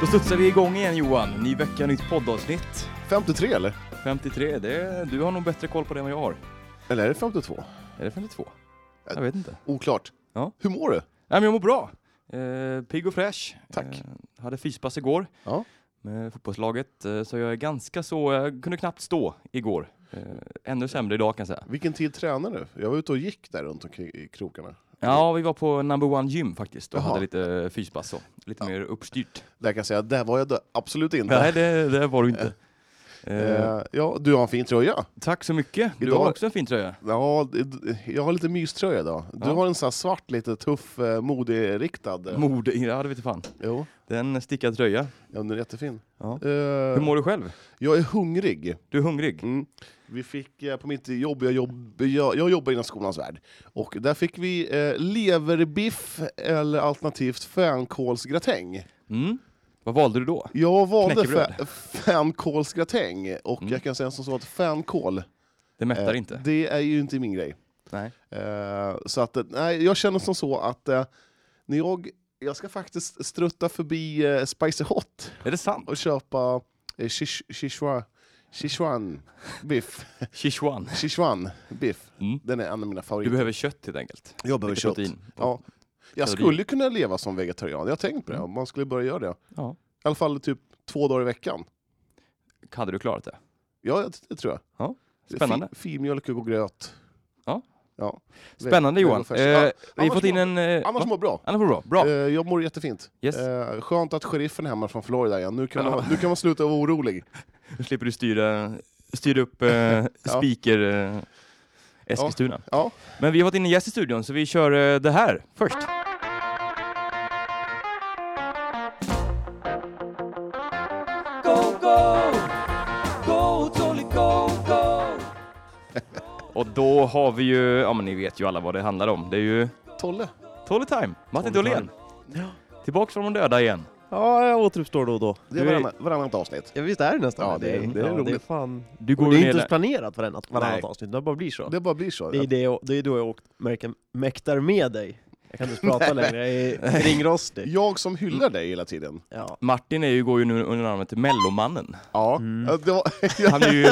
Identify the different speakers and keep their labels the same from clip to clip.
Speaker 1: Då studsar vi igång igen Johan. Ny vecka, nytt poddavsnitt.
Speaker 2: 53 eller?
Speaker 1: 53, det är, du har nog bättre koll på det än vad jag har.
Speaker 2: Eller är det 52?
Speaker 1: Är det 52? Jag vet inte.
Speaker 2: Oklart.
Speaker 1: Ja.
Speaker 2: Hur mår du?
Speaker 1: Nej men jag mår bra. Eh, pigg och fräsch.
Speaker 2: Tack.
Speaker 1: Eh, hade fyspass igår
Speaker 2: Ja.
Speaker 1: med fotbollslaget. Eh, så jag är ganska så, jag kunde knappt stå igår. Eh, ännu sämre idag kan jag säga.
Speaker 2: Vilken tid tränar du? Jag var ute och gick där runt omkring i krokarna.
Speaker 1: Ja, vi var på number one gym faktiskt och
Speaker 2: Jaha.
Speaker 1: hade lite eh, fyspass så. Lite mer uppstyrt.
Speaker 2: Där kan jag säga, där var jag då absolut inte.
Speaker 1: Nej, det, det var du inte. Eh,
Speaker 2: Eh, ja, du har en fin tröja.
Speaker 1: tack så mycket. Du
Speaker 2: idag-
Speaker 1: har också en fin tröja.
Speaker 2: Ja, det- jag har lite myströja idag. Du
Speaker 1: Ja.
Speaker 2: har en sån här svart, lite tuff, eh, moderiktad. eh,
Speaker 1: Mode, ja det vete fan.
Speaker 2: Jo,
Speaker 1: Det är en stickad tröja.
Speaker 2: ja, den är jättefin.
Speaker 1: Ja.
Speaker 2: Eh,
Speaker 1: Hur mår du själv?
Speaker 2: Jag är hungrig.
Speaker 1: Du är hungrig?
Speaker 2: Mm. Vi fick eh, på mitt jobb, jag, jobb jag, jag jobbar inom skolans värld, och där fick vi eh, leverbiff eller alternativt fänkålsgratäng.
Speaker 1: Mm. Vad valde du då?
Speaker 2: Jag valde
Speaker 1: Knäckebröd. Mm.
Speaker 2: fä- fänkålsgratäng, och jag kan säga som så att fänkål,
Speaker 1: Det mättar
Speaker 2: Eh,
Speaker 1: inte.
Speaker 2: det är ju inte min grej.
Speaker 1: Nej.
Speaker 2: Eh, så att, eh, nej, jag känner som så att eh, när jag, jag ska faktiskt strutta förbi eh, Spicy Hot
Speaker 1: Är det sant?
Speaker 2: och köpa eh, Shish- Sichuan- Sichuan biff.
Speaker 1: Sichuan.
Speaker 2: Sichuan biff.
Speaker 1: Mm.
Speaker 2: Den är en av mina
Speaker 1: Du
Speaker 2: favoriter.
Speaker 1: behöver kött helt enkelt.
Speaker 2: Jag behöver
Speaker 1: Lite
Speaker 2: kött.
Speaker 1: protein.
Speaker 2: Ja. Jag
Speaker 1: Kalorier.
Speaker 2: skulle kunna leva som vegetarian, jag har tänkt på det, om man skulle börja göra det. I
Speaker 1: Mm. Ja.
Speaker 2: alla fall typ två dagar i veckan.
Speaker 1: Hade du klarat det?
Speaker 2: Ja, det tror jag.
Speaker 1: Ja, spännande.
Speaker 2: Fi- Filmjölk och gröt.
Speaker 1: Ja.
Speaker 2: ja.
Speaker 1: Spännande Johan.
Speaker 2: Vegofärs.
Speaker 1: Eh,
Speaker 2: Ja,
Speaker 1: vi har
Speaker 2: annars
Speaker 1: fått in
Speaker 2: mår-
Speaker 1: en... Eh,
Speaker 2: Annars
Speaker 1: va?
Speaker 2: mår bra.
Speaker 1: Annars mår bra. Bra.
Speaker 2: Eh, Jag mår jättefint.
Speaker 1: Yes.
Speaker 2: Eh, Skönt att sheriffen är hemma från Florida igen, nu kan man, nu kan man sluta vara orolig.
Speaker 1: Nu slipper du styra, styra upp eh, speaker eh, Eskilstuna.
Speaker 2: Ja.
Speaker 1: Men vi har fått in en gäst i studion så vi kör eh, det här först. Och då har vi ju, ja men ni vet ju alla vad det handlar om. Det är ju
Speaker 2: Tolle,
Speaker 1: Tolly Time, Martin
Speaker 3: Tolly
Speaker 1: Dolén. Tillbaks från de döda igen.
Speaker 3: Ja, jag återuppstår då och då.
Speaker 2: det
Speaker 1: Du
Speaker 2: är
Speaker 1: är-
Speaker 2: varannan, varannat avsnitt.
Speaker 3: Ja, visst är det nästan
Speaker 2: Ja, det är- det är
Speaker 3: ja, det är
Speaker 2: roligt.
Speaker 3: fan...
Speaker 1: Du
Speaker 3: Och
Speaker 1: går
Speaker 3: det
Speaker 1: ju
Speaker 3: är
Speaker 1: ner
Speaker 3: inte ens
Speaker 1: där.
Speaker 3: planerat varannat, varannat
Speaker 2: Nej.
Speaker 3: avsnitt, det bara blir så.
Speaker 2: Det bara blir så.
Speaker 3: Det är, det, jag, det är då jag åkt, märker, mäktar med dig. Jag kan inte ens prata längre, jag är ringrostig.
Speaker 2: Jag som hyllar dig hela tiden.
Speaker 3: Ja.
Speaker 1: Martin är ju, går ju nu under namnet Mellomannen.
Speaker 2: Ja.
Speaker 3: Mm.
Speaker 1: Mm.
Speaker 2: Eh, Det var,
Speaker 1: Han är ju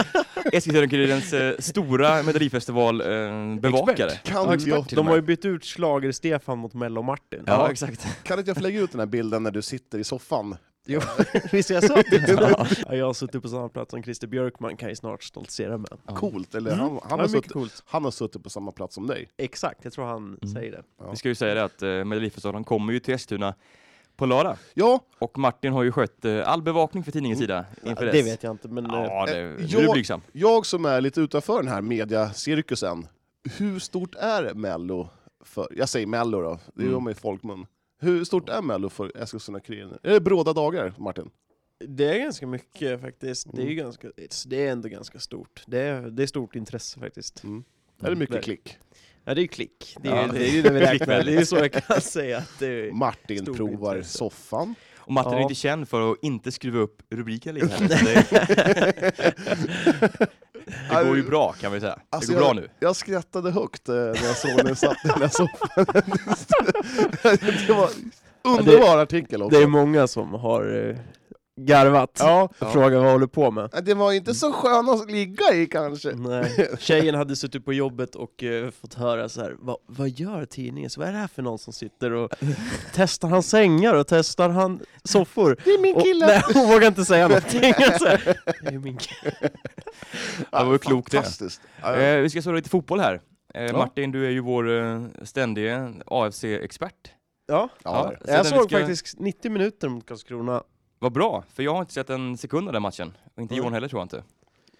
Speaker 1: Eskilstuna-Kurirens eh, stora eh, melodifestival-bevakare.
Speaker 2: kan, inte jag,
Speaker 3: De har ju bytt ut slager stefan mot Mello-Martin.
Speaker 1: Ja, exakt.
Speaker 2: kan inte jag få lägga ut den här bilden när du sitter i soffan?
Speaker 3: Jo, visst är jag så? ja, jag har suttit på samma plats som Christer Björkman, kan jag ju snart stoltsera med.
Speaker 2: Coolt,
Speaker 1: Mm.
Speaker 2: eller han, han, har
Speaker 3: Han är mycket
Speaker 2: suttit,
Speaker 3: coolt.
Speaker 2: han har suttit på samma plats som dig.
Speaker 3: Exakt, jag tror han säger det.
Speaker 1: Vi ska ju säga det att eh, Melodifestivalen kommer ju till Eskilstuna på lördag.
Speaker 2: Ja,
Speaker 1: Och Martin har ju skött eh, all bevakning för tidningens sida inför
Speaker 3: Mm. Ja, det
Speaker 1: dess.
Speaker 3: vet jag inte, men... eh,
Speaker 1: Ja, det, nu är du
Speaker 2: Jag-
Speaker 1: blygsam.
Speaker 2: jag som är lite utanför den här mediacirkusen, hur stort är Mello? För, jag säger Mello då, det gör man i folkmun. Hur stort är Mello för Eskilstuna-Kuriren? Är det bråda dagar, Martin?
Speaker 3: Det är ganska mycket faktiskt. Det är, ju ganska, alltså, det är ändå ganska stort. Det är, det är stort intresse faktiskt.
Speaker 2: Mm. Är det mycket
Speaker 3: Verkligen.
Speaker 2: klick?
Speaker 3: Ja, det är ju klick. Det är,
Speaker 1: Ja,
Speaker 3: ju-
Speaker 1: det
Speaker 3: det
Speaker 1: är
Speaker 3: är ju det vi räknar.
Speaker 1: klickvärde.
Speaker 3: Det är ju så jag kan säga att det är...
Speaker 2: Martin
Speaker 3: Stort
Speaker 2: provar
Speaker 3: intresse.
Speaker 2: soffan.
Speaker 1: Och Martin är
Speaker 3: Ja.
Speaker 1: inte känd för att inte skruva upp rubriken lite här. Det, det går ju bra kan vi säga.
Speaker 2: Alltså,
Speaker 1: det går bra
Speaker 2: jag,
Speaker 1: nu.
Speaker 2: Jag skrattade högt eh, när jag såg när jag satt i den här soffan. det var en underbar artikel också.
Speaker 3: Det är många som har eh, garvat
Speaker 2: Ja.
Speaker 3: och frågat vad jag håller på med.
Speaker 2: Nej, Det var inte så skön att ligga i kanske.
Speaker 3: Nej. Tjejen hade suttit på jobbet och eh, fått höra så här, "Va, vad gör tidningen? Så vad är det här för någon som sitter och testar han sängar och testar han soffor?
Speaker 2: Det är min
Speaker 3: Och,
Speaker 2: kille!
Speaker 3: nej, hon vågar inte säga någonting. Så här, det är min kille.
Speaker 1: det var ju klokt det.
Speaker 2: Fantastiskt. Ja, ja.
Speaker 1: Eh, vi ska surra lite fotboll här. Eh, Martin, du är ju vår eh, ständige AFC-expert.
Speaker 3: Ja,
Speaker 2: Ja,
Speaker 1: så
Speaker 3: jag
Speaker 1: den
Speaker 3: såg
Speaker 1: vi ska-
Speaker 3: faktiskt 90 minuter mot Karlskrona.
Speaker 1: Vad bra, för jag har inte sett en sekund av den matchen. Och inte
Speaker 3: Nej.
Speaker 1: Johan heller tror jag inte.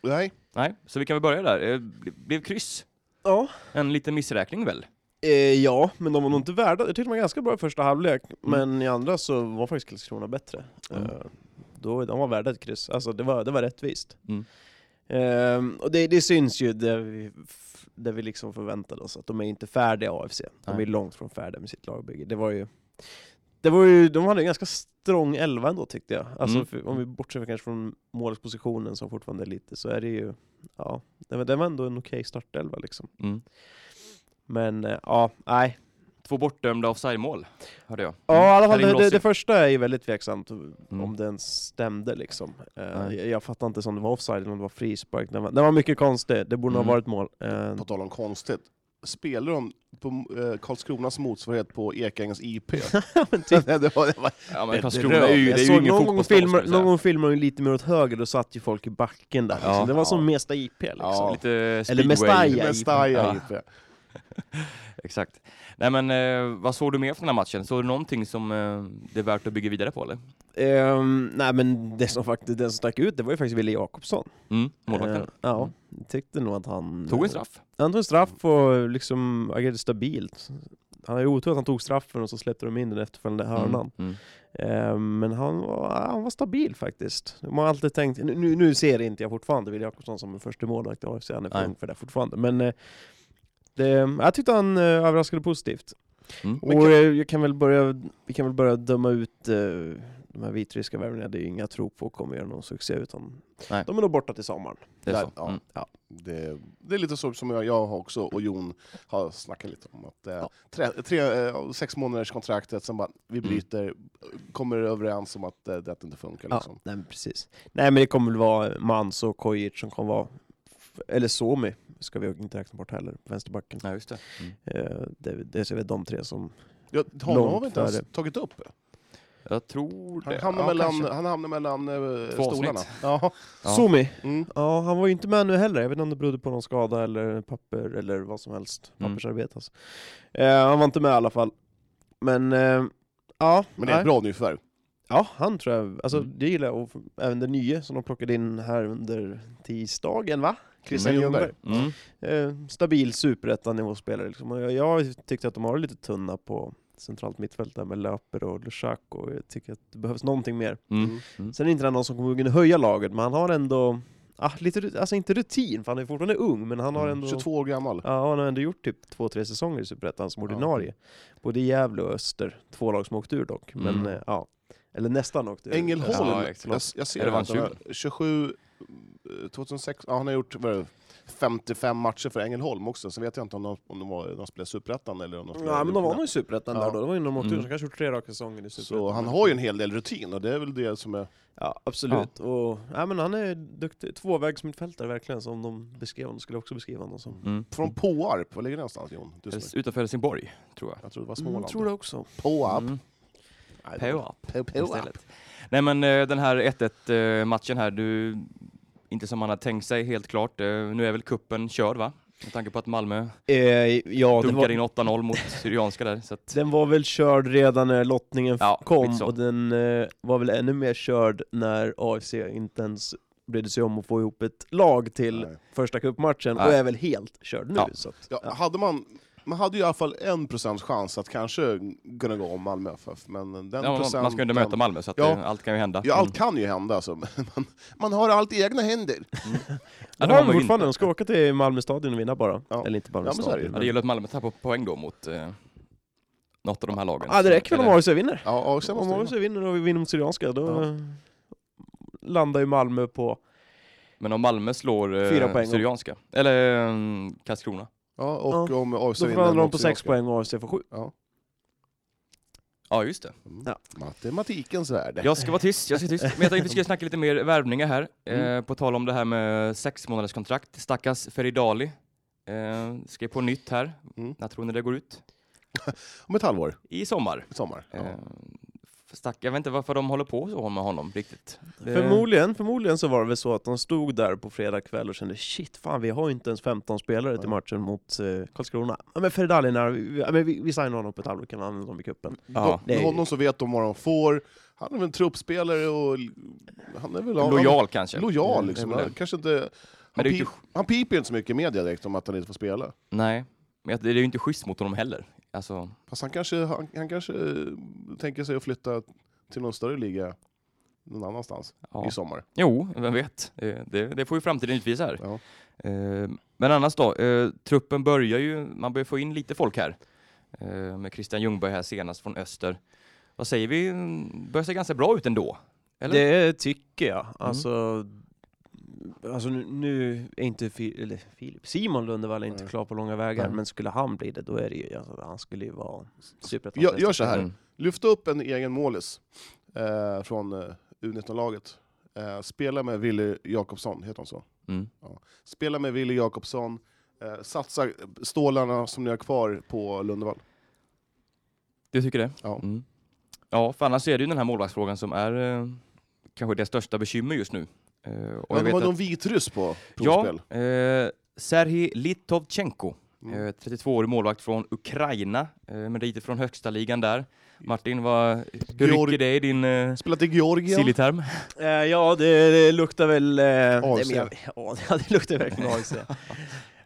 Speaker 2: Nej.
Speaker 1: Nej, så vi kan väl börja där. Eh, ble- Blev kryss.
Speaker 3: Ja.
Speaker 1: En liten missräkning väl?
Speaker 3: Eh, ja, men de var nog inte värda. Jag tyckte de var ganska bra i första halvlek, men i andra så var faktiskt Karlskrona bättre.
Speaker 1: Mm.
Speaker 3: Eh, då, de var värda ett kryss. Alltså det var, det var rättvist.
Speaker 1: Mm.
Speaker 3: Eh, och det, det syns ju där vi, f- där vi liksom förväntade oss, att de är inte färdiga AFC. De
Speaker 1: Nej.
Speaker 3: är långt från färdiga med sitt lagbygge. Det var ju Det var ju, de hade en ganska strong elva ändå tyckte jag. Alltså,
Speaker 1: Mm.
Speaker 3: för, om vi bortser kanske från målspositionen som fortfarande är lite, så är det ju, ja, det, var- det var ändå en okej startelva liksom.
Speaker 1: Mm.
Speaker 3: Men eh, ja, nej,
Speaker 1: Två bortdömda offside-mål, hörde jag.
Speaker 3: Ja, i alla fall,
Speaker 1: Karim
Speaker 3: det, det,
Speaker 1: Rossi.
Speaker 3: det första är ju väldigt tveksamt om
Speaker 1: Mm.
Speaker 3: den stämde liksom. Eh,
Speaker 1: Nej.
Speaker 3: jag, jag fattar inte om det var offside eller om det var frispark. Den var, den var mycket konstig, det borde nog
Speaker 1: Mm.
Speaker 3: ha varit mål. Eh,
Speaker 2: På tal om konstigt. Spelar de på eh, Karlskronas motsvarighet på Ekängens IP?
Speaker 3: men typ,
Speaker 2: det, var, det, var,
Speaker 1: Ja, men
Speaker 2: det
Speaker 1: Karlskrona
Speaker 2: rör-
Speaker 1: är ju,
Speaker 2: jag
Speaker 1: det är
Speaker 3: såg
Speaker 1: ju ingen
Speaker 3: någon, gång
Speaker 1: fotbollsstad,
Speaker 3: filmar,
Speaker 1: ska jag
Speaker 3: någon gång filmade de lite mer åt höger, då satt ju folk i backen där.
Speaker 1: Ja.
Speaker 3: liksom. Det var
Speaker 2: Ja.
Speaker 3: som Mesta IP liksom.
Speaker 2: Ja.
Speaker 1: säga. Lite
Speaker 3: Eller med
Speaker 1: speedway.
Speaker 3: Staja.
Speaker 2: Mestalla IP.
Speaker 1: Exakt. Nej men eh, vad såg du mer från den här matchen? Såg du någonting som eh, det är värt att bygga vidare på eller?
Speaker 3: Ehm, nej men det som faktiskt, den som stack ut, det var ju faktiskt Wille Jakobsson.
Speaker 1: Mm, målvakten. Mm.
Speaker 3: Eh, ja, jag tyckte nog att han...
Speaker 1: Tog en straff.
Speaker 3: Han tog en straff och liksom agerade stabilt. Han har ju otur att han tog straffen och så släppte de in den efterföljande hörnan.
Speaker 1: Mm, mm.
Speaker 3: Eh, Men han var, ah, han var stabil faktiskt. Man har alltid tänkt, nu- nu, nu ser inte jag fortfarande Wille Jakobsson som en första målvakt i AFC, han är för
Speaker 1: Nej.
Speaker 3: ung för det fortfarande. Men eh, det, jag tyckte han eh, överraskade positivt.
Speaker 1: Mm.
Speaker 3: Och eh, jag kan väl börja, vi kan väl börja döma ut eh, de här vitryska värvningarna, det är ju inga jag tror på kommer göra någon succé utan
Speaker 1: Nej.
Speaker 3: de är nog borta till sommaren.
Speaker 1: Det är
Speaker 2: Där,
Speaker 1: så.
Speaker 2: ja.
Speaker 1: Mm.
Speaker 2: Det, det är lite så som jag, jag har också och Jon har snackat lite om. Att, eh,
Speaker 3: Ja.
Speaker 2: tre, tre, eh, sex månaders kontraktet, sen bara vi
Speaker 1: Mm.
Speaker 2: bryter, kommer överens om att eh, det inte funkar.
Speaker 3: Ja,
Speaker 2: Liksom.
Speaker 3: nej, men precis. Nej men det kommer väl vara Mans och Kojic som kommer vara, eller Somi ska vi inte räkna bort heller, på vänsterbacken.
Speaker 1: Ja, just det. Mm.
Speaker 3: Eh, Det, det är väl de tre som
Speaker 2: Ja, honom har
Speaker 3: Långt
Speaker 2: vi inte ens
Speaker 3: före.
Speaker 2: tagit upp.
Speaker 1: Jag tror
Speaker 2: Han
Speaker 1: det.
Speaker 2: hamnar
Speaker 1: Ja,
Speaker 2: mellan,
Speaker 1: kanske.
Speaker 2: han hamnar mellan eh,
Speaker 1: Två avsnitt.
Speaker 2: stolarna. Ja.
Speaker 1: Ja.
Speaker 3: Sumi,
Speaker 2: Mm.
Speaker 3: ja han var ju inte med nu heller. Jag vet inte om det berodde på någon skada eller papper eller vad som helst.
Speaker 1: Mm.
Speaker 3: Pappersarbete alltså. eh, Han var inte med i alla fall. Men eh, ja,
Speaker 2: Men det är
Speaker 3: nej.
Speaker 2: ett bra nyförvärv.
Speaker 3: ja, han tror jag, alltså
Speaker 1: Mm.
Speaker 3: det gillar jag. Och även den nya som de plockade in här under tisdagen va? Christian
Speaker 2: Mm.
Speaker 3: Ljungberg.
Speaker 1: Mm.
Speaker 3: Eh, stabil superettanivåspelare liksom. Och jag, jag tyckte att de har lite tunna på centralt mittfält där med Löper och Lushak och jag tycker att det behövs någonting mer.
Speaker 1: Mm.
Speaker 3: Sen är inte han någon som kommer kunna höja laget, men han har ändå, ah, lite, rut- alltså inte rutin, för han är fortfarande ung, men han har
Speaker 1: Mm,
Speaker 3: ändå,
Speaker 2: 22 år gammal.
Speaker 3: ja, han har ändå gjort typ två, tre säsonger i Superettan som
Speaker 2: Ja.
Speaker 3: ordinarie. Både i Gävle och Öster, två lag som åkt ur dock, men
Speaker 1: Mm.
Speaker 3: eh, ja. Eller nästan åkt ur.
Speaker 2: Ängelholm,
Speaker 1: Ja,
Speaker 2: jag,
Speaker 1: exakt.
Speaker 2: jag ser
Speaker 1: Eller
Speaker 2: här att han
Speaker 1: Vansjul.
Speaker 2: har 27, eh, 2006, ja, han har gjort vad är det, 55 matcher för Ängelholm också, så vet jag inte om de, om de, var, de spelade Superettan eller om de spelade
Speaker 3: Ja men de var
Speaker 2: Division
Speaker 3: nog i Superettan där
Speaker 2: Ja.
Speaker 3: då, det var innan de åkte ur,
Speaker 1: Mm.
Speaker 3: så kanske gjort tre raka säsonger i
Speaker 2: ett.
Speaker 3: Superettan.
Speaker 2: Så han har ju en hel del rutin och det är väl det som är...
Speaker 3: Ja absolut, och ja, men han är duktig, tvåvägsmittfältare verkligen, som de beskrev honom, skulle jag också beskriva honom som.
Speaker 1: Mm.
Speaker 2: Från Påarp, var ligger det någonstans Jon? Du som,
Speaker 1: Utanför Helsingborg, tror jag.
Speaker 2: jag tror det var
Speaker 3: Mm,
Speaker 2: Småland.
Speaker 3: tror det också.
Speaker 2: Påarp?
Speaker 1: Mm.
Speaker 2: Nej, det var-
Speaker 1: Pay-up.
Speaker 2: På- Påarp.
Speaker 1: istället. Nej men eh, den här 1-1 eh, matchen här, du, inte som man hade tänkt sig helt klart. Eh, nu är väl kuppen körd va? Med tanke på att Malmö
Speaker 3: Eh, ja, det
Speaker 1: dunkade
Speaker 3: var,
Speaker 1: in 8-0 mot Syrianska där. Så att,
Speaker 3: Den var väl körd redan när lottningen f-
Speaker 1: Ja,
Speaker 3: kom
Speaker 1: skitsamma.
Speaker 3: och den eh, var väl ännu mer körd när AFC inte ens brydde sig om att få ihop ett lag till
Speaker 2: Nej.
Speaker 3: första cupmatchen och
Speaker 1: Nej.
Speaker 3: är väl helt körd nu.
Speaker 1: Ja.
Speaker 3: Så att,
Speaker 2: Ja, hade man, man hade ju i alla fall en procents chans att kanske kunna gå om Malmö FF, men den
Speaker 1: ja, man,
Speaker 2: procenten...
Speaker 1: man ska ju inte möta Malmö så att,
Speaker 2: Ja.
Speaker 1: eh, allt kan ju hända.
Speaker 2: Ja,
Speaker 1: Mm.
Speaker 2: allt kan ju hända alltså. men Man, man har allt i egna händer.
Speaker 1: Ja,
Speaker 3: ja,
Speaker 1: det
Speaker 3: de
Speaker 1: har man ju
Speaker 3: fortfarande, de ska åka till Malmö stadion och vinna bara.
Speaker 2: Ja.
Speaker 3: Eller inte Malmö
Speaker 2: Ja, men så är det ju.
Speaker 3: stadion.
Speaker 1: Ja, det gäller att Malmö tappar poäng då mot eh, något av de här lagen.
Speaker 3: ja, det räcker väl om
Speaker 1: Eller-
Speaker 3: AFC vinner?
Speaker 2: Ja, och sen
Speaker 3: Om
Speaker 2: måste
Speaker 3: AFC vinner och vi vinner mot Syrianska, då
Speaker 2: Ja.
Speaker 3: eh, landar ju Malmö på...
Speaker 1: Men om Malmö slår eh,
Speaker 3: Fyra poäng.
Speaker 1: Syrianska, eller eh, Karlskrona.
Speaker 2: Ja, och om AFC
Speaker 3: Då
Speaker 2: vinner...
Speaker 3: landar de
Speaker 2: mot
Speaker 3: på 6
Speaker 2: Sydafrika.
Speaker 3: poäng och AFC får 7.
Speaker 2: Ja.
Speaker 1: Ja, just det.
Speaker 2: Mm.
Speaker 3: Ja.
Speaker 2: Matematikens värld.
Speaker 1: Jag ska vara tyst, jag ska vara tyst. Men jag tänkte att vi skulle snacka lite mer värvningar här.
Speaker 2: Mm.
Speaker 1: Eh, på tal om det här med sex månaders kontrakt. Stackars Feridali. Eh, skrev på nytt här.
Speaker 2: Mm.
Speaker 1: När tror ni det går ut?
Speaker 2: Om ett halvår,
Speaker 1: I sommar.
Speaker 2: i sommar. Ja.
Speaker 1: Eh, stack, jag vet inte varför de håller på så med honom riktigt. Det-
Speaker 3: Förmodligen, förmodligen så var det väl så att de stod där på fredag kväll och kände shit, fan vi har ju inte ens 15 spelare till
Speaker 2: Ja.
Speaker 3: matchen mot eh, Karlskrona. Ja, men Ferdali, när vi, ja, men vi, vi signar honom på ett halvår, kan vi använda honom i cupen.
Speaker 1: Ja.
Speaker 2: Med
Speaker 3: Det är-
Speaker 2: honom så vet de vad de får. Han är väl en truppspelare och han är väl
Speaker 1: Lojal kanske.
Speaker 2: Han,
Speaker 1: Det
Speaker 2: lojal
Speaker 1: är
Speaker 2: liksom.
Speaker 1: väl det.
Speaker 2: Han, kanske inte,
Speaker 1: Men
Speaker 2: han,
Speaker 1: det är ju
Speaker 2: pip, han piper inte så mycket i media direkt om att han inte får spela.
Speaker 1: Nej, men det är ju inte schysst mot honom heller. Alltså,
Speaker 2: Fast han kanske, han, han kanske eh, tänker sig att flytta till någon större liga någon annanstans
Speaker 1: ja.
Speaker 2: i sommar.
Speaker 1: Jo, vem vet. Eh, Det, det får ju framtiden utvisa här.
Speaker 2: Ja.
Speaker 1: Eh, Men annars då, eh, truppen börjar ju, man börjar få in lite folk här. Eh, Med Christian Ljungberg här senast från Öster. vad säger vi, Mm, börjar se ganska bra ut ändå. Eller?
Speaker 3: Det tycker jag.
Speaker 2: Mm.
Speaker 3: Alltså, alltså nu, nu är inte Fi, eller Filip, Simon Lundevall är inte
Speaker 2: Nej.
Speaker 3: klar på långa vägar,
Speaker 1: Nej.
Speaker 3: men skulle han bli det, då är det ju, alltså, han skulle ju vara superettan.
Speaker 2: Gör- gör så här.
Speaker 1: Mm.
Speaker 2: Lyft upp en egen målis eh, från eh, U19-laget. Eh, spela med Willy Jakobsson, heter han så?
Speaker 1: Mm.
Speaker 2: Spela med Willy Jakobsson, eh, satsa stålarna som ni har kvar på Lundevall.
Speaker 1: Du tycker det?
Speaker 2: Ja.
Speaker 1: Mm. Ja, för annars är det ju den här målvaktsfrågan som är eh, kanske det största bekymmer just nu. Eh, och
Speaker 2: Ja,
Speaker 1: jag
Speaker 2: de har
Speaker 1: vet
Speaker 2: någon
Speaker 1: att,
Speaker 2: vitryss på provspel.
Speaker 1: ja, eh, Serhii Litovchenko,
Speaker 2: Mm.
Speaker 1: eh, 32-årig målvakt från Ukraina, eh, meriter från högsta ligan där. Martin, vad, hur
Speaker 2: Georg-
Speaker 1: rycker det i din eh,
Speaker 2: Spelat i Georgien.
Speaker 1: silliterm?
Speaker 3: Eh, ja, det, det luktar väl... Eh, nej,
Speaker 2: AFC.
Speaker 3: men jag, ja, det- ja, det luktar verkligen AFC.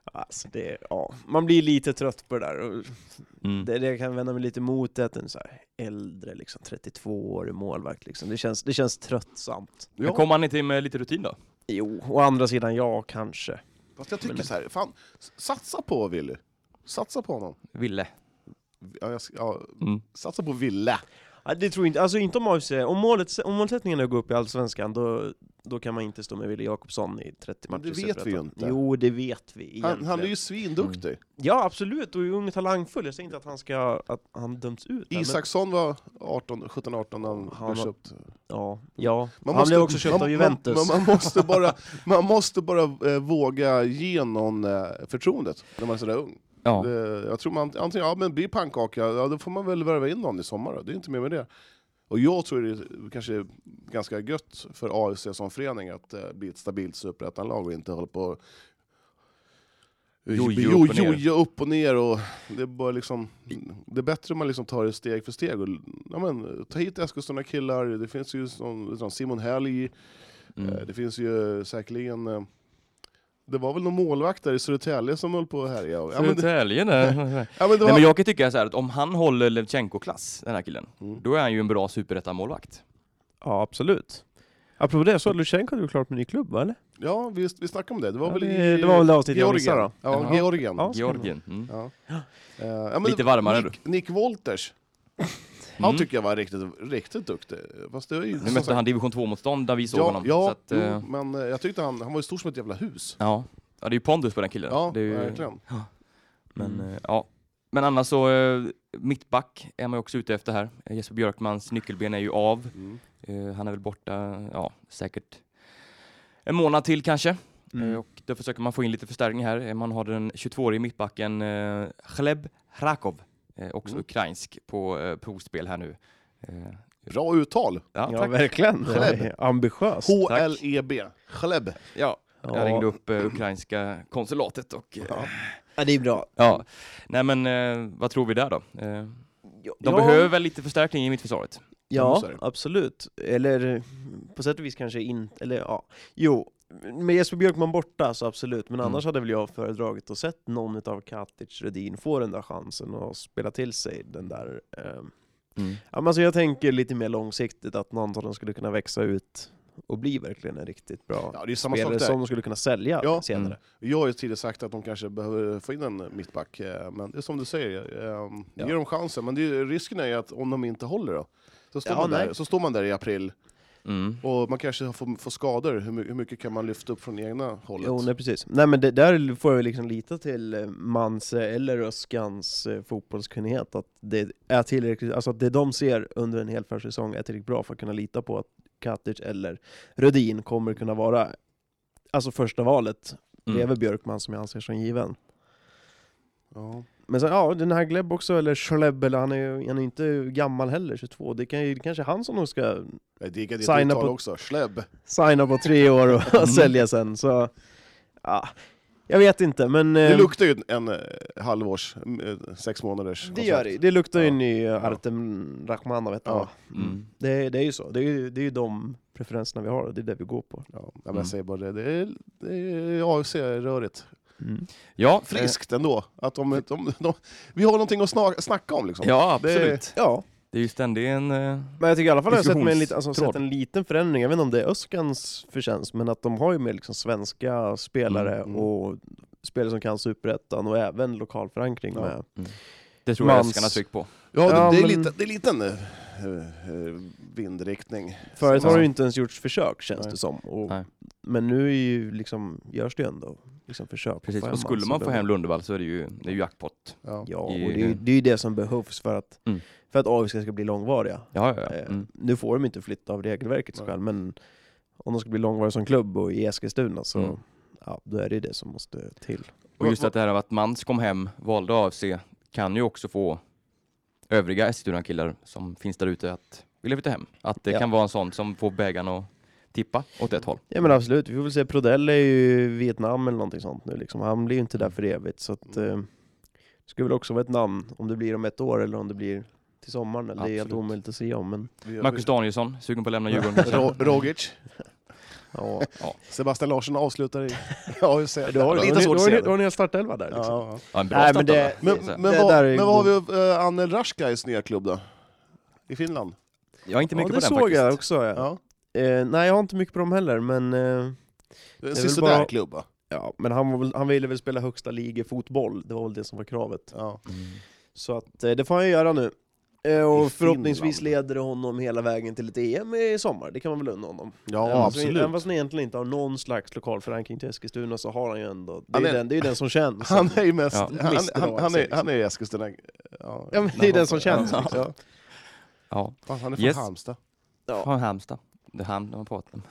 Speaker 3: alltså, det, ja, man blir lite trött på det där. Och
Speaker 1: Mm.
Speaker 3: det, det jag kan vända mig lite mot är att en så här äldre, liksom, 32-årig målvakt, liksom, det, känns, det känns tröttsamt.
Speaker 1: Men
Speaker 2: Ja.
Speaker 1: Kommer han inte in med lite rutin då?
Speaker 3: Jo, å andra sidan, ja, kanske.
Speaker 2: Fast jag tycker så här, fan, s- satsa på Willy. Satsa på honom.
Speaker 1: Ville.
Speaker 2: Ja, jag, ska- ja,
Speaker 1: Mm.
Speaker 2: satsa på Ville.
Speaker 3: Ja, det tror jag inte. Alltså inte om AFC. Om, målet, om målsättningen är att gå upp i Allsvenskan, då, då kan man inte stå med Wille Jakobsson i 30
Speaker 2: Men
Speaker 3: matcher.
Speaker 2: det
Speaker 3: i
Speaker 2: vet vi
Speaker 3: Superettan.
Speaker 2: ju inte.
Speaker 3: Jo, det vet vi egentligen. Mm.
Speaker 2: Han, han är ju svinduktig.
Speaker 3: Ja, absolut. Och är ung och talangfull. Jag säger inte att han, ska, att han döms ut. här,
Speaker 2: Isaksson var 17-18 när han,
Speaker 3: Han
Speaker 2: blev
Speaker 3: var-
Speaker 2: köpt.
Speaker 3: Men, ja, ja.
Speaker 2: Man
Speaker 3: han
Speaker 2: måste-
Speaker 3: blev också köpt
Speaker 2: man-
Speaker 3: av Juventus.
Speaker 2: Man, man, man måste bara, man måste bara eh, våga ge någon eh, förtroendet när man är sådär ung.
Speaker 1: Ja.
Speaker 2: Det, jag tror man antingen, ja men blir pannkaka, ja, då får man väl värva in någon i sommar då. Det är inte mer med det. Och jag tror det är kanske är ganska gött för AFC som förening att eh, bli ett stabilt superettanlag och inte hålla på och-
Speaker 1: Jojo
Speaker 2: Jo-
Speaker 1: upp och ner.
Speaker 2: jojo upp och ner. Och det, är bara liksom, det är bättre om man liksom tar det steg för steg. Och, ja, men, ta hit Eskilstuna killar, det finns ju som, som Simon Helg,
Speaker 1: Mm.
Speaker 2: Eh, Det finns ju säkerligen... eh, Det var väl någon målvakt där i Södertälje som höll på att härja. Ja, men det,
Speaker 1: Södertälje där.
Speaker 2: ja, men det
Speaker 1: Nej, men
Speaker 2: var,
Speaker 1: jag kan tycka så här att om han håller Levchenko-klass, den här killen,
Speaker 2: Mm.
Speaker 1: då är han ju en bra superettamålvakt.
Speaker 3: Ja, absolut. Apropå det, så Lutjenko hade ju klart med ny klubb, va? Eller?
Speaker 2: ja, vi, vi snackade om det. Det var
Speaker 3: Ja,
Speaker 2: väl
Speaker 3: det-
Speaker 2: i
Speaker 3: det var väl det avsnittet jag
Speaker 2: Georgien.
Speaker 3: missade då.
Speaker 2: Ja,
Speaker 1: Ja.
Speaker 2: Georgien.
Speaker 3: Ja.
Speaker 1: Georgien. Mm.
Speaker 2: Ja. Eh, ja, men
Speaker 1: Lite varmare
Speaker 2: Nick, Nick Wolters. Han
Speaker 3: Mm.
Speaker 2: tycker jag var riktigt, riktigt duktig. Fast det var ju,
Speaker 1: Mm. Nu
Speaker 2: som
Speaker 1: mötte
Speaker 2: sagt-
Speaker 1: han division 2-motstånd där vi såg
Speaker 2: ja,
Speaker 1: honom. så
Speaker 2: ja,
Speaker 1: att,
Speaker 2: jo,
Speaker 1: eh,
Speaker 2: men eh, jag tyckte han, han var ju stor som ett jävla hus.
Speaker 1: ja. ja, det är ju pondus på den killen.
Speaker 2: Ja,
Speaker 1: det är ju,
Speaker 2: verkligen.
Speaker 1: Men,
Speaker 3: Mm.
Speaker 1: eh, ja. men annars så, eh, mittback är man ju också ute efter här. Eh, Jesper Björkmans nyckelben är ju av.
Speaker 2: Mm.
Speaker 1: Eh, han är väl borta, ja, säkert en månad till kanske.
Speaker 3: Mm.
Speaker 1: Eh, Och då försöker man få in lite förstärkning här. Eh, Man har den 22-årige mittbacken eh, Chleb Hrakov, eh, också
Speaker 2: Mm.
Speaker 1: ukrainsk, på eh, provspel här nu. Eh,
Speaker 2: Bra uttal!
Speaker 1: ja,
Speaker 3: Ja,
Speaker 1: tack.
Speaker 3: verkligen. Det
Speaker 2: Själv.
Speaker 3: är ambitiöst.
Speaker 2: H-L-E-B. E Chleb.
Speaker 1: ja, jag
Speaker 3: Ja.
Speaker 1: ringde upp eh, ukrainska konsulatet och... eh,
Speaker 2: Ja.
Speaker 3: Ja, det är bra.
Speaker 1: ja. Nej men eh, vad tror vi där då? Eh,
Speaker 3: Ja,
Speaker 1: de behöver väl lite förstärkning i mittförsvaret?
Speaker 2: Ja,
Speaker 3: Ja,
Speaker 2: så är det.
Speaker 3: absolut. Eller eh, på sätt och vis kanske inte, eller ja. Jo, med Jesper Björkman borta så absolut, men
Speaker 1: Mm.
Speaker 3: annars hade väl jag föredragit att sett någon utav Katic, Rudin få den där chansen och spela till sig den där... Eh, ja, men alltså jag tänker lite mer långsiktigt att någon av dem skulle kunna växa ut och bli verkligen en riktigt bra
Speaker 2: Ja, det är samma sak
Speaker 3: spelare
Speaker 2: där.
Speaker 3: som de skulle kunna sälja
Speaker 2: Ja.
Speaker 3: senare.
Speaker 1: Mm.
Speaker 2: Jag har ju tidigare sagt att de kanske behöver få in en mittback, eh, men det är som du säger, eh,
Speaker 3: Ja.
Speaker 2: ge dem chansen. Men det är, ju- risken är ju att om de inte håller då, så står,
Speaker 3: Ja,
Speaker 2: man, där,
Speaker 3: nej.
Speaker 2: så står man där i april
Speaker 1: Mm.
Speaker 2: och man kanske får, får skador. Hur, my- hur mycket kan man lyfta upp från egna hållet?
Speaker 3: Jo, nej precis. Nej men det, där får vi liksom lita till eh, Manse eller Öskans eh, fotbollskunnighet, att det är tillräckligt, alltså att det de ser under en hel försäsong är tillräckligt bra för att kunna lita på att Katic eller Rödin kommer kunna vara alltså första valet
Speaker 1: Mm.
Speaker 3: bredvid Björkman som jag anser som given.
Speaker 2: Ja.
Speaker 3: Men sen, ja, den här Gleb också, eller Schleb, eller han är ju han är ju inte gammal heller, 22. Det, kan ju, det kanske är han som nog ska
Speaker 2: Jag diggar ditt
Speaker 3: Signa
Speaker 2: uttal
Speaker 3: på-
Speaker 2: också, Schleb.
Speaker 3: signa på tre år och,
Speaker 2: Mm.
Speaker 3: och sälja sen. Så, ja, jag vet inte, men...
Speaker 2: Det
Speaker 3: eh,
Speaker 2: luktar ju en eh, halvårs, m- eh, sex månaders
Speaker 3: Det
Speaker 2: kontrakt.
Speaker 3: gör det. Det luktar ju
Speaker 2: Ja.
Speaker 3: ny Artem Rachmanov vet
Speaker 2: Ja.
Speaker 3: ja.
Speaker 1: Mm.
Speaker 3: det, det är ju så. Det är ju, det är ju de preferenserna vi har och det är det vi går på.
Speaker 2: Ja, men
Speaker 1: Mm.
Speaker 2: jag säger bara det, det är, det är AFC-rörigt. Mm.
Speaker 1: Ja, eh,
Speaker 2: Friskt ändå, att de, de, de, vi har någonting att sna- snacka om liksom.
Speaker 1: Ja,
Speaker 2: Det-
Speaker 1: absolut. Det,
Speaker 3: Ja,
Speaker 1: är ju ständigt en... eh,
Speaker 3: men jag tycker i alla fall att jag har sett, med en,
Speaker 1: Diskussions-
Speaker 3: liten- alltså,
Speaker 1: tråd.
Speaker 3: sett en liten förändring. Jag vet inte om det är Öskans förtjänst, men att de har ju med liksom svenska spelare
Speaker 2: Mm, mm.
Speaker 3: och spelare som kan superettan och även lokal förankring
Speaker 2: Ja.
Speaker 3: med.
Speaker 1: mm. Det tror jag
Speaker 3: Mans.
Speaker 1: öskarna tryck på.
Speaker 2: Ja,
Speaker 3: Ja,
Speaker 2: det, det, är
Speaker 3: men-
Speaker 2: lite, det är liten eh, eh, vindriktning.
Speaker 3: Förut
Speaker 2: Ja.
Speaker 3: har det ju inte ens gjorts försök känns
Speaker 2: Nej.
Speaker 3: det som. Och,
Speaker 1: Nej.
Speaker 3: men nu är ju liksom, görs det ju ändå liksom försök.
Speaker 1: Precis,
Speaker 3: Får
Speaker 1: och
Speaker 3: hem
Speaker 1: skulle
Speaker 3: allt
Speaker 1: man
Speaker 3: som
Speaker 1: få hem
Speaker 3: behövs.
Speaker 1: Lundevall så är det ju, det är ju jackpot.
Speaker 2: Ja.
Speaker 3: Ja, och
Speaker 1: i-
Speaker 3: det är, ju- det är ju det som behövs för att,
Speaker 1: Mm.
Speaker 3: för att AIK ska bli långvariga.
Speaker 1: Ja, ja, ja.
Speaker 3: Eh,
Speaker 1: Mm.
Speaker 3: Nu får de inte flytta av regelverkets
Speaker 2: Nej.
Speaker 3: skäl, men om de ska bli långvariga som klubb och i Eskilstuna så
Speaker 1: Mm.
Speaker 3: ja, då är det ju det som måste till.
Speaker 1: Och just att det här av att Mans kom hem, valde AFC, kan ju också få övriga Eskilstuna-killar som finns där ute att vilja flytta hem. Att det
Speaker 3: Ja.
Speaker 1: kan vara en sån som får bägaren att tippa åt ett håll.
Speaker 3: Ja men absolut, vi får väl se. Prodell är ju i Vietnam eller någonting sånt nu liksom. Han blir ju inte där för evigt så att, eh, det skulle väl också vara ett namn om det blir om ett år eller om det blir till sommaren. Eller det är helt
Speaker 1: Absolut.
Speaker 3: omöjligt att säga om men
Speaker 2: Vi-
Speaker 1: Marcus Danielsson, sugen på att lämna Djurgården kanske?
Speaker 2: Ro- Rogic.
Speaker 3: ja.
Speaker 2: Sebastian Larsson avslutar i... Ja, just det.
Speaker 3: Då har,
Speaker 2: Lite svårt att se.
Speaker 3: Då
Speaker 2: det.
Speaker 3: har ni en startelva där liksom.
Speaker 2: Ja, ja.
Speaker 1: Ja, en bra
Speaker 3: Nej, men
Speaker 1: start
Speaker 3: det-
Speaker 1: ändå,
Speaker 2: Men,
Speaker 1: så att säga.
Speaker 2: men,
Speaker 3: Det
Speaker 2: vad,
Speaker 3: där är
Speaker 2: men vad har
Speaker 3: god-
Speaker 2: vi av eh, Anel Rashkais nya klubb då? I Finland?
Speaker 1: Jag är inte
Speaker 3: Ja,
Speaker 1: mycket
Speaker 3: det
Speaker 1: på den
Speaker 3: såg
Speaker 1: faktiskt.
Speaker 3: jag också. Ja.
Speaker 2: Ja.
Speaker 3: Eh, nej, jag har inte mycket på dem heller, men, eh,
Speaker 2: Det är
Speaker 3: väl
Speaker 2: en sisådär
Speaker 3: bara-
Speaker 2: klubb va?
Speaker 3: ja, men han, var väl, han ville väl spela högsta ligefotboll. Det var väl det som var kravet.
Speaker 2: Ja.
Speaker 1: Mm.
Speaker 3: Så att, eh, det får han ju göra nu. Eh, och
Speaker 2: I
Speaker 3: förhoppningsvis
Speaker 2: Finland.
Speaker 3: leder det honom hela vägen till ett EM i sommar. Det kan man väl unna honom.
Speaker 2: Ja,
Speaker 3: även fast-
Speaker 2: absolut.
Speaker 3: Även fast han egentligen inte har någon slags lokal förankring till Eskilstuna så har han ju ändå... Det är,
Speaker 2: Han
Speaker 3: ju
Speaker 2: är-
Speaker 3: den, det är ju den som känns.
Speaker 2: Han är ju mest...
Speaker 1: Ja.
Speaker 2: Han, han,
Speaker 3: Mister
Speaker 2: han,
Speaker 3: då,
Speaker 2: han, är,
Speaker 3: liksom.
Speaker 2: han är i Eskilstuna... Ja,
Speaker 3: Ja, men det är den som känns,
Speaker 2: Ja.
Speaker 3: liksom.
Speaker 1: Ja,
Speaker 2: Fan, han är från
Speaker 1: Yes.
Speaker 2: Halmstad.
Speaker 3: ja.
Speaker 1: från Halmstad. Det är han de har pratat om.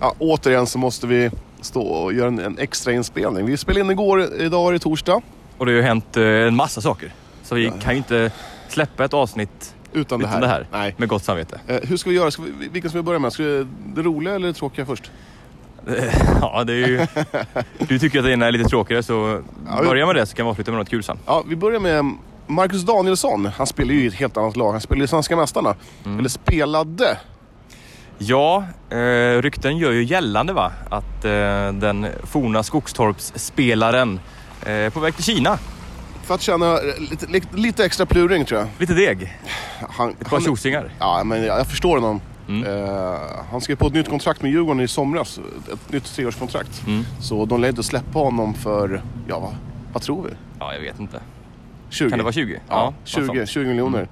Speaker 2: Ja, återigen så måste vi stå och göra en, en extra inspelning. Vi spelade in igår, idag är det torsdag.
Speaker 1: Och det har ju hänt eh, en massa saker. Så vi kan ju inte släppa ett avsnitt
Speaker 2: Utan det här.
Speaker 1: Utan det här.
Speaker 2: Nej.
Speaker 1: med gott samvete.
Speaker 2: Eh, hur ska vi göra? Ska vi, vilken ska vi börja med? Ska vi, det roliga eller det tråkiga först?
Speaker 1: Ja, det är ju... Du tycker att det ena är lite tråkigare så
Speaker 2: Ja,
Speaker 1: börja med det så kan vi avsluta med något kul sen.
Speaker 2: Ja, vi börjar med Marcus Danielsson. Han spelar ju i ett helt annat lag. Han spelar i Svenska Mästarna.
Speaker 1: Mm.
Speaker 2: Eller spelade.
Speaker 1: Ja, eh, rykten gör ju gällande va att eh, den forna Skogstorps-spelaren eh, är på väg till Kina.
Speaker 2: För att tjäna eh, lite, lite- lite extra pluring tror jag.
Speaker 1: Lite deg,
Speaker 2: Han,
Speaker 1: ett par Mm.
Speaker 2: han,
Speaker 1: tjosingar.
Speaker 2: ja, men jag, jag förstår honom. Eh, han skrev på ett nytt kontrakt med Djurgården i somras. Ett nytt treårskontrakt.
Speaker 1: Mm.
Speaker 2: Så de lär inte släppa honom för, ja vad, vad tror vi?
Speaker 1: Ja, jag vet inte.
Speaker 2: 20?
Speaker 1: Kan det vara 20?
Speaker 2: Ja,
Speaker 1: något sånt.
Speaker 2: 20, 20 miljoner.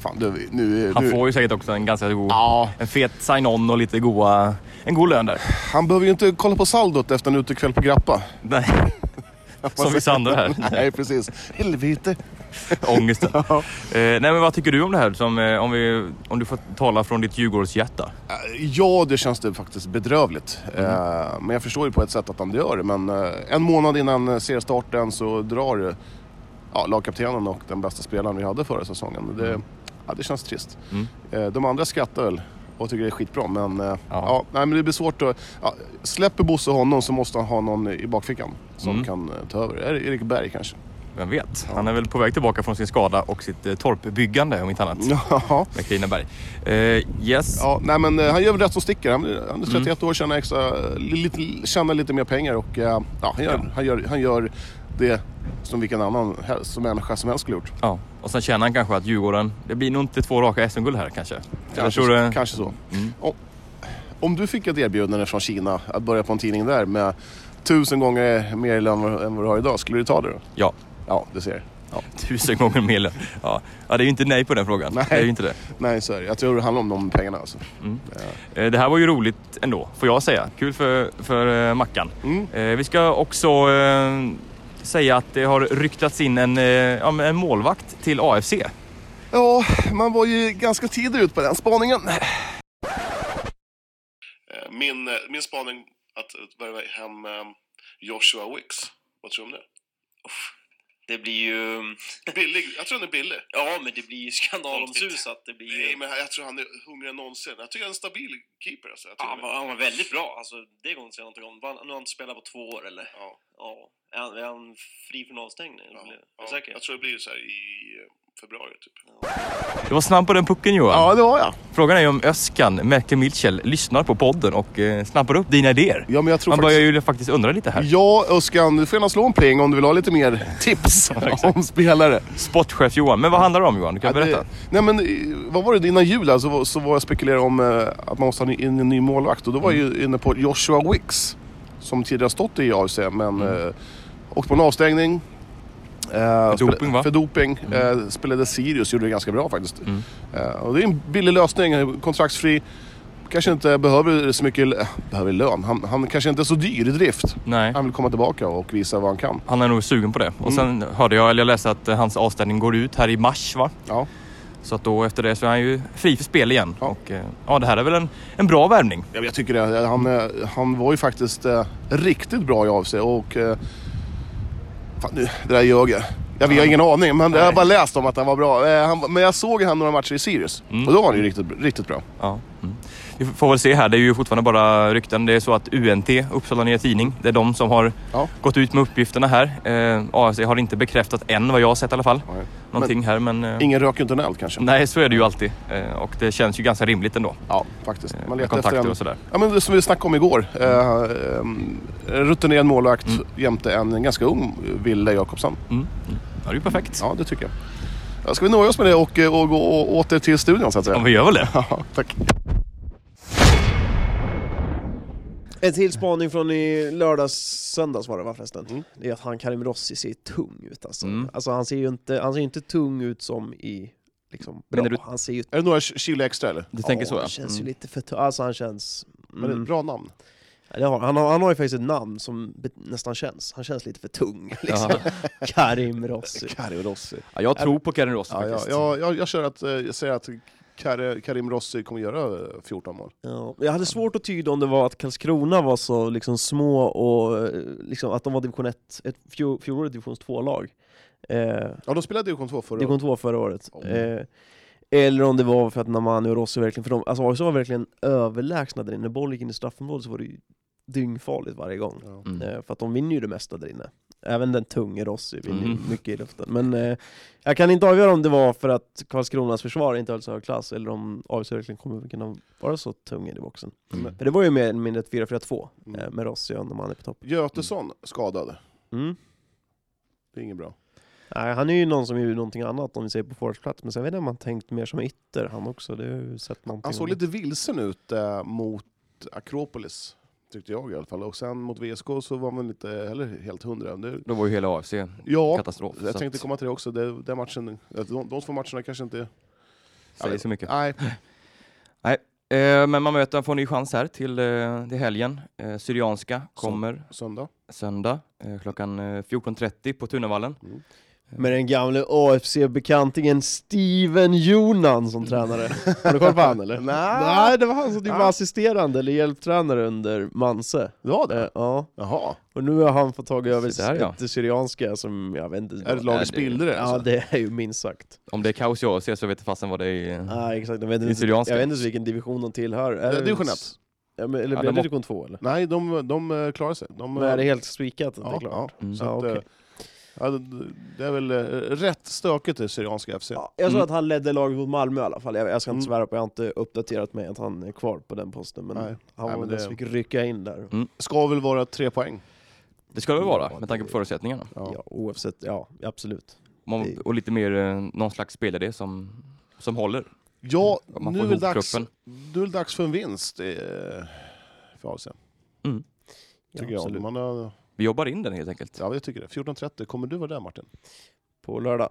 Speaker 2: Fan, du, nu,
Speaker 1: Han
Speaker 2: nu,
Speaker 1: får ju säkert också en ganska god...
Speaker 2: Ja,
Speaker 1: En fet sign-on och lite goa... En god lön där.
Speaker 2: han behöver ju inte kolla på saldot efter en utekväll på Grappa.
Speaker 1: Nej, Som vissa andra här.
Speaker 2: Nej, precis. Helvete.
Speaker 1: ångesten. eh, nej, men vad tycker du om det här? Som, eh, om, vi, om du får tala från ditt Djurgårdshjärta.
Speaker 2: Eh, Ja, det känns det faktiskt bedrövligt. Eh, Men jag förstår ju på ett sätt att han gör det. Men eh, en månad innan eh, seriestarten så drar eh, ja, lagkaptenen och den bästa spelaren vi hade förra säsongen. Det, ja, det känns trist.
Speaker 1: Mm.
Speaker 2: Eh, De andra skrattar väl och tycker det är skitbra. Men, eh, ja,
Speaker 1: Ja.
Speaker 2: nej, men det blir svårt att... Ja, släpper Bosse honom så måste han ha någon i bakfickan som
Speaker 1: Mm.
Speaker 2: kan eh, ta över. Er- Erik Berg kanske.
Speaker 1: Vem vet?
Speaker 2: Ja.
Speaker 1: Han är väl på väg tillbaka från sin skada och sitt eh, torpbyggande om inte annat.
Speaker 2: Ja.
Speaker 1: Med Krineberg. Eh, yes.
Speaker 2: Ja, nej men eh, han gör väl rätt som sticker. Han, han
Speaker 1: Mm.
Speaker 2: är 31 år, tjänar, extra, li- lite, tjänar lite mer pengar och eh, ja, han, gör,
Speaker 1: Ja.
Speaker 2: Han, gör, han gör det som vilken annan hel- som människa som helst skulle gjort.
Speaker 1: Ja. Och sen känner han kanske att Djurgården, det blir nog inte två raka SM-guld här kanske. Jag
Speaker 2: Kanske,
Speaker 1: tror det, Mm.
Speaker 2: kanske så. Och, om du fick ett erbjudande från Kina att börja på en tidning där med tusen gånger mer lön än vad du har idag, skulle du ta det då?
Speaker 1: Ja,
Speaker 2: Ja, du ser.
Speaker 1: tusen gånger mer lön. ja. ja, det är ju inte nej på den frågan.
Speaker 2: Nej.
Speaker 1: Det är ju inte det.
Speaker 2: Nej, så är det. Jag tror det handlar om de pengarna alltså.
Speaker 1: Eh, det här var ju roligt ändå, får jag säga. Kul för, för eh, Mackan.
Speaker 2: Mm.
Speaker 1: Eh, vi ska också eh, säga att det har ryktats in en, eh, ja, men en målvakt till AFC.
Speaker 2: Ja, man var ju ganska tidigt ut på den spaningen. Eh, Min, eh, min spaning att att värva hem eh, Joshua Wicks. Vad tror du om
Speaker 4: Det blir ju...
Speaker 2: det? Billig. Jag tror han är billig.
Speaker 4: Ja, men det blir ju skandalomsusat. Det blir
Speaker 2: Nej,
Speaker 4: ju...
Speaker 2: men jag tror han är hungrigare än någonsin. Jag tycker han är en stabil keeper. Alltså. Jag
Speaker 4: Ja,
Speaker 2: tycker
Speaker 4: Han var, han var väldigt bra. Alltså, det går inte att säga någonting om. Var- Nu har han inte spelat på två år, eller?
Speaker 2: Ja.
Speaker 4: Ja. Är han, är han fri från avstängning?
Speaker 2: Ja,
Speaker 4: Eller- är
Speaker 2: ja.
Speaker 4: du säker?
Speaker 2: Jag tror det blir så här i eh, februari typ.
Speaker 1: Du var snabb på den pucken Johan.
Speaker 2: det var jag.
Speaker 1: Frågan är ju om Öskan, Merkel Mitchell, lyssnar på podden och eh, snappar upp dina idéer.
Speaker 2: Ja, men jag tror
Speaker 1: Man
Speaker 2: faktiskt...
Speaker 1: börjar ju faktiskt undra lite här.
Speaker 2: Ja, Öskan, du får gärna slå en pling om du vill ha lite mer tips om spelare.
Speaker 1: Sportchef Johan, men vad handlar det om Johan? Du kan
Speaker 2: Ja, det-
Speaker 1: berätta.
Speaker 2: Nej men eh, vad var det innan jul alltså, var- så var jag spekulerade om eh, att man måste ha in en ny målvakt. Och då var
Speaker 1: Mm.
Speaker 2: jag ju inne på Joshua Wicks. Som tidigare stått i AFC men eh, åkte på en avstängning. Eh,
Speaker 1: Mm. För
Speaker 2: spela-
Speaker 1: doping, va?
Speaker 2: För doping. Eh, spelade Sirius, gjorde det ganska bra faktiskt.
Speaker 1: Mm.
Speaker 2: Eh, och det är en billig lösning, kontraktsfri. Kanske inte behöver så mycket eh, behöver lön. Han, han kanske inte är så dyr i drift.
Speaker 1: Nej.
Speaker 2: Han vill komma tillbaka och visa vad han kan.
Speaker 1: Han är nog sugen på det. Och sen
Speaker 2: Mm.
Speaker 1: hörde jag, eller jag läste att eh, hans avstängning går ut här i mars va?
Speaker 2: Ja.
Speaker 1: Så att då efter det så är han ju fri för spel igen.
Speaker 2: Ja.
Speaker 1: Och eh, ja, det här är väl en, en bra värvning.
Speaker 2: Ja, men Jag tycker det. Han, eh, han var ju faktiskt eh, riktigt bra i av sig och... Eh, fan nu, det där ljög jag. Jag vet- jag har ingen aning, men jag har bara läst om att han var bra. Eh, han, men jag såg han några matcher i Sirius och då var han ju riktigt, riktigt bra.
Speaker 1: Ja. Mm. Vi får väl se här, det är ju fortfarande bara rykten. Det är så att UNT, Uppsala Nya Tidning, det är de som har
Speaker 2: Ja.
Speaker 1: gått ut med uppgifterna här. Eh, AFC har inte bekräftat än vad jag har sett i alla fall.
Speaker 2: Nej.
Speaker 1: Någonting här men... Eh,
Speaker 2: Ingen rök utan eld kanske.
Speaker 1: nej, så är det ju alltid. Eh, och det känns ju ganska rimligt ändå.
Speaker 2: Ja, faktiskt.
Speaker 1: Eh,
Speaker 2: Man
Speaker 1: med
Speaker 2: letar efter
Speaker 1: kontakter
Speaker 2: en...
Speaker 1: och sådär.
Speaker 2: Ja, men det som vi snackade om igår. Eh, em, en rutinerad målvakt jämte en ganska ung Ville Jakobsson.
Speaker 1: Mm. Mm. Ja, det är ju perfekt.
Speaker 2: Ja, det tycker jag. Ja, Ska vi nöja oss med det och, eh, och gå å- åter till studion så att
Speaker 1: Ja,
Speaker 2: säga?
Speaker 1: vi gör väl det.
Speaker 2: Ja, tack.
Speaker 3: En till spaning från i lördags, söndags var det va förresten? Det är att han Karim Rossi ser tung ut alltså.
Speaker 1: Mm.
Speaker 3: Alltså han ser ju inte, han ser ju inte tung ut som i liksom bra.
Speaker 1: Menar du-
Speaker 3: Han ser ju...
Speaker 2: Är det några kilo extra eller?
Speaker 1: Du tänker så ja.
Speaker 3: Han känns ju
Speaker 1: Mm.
Speaker 3: lite för tung, alltså han känns...
Speaker 2: Men det är
Speaker 3: Mm.
Speaker 2: ett bra namn.
Speaker 3: Ja, det har, han, har, han har ju faktiskt ett namn som be- nästan känns, han känns lite för tung liksom.
Speaker 1: Ja.
Speaker 3: Karim Rossi.
Speaker 2: Kari Rossi.
Speaker 1: Ja, jag tror på Karin Rossi
Speaker 2: Ja, ja,
Speaker 1: faktiskt.
Speaker 2: jag, jag, jag, kör att, eh, jag säger att Kari, Karim Rossi kommer göra eh, 14 mål.
Speaker 3: Ja, jag hade svårt att tyda om det var att Karlskrona var så liksom små och eh, liksom att de var division 1, ett fjol- fjolårigt division 2-lag. Eh,
Speaker 2: Ja, de spelade division 2 förra
Speaker 3: division 2 förra året.
Speaker 2: Ja.
Speaker 3: Eh, eller om det var för att Namani och Rossi verkligen, för de, alltså AIK var verkligen överlägsna där inne. När bollen gick in i straffområdet så var det ju dyngfarligt varje gång.
Speaker 2: Ja.
Speaker 1: Mm.
Speaker 3: Eh, för att de vinner ju det mesta där inne. Även den tunge Rossi vinner ju
Speaker 1: Mm.
Speaker 3: mycket i luften. Men eh, jag kan inte avgöra om det var för att Karlskronas försvar inte höll så hög klass eller om AIK verkligen kommer kunna vara så tung in i boxen.
Speaker 1: Mm.
Speaker 3: För det var ju mer eller mindre ett 4-4-2
Speaker 2: Mm.
Speaker 3: eh, med Rossi och Namani på topp.
Speaker 2: Götesson skadad.
Speaker 3: Mm.
Speaker 2: Det är inget bra.
Speaker 3: Nej, han är ju någon som gör någonting annat om vi säger på forwardsplats, men sen vet jag om han tänkt mer som ytter han också. Det har jag ju sett någonting.
Speaker 2: Han såg
Speaker 3: om.
Speaker 2: lite vilsen ut eh, mot Akropolis, tyckte jag i alla fall. Och sen mot VSK så var man inte heller helt hundra. Det,
Speaker 1: Då var ju hela AFC
Speaker 2: ja,
Speaker 1: katastrof. så
Speaker 2: jag tänkte
Speaker 1: att-
Speaker 2: komma till det också. Det, den matchen, att de, de två matcherna kanske inte...
Speaker 1: Säger
Speaker 2: vet-
Speaker 1: så mycket.
Speaker 2: Nej,
Speaker 1: Eh, men man möter, får en ny chans här till, eh, till helgen. Eh, Syrianska kommer
Speaker 2: söndag.
Speaker 1: söndag eh, klockan eh, 14.30 på Tunavallen.
Speaker 3: Med den gamle AFC-bekantingen Steven Jonan
Speaker 2: Mm.
Speaker 3: som tränare. Har du koll på han eller?
Speaker 2: Nej.
Speaker 3: Nej, det var han som typ
Speaker 2: Nej.
Speaker 3: var assisterande eller hjälptränare under Manse.
Speaker 2: Ah! Det var det?
Speaker 3: Eh, Ja,
Speaker 2: Jaha.
Speaker 3: och nu har han fått tag över
Speaker 1: Så där, ja.
Speaker 3: det syrianska som, jag vet inte.
Speaker 2: Är det ett
Speaker 1: Ja,
Speaker 2: lag i
Speaker 1: det-
Speaker 2: spillror?
Speaker 3: Ja,
Speaker 2: alltså?
Speaker 3: det är ju minst sagt.
Speaker 1: Om det är kaos i AFC så vet jag fasen vad det är.
Speaker 2: Mm.
Speaker 3: Ja, exakt. Jag vet,
Speaker 1: Det är
Speaker 3: inte, jag vet
Speaker 1: syrianska.
Speaker 3: inte ens vilken division de tillhör. Är
Speaker 2: Eh,
Speaker 3: det-
Speaker 2: Division ett.
Speaker 3: Ja, men, eller
Speaker 1: Ja,
Speaker 3: blir
Speaker 1: de
Speaker 3: det
Speaker 1: åk-
Speaker 3: division 2 eller?
Speaker 2: Nej, de, de eh, klarar sig. De,
Speaker 3: Men är det helt spikat?
Speaker 2: Ja,
Speaker 3: det är klart.
Speaker 2: ja.
Speaker 1: Mm.
Speaker 2: Så att,
Speaker 3: Ja,
Speaker 2: eh,
Speaker 3: okej.
Speaker 2: ja, det- det är väl eh, rätt stökigt i Syrianska FC.
Speaker 3: Ja, jag såg
Speaker 1: Mm.
Speaker 3: att han ledde laget mot Malmö i alla fall. Jag, jag ska inte
Speaker 2: Mm.
Speaker 3: svära på, jag har inte uppdaterat mig att han är kvar på den posten. Men
Speaker 2: Nej.
Speaker 3: han var
Speaker 2: Nej, men
Speaker 3: väl den
Speaker 2: det-
Speaker 3: som fick rycka in där.
Speaker 2: Ska väl vara tre poäng.
Speaker 1: Det ska det väl
Speaker 3: Ja,
Speaker 1: vara med tanke
Speaker 3: det-
Speaker 1: på förutsättningarna.
Speaker 3: Ja. oavsett, ja absolut.
Speaker 1: Man,
Speaker 3: det-
Speaker 1: och lite mer eh, någon slags spelare som, som håller.
Speaker 2: Ja,
Speaker 1: Om man
Speaker 2: nu
Speaker 1: får
Speaker 2: är, det
Speaker 1: ihop
Speaker 2: dags,
Speaker 1: truppen.
Speaker 2: nu är det dags för en vinst eh, för AFC.
Speaker 3: Ja,
Speaker 2: Tycker jag.
Speaker 3: absolut.
Speaker 2: Man har,
Speaker 1: Vi jobbar in den helt enkelt.
Speaker 2: ja, jag tycker det. 14.30, kommer du vara där Martin?
Speaker 3: På lördag.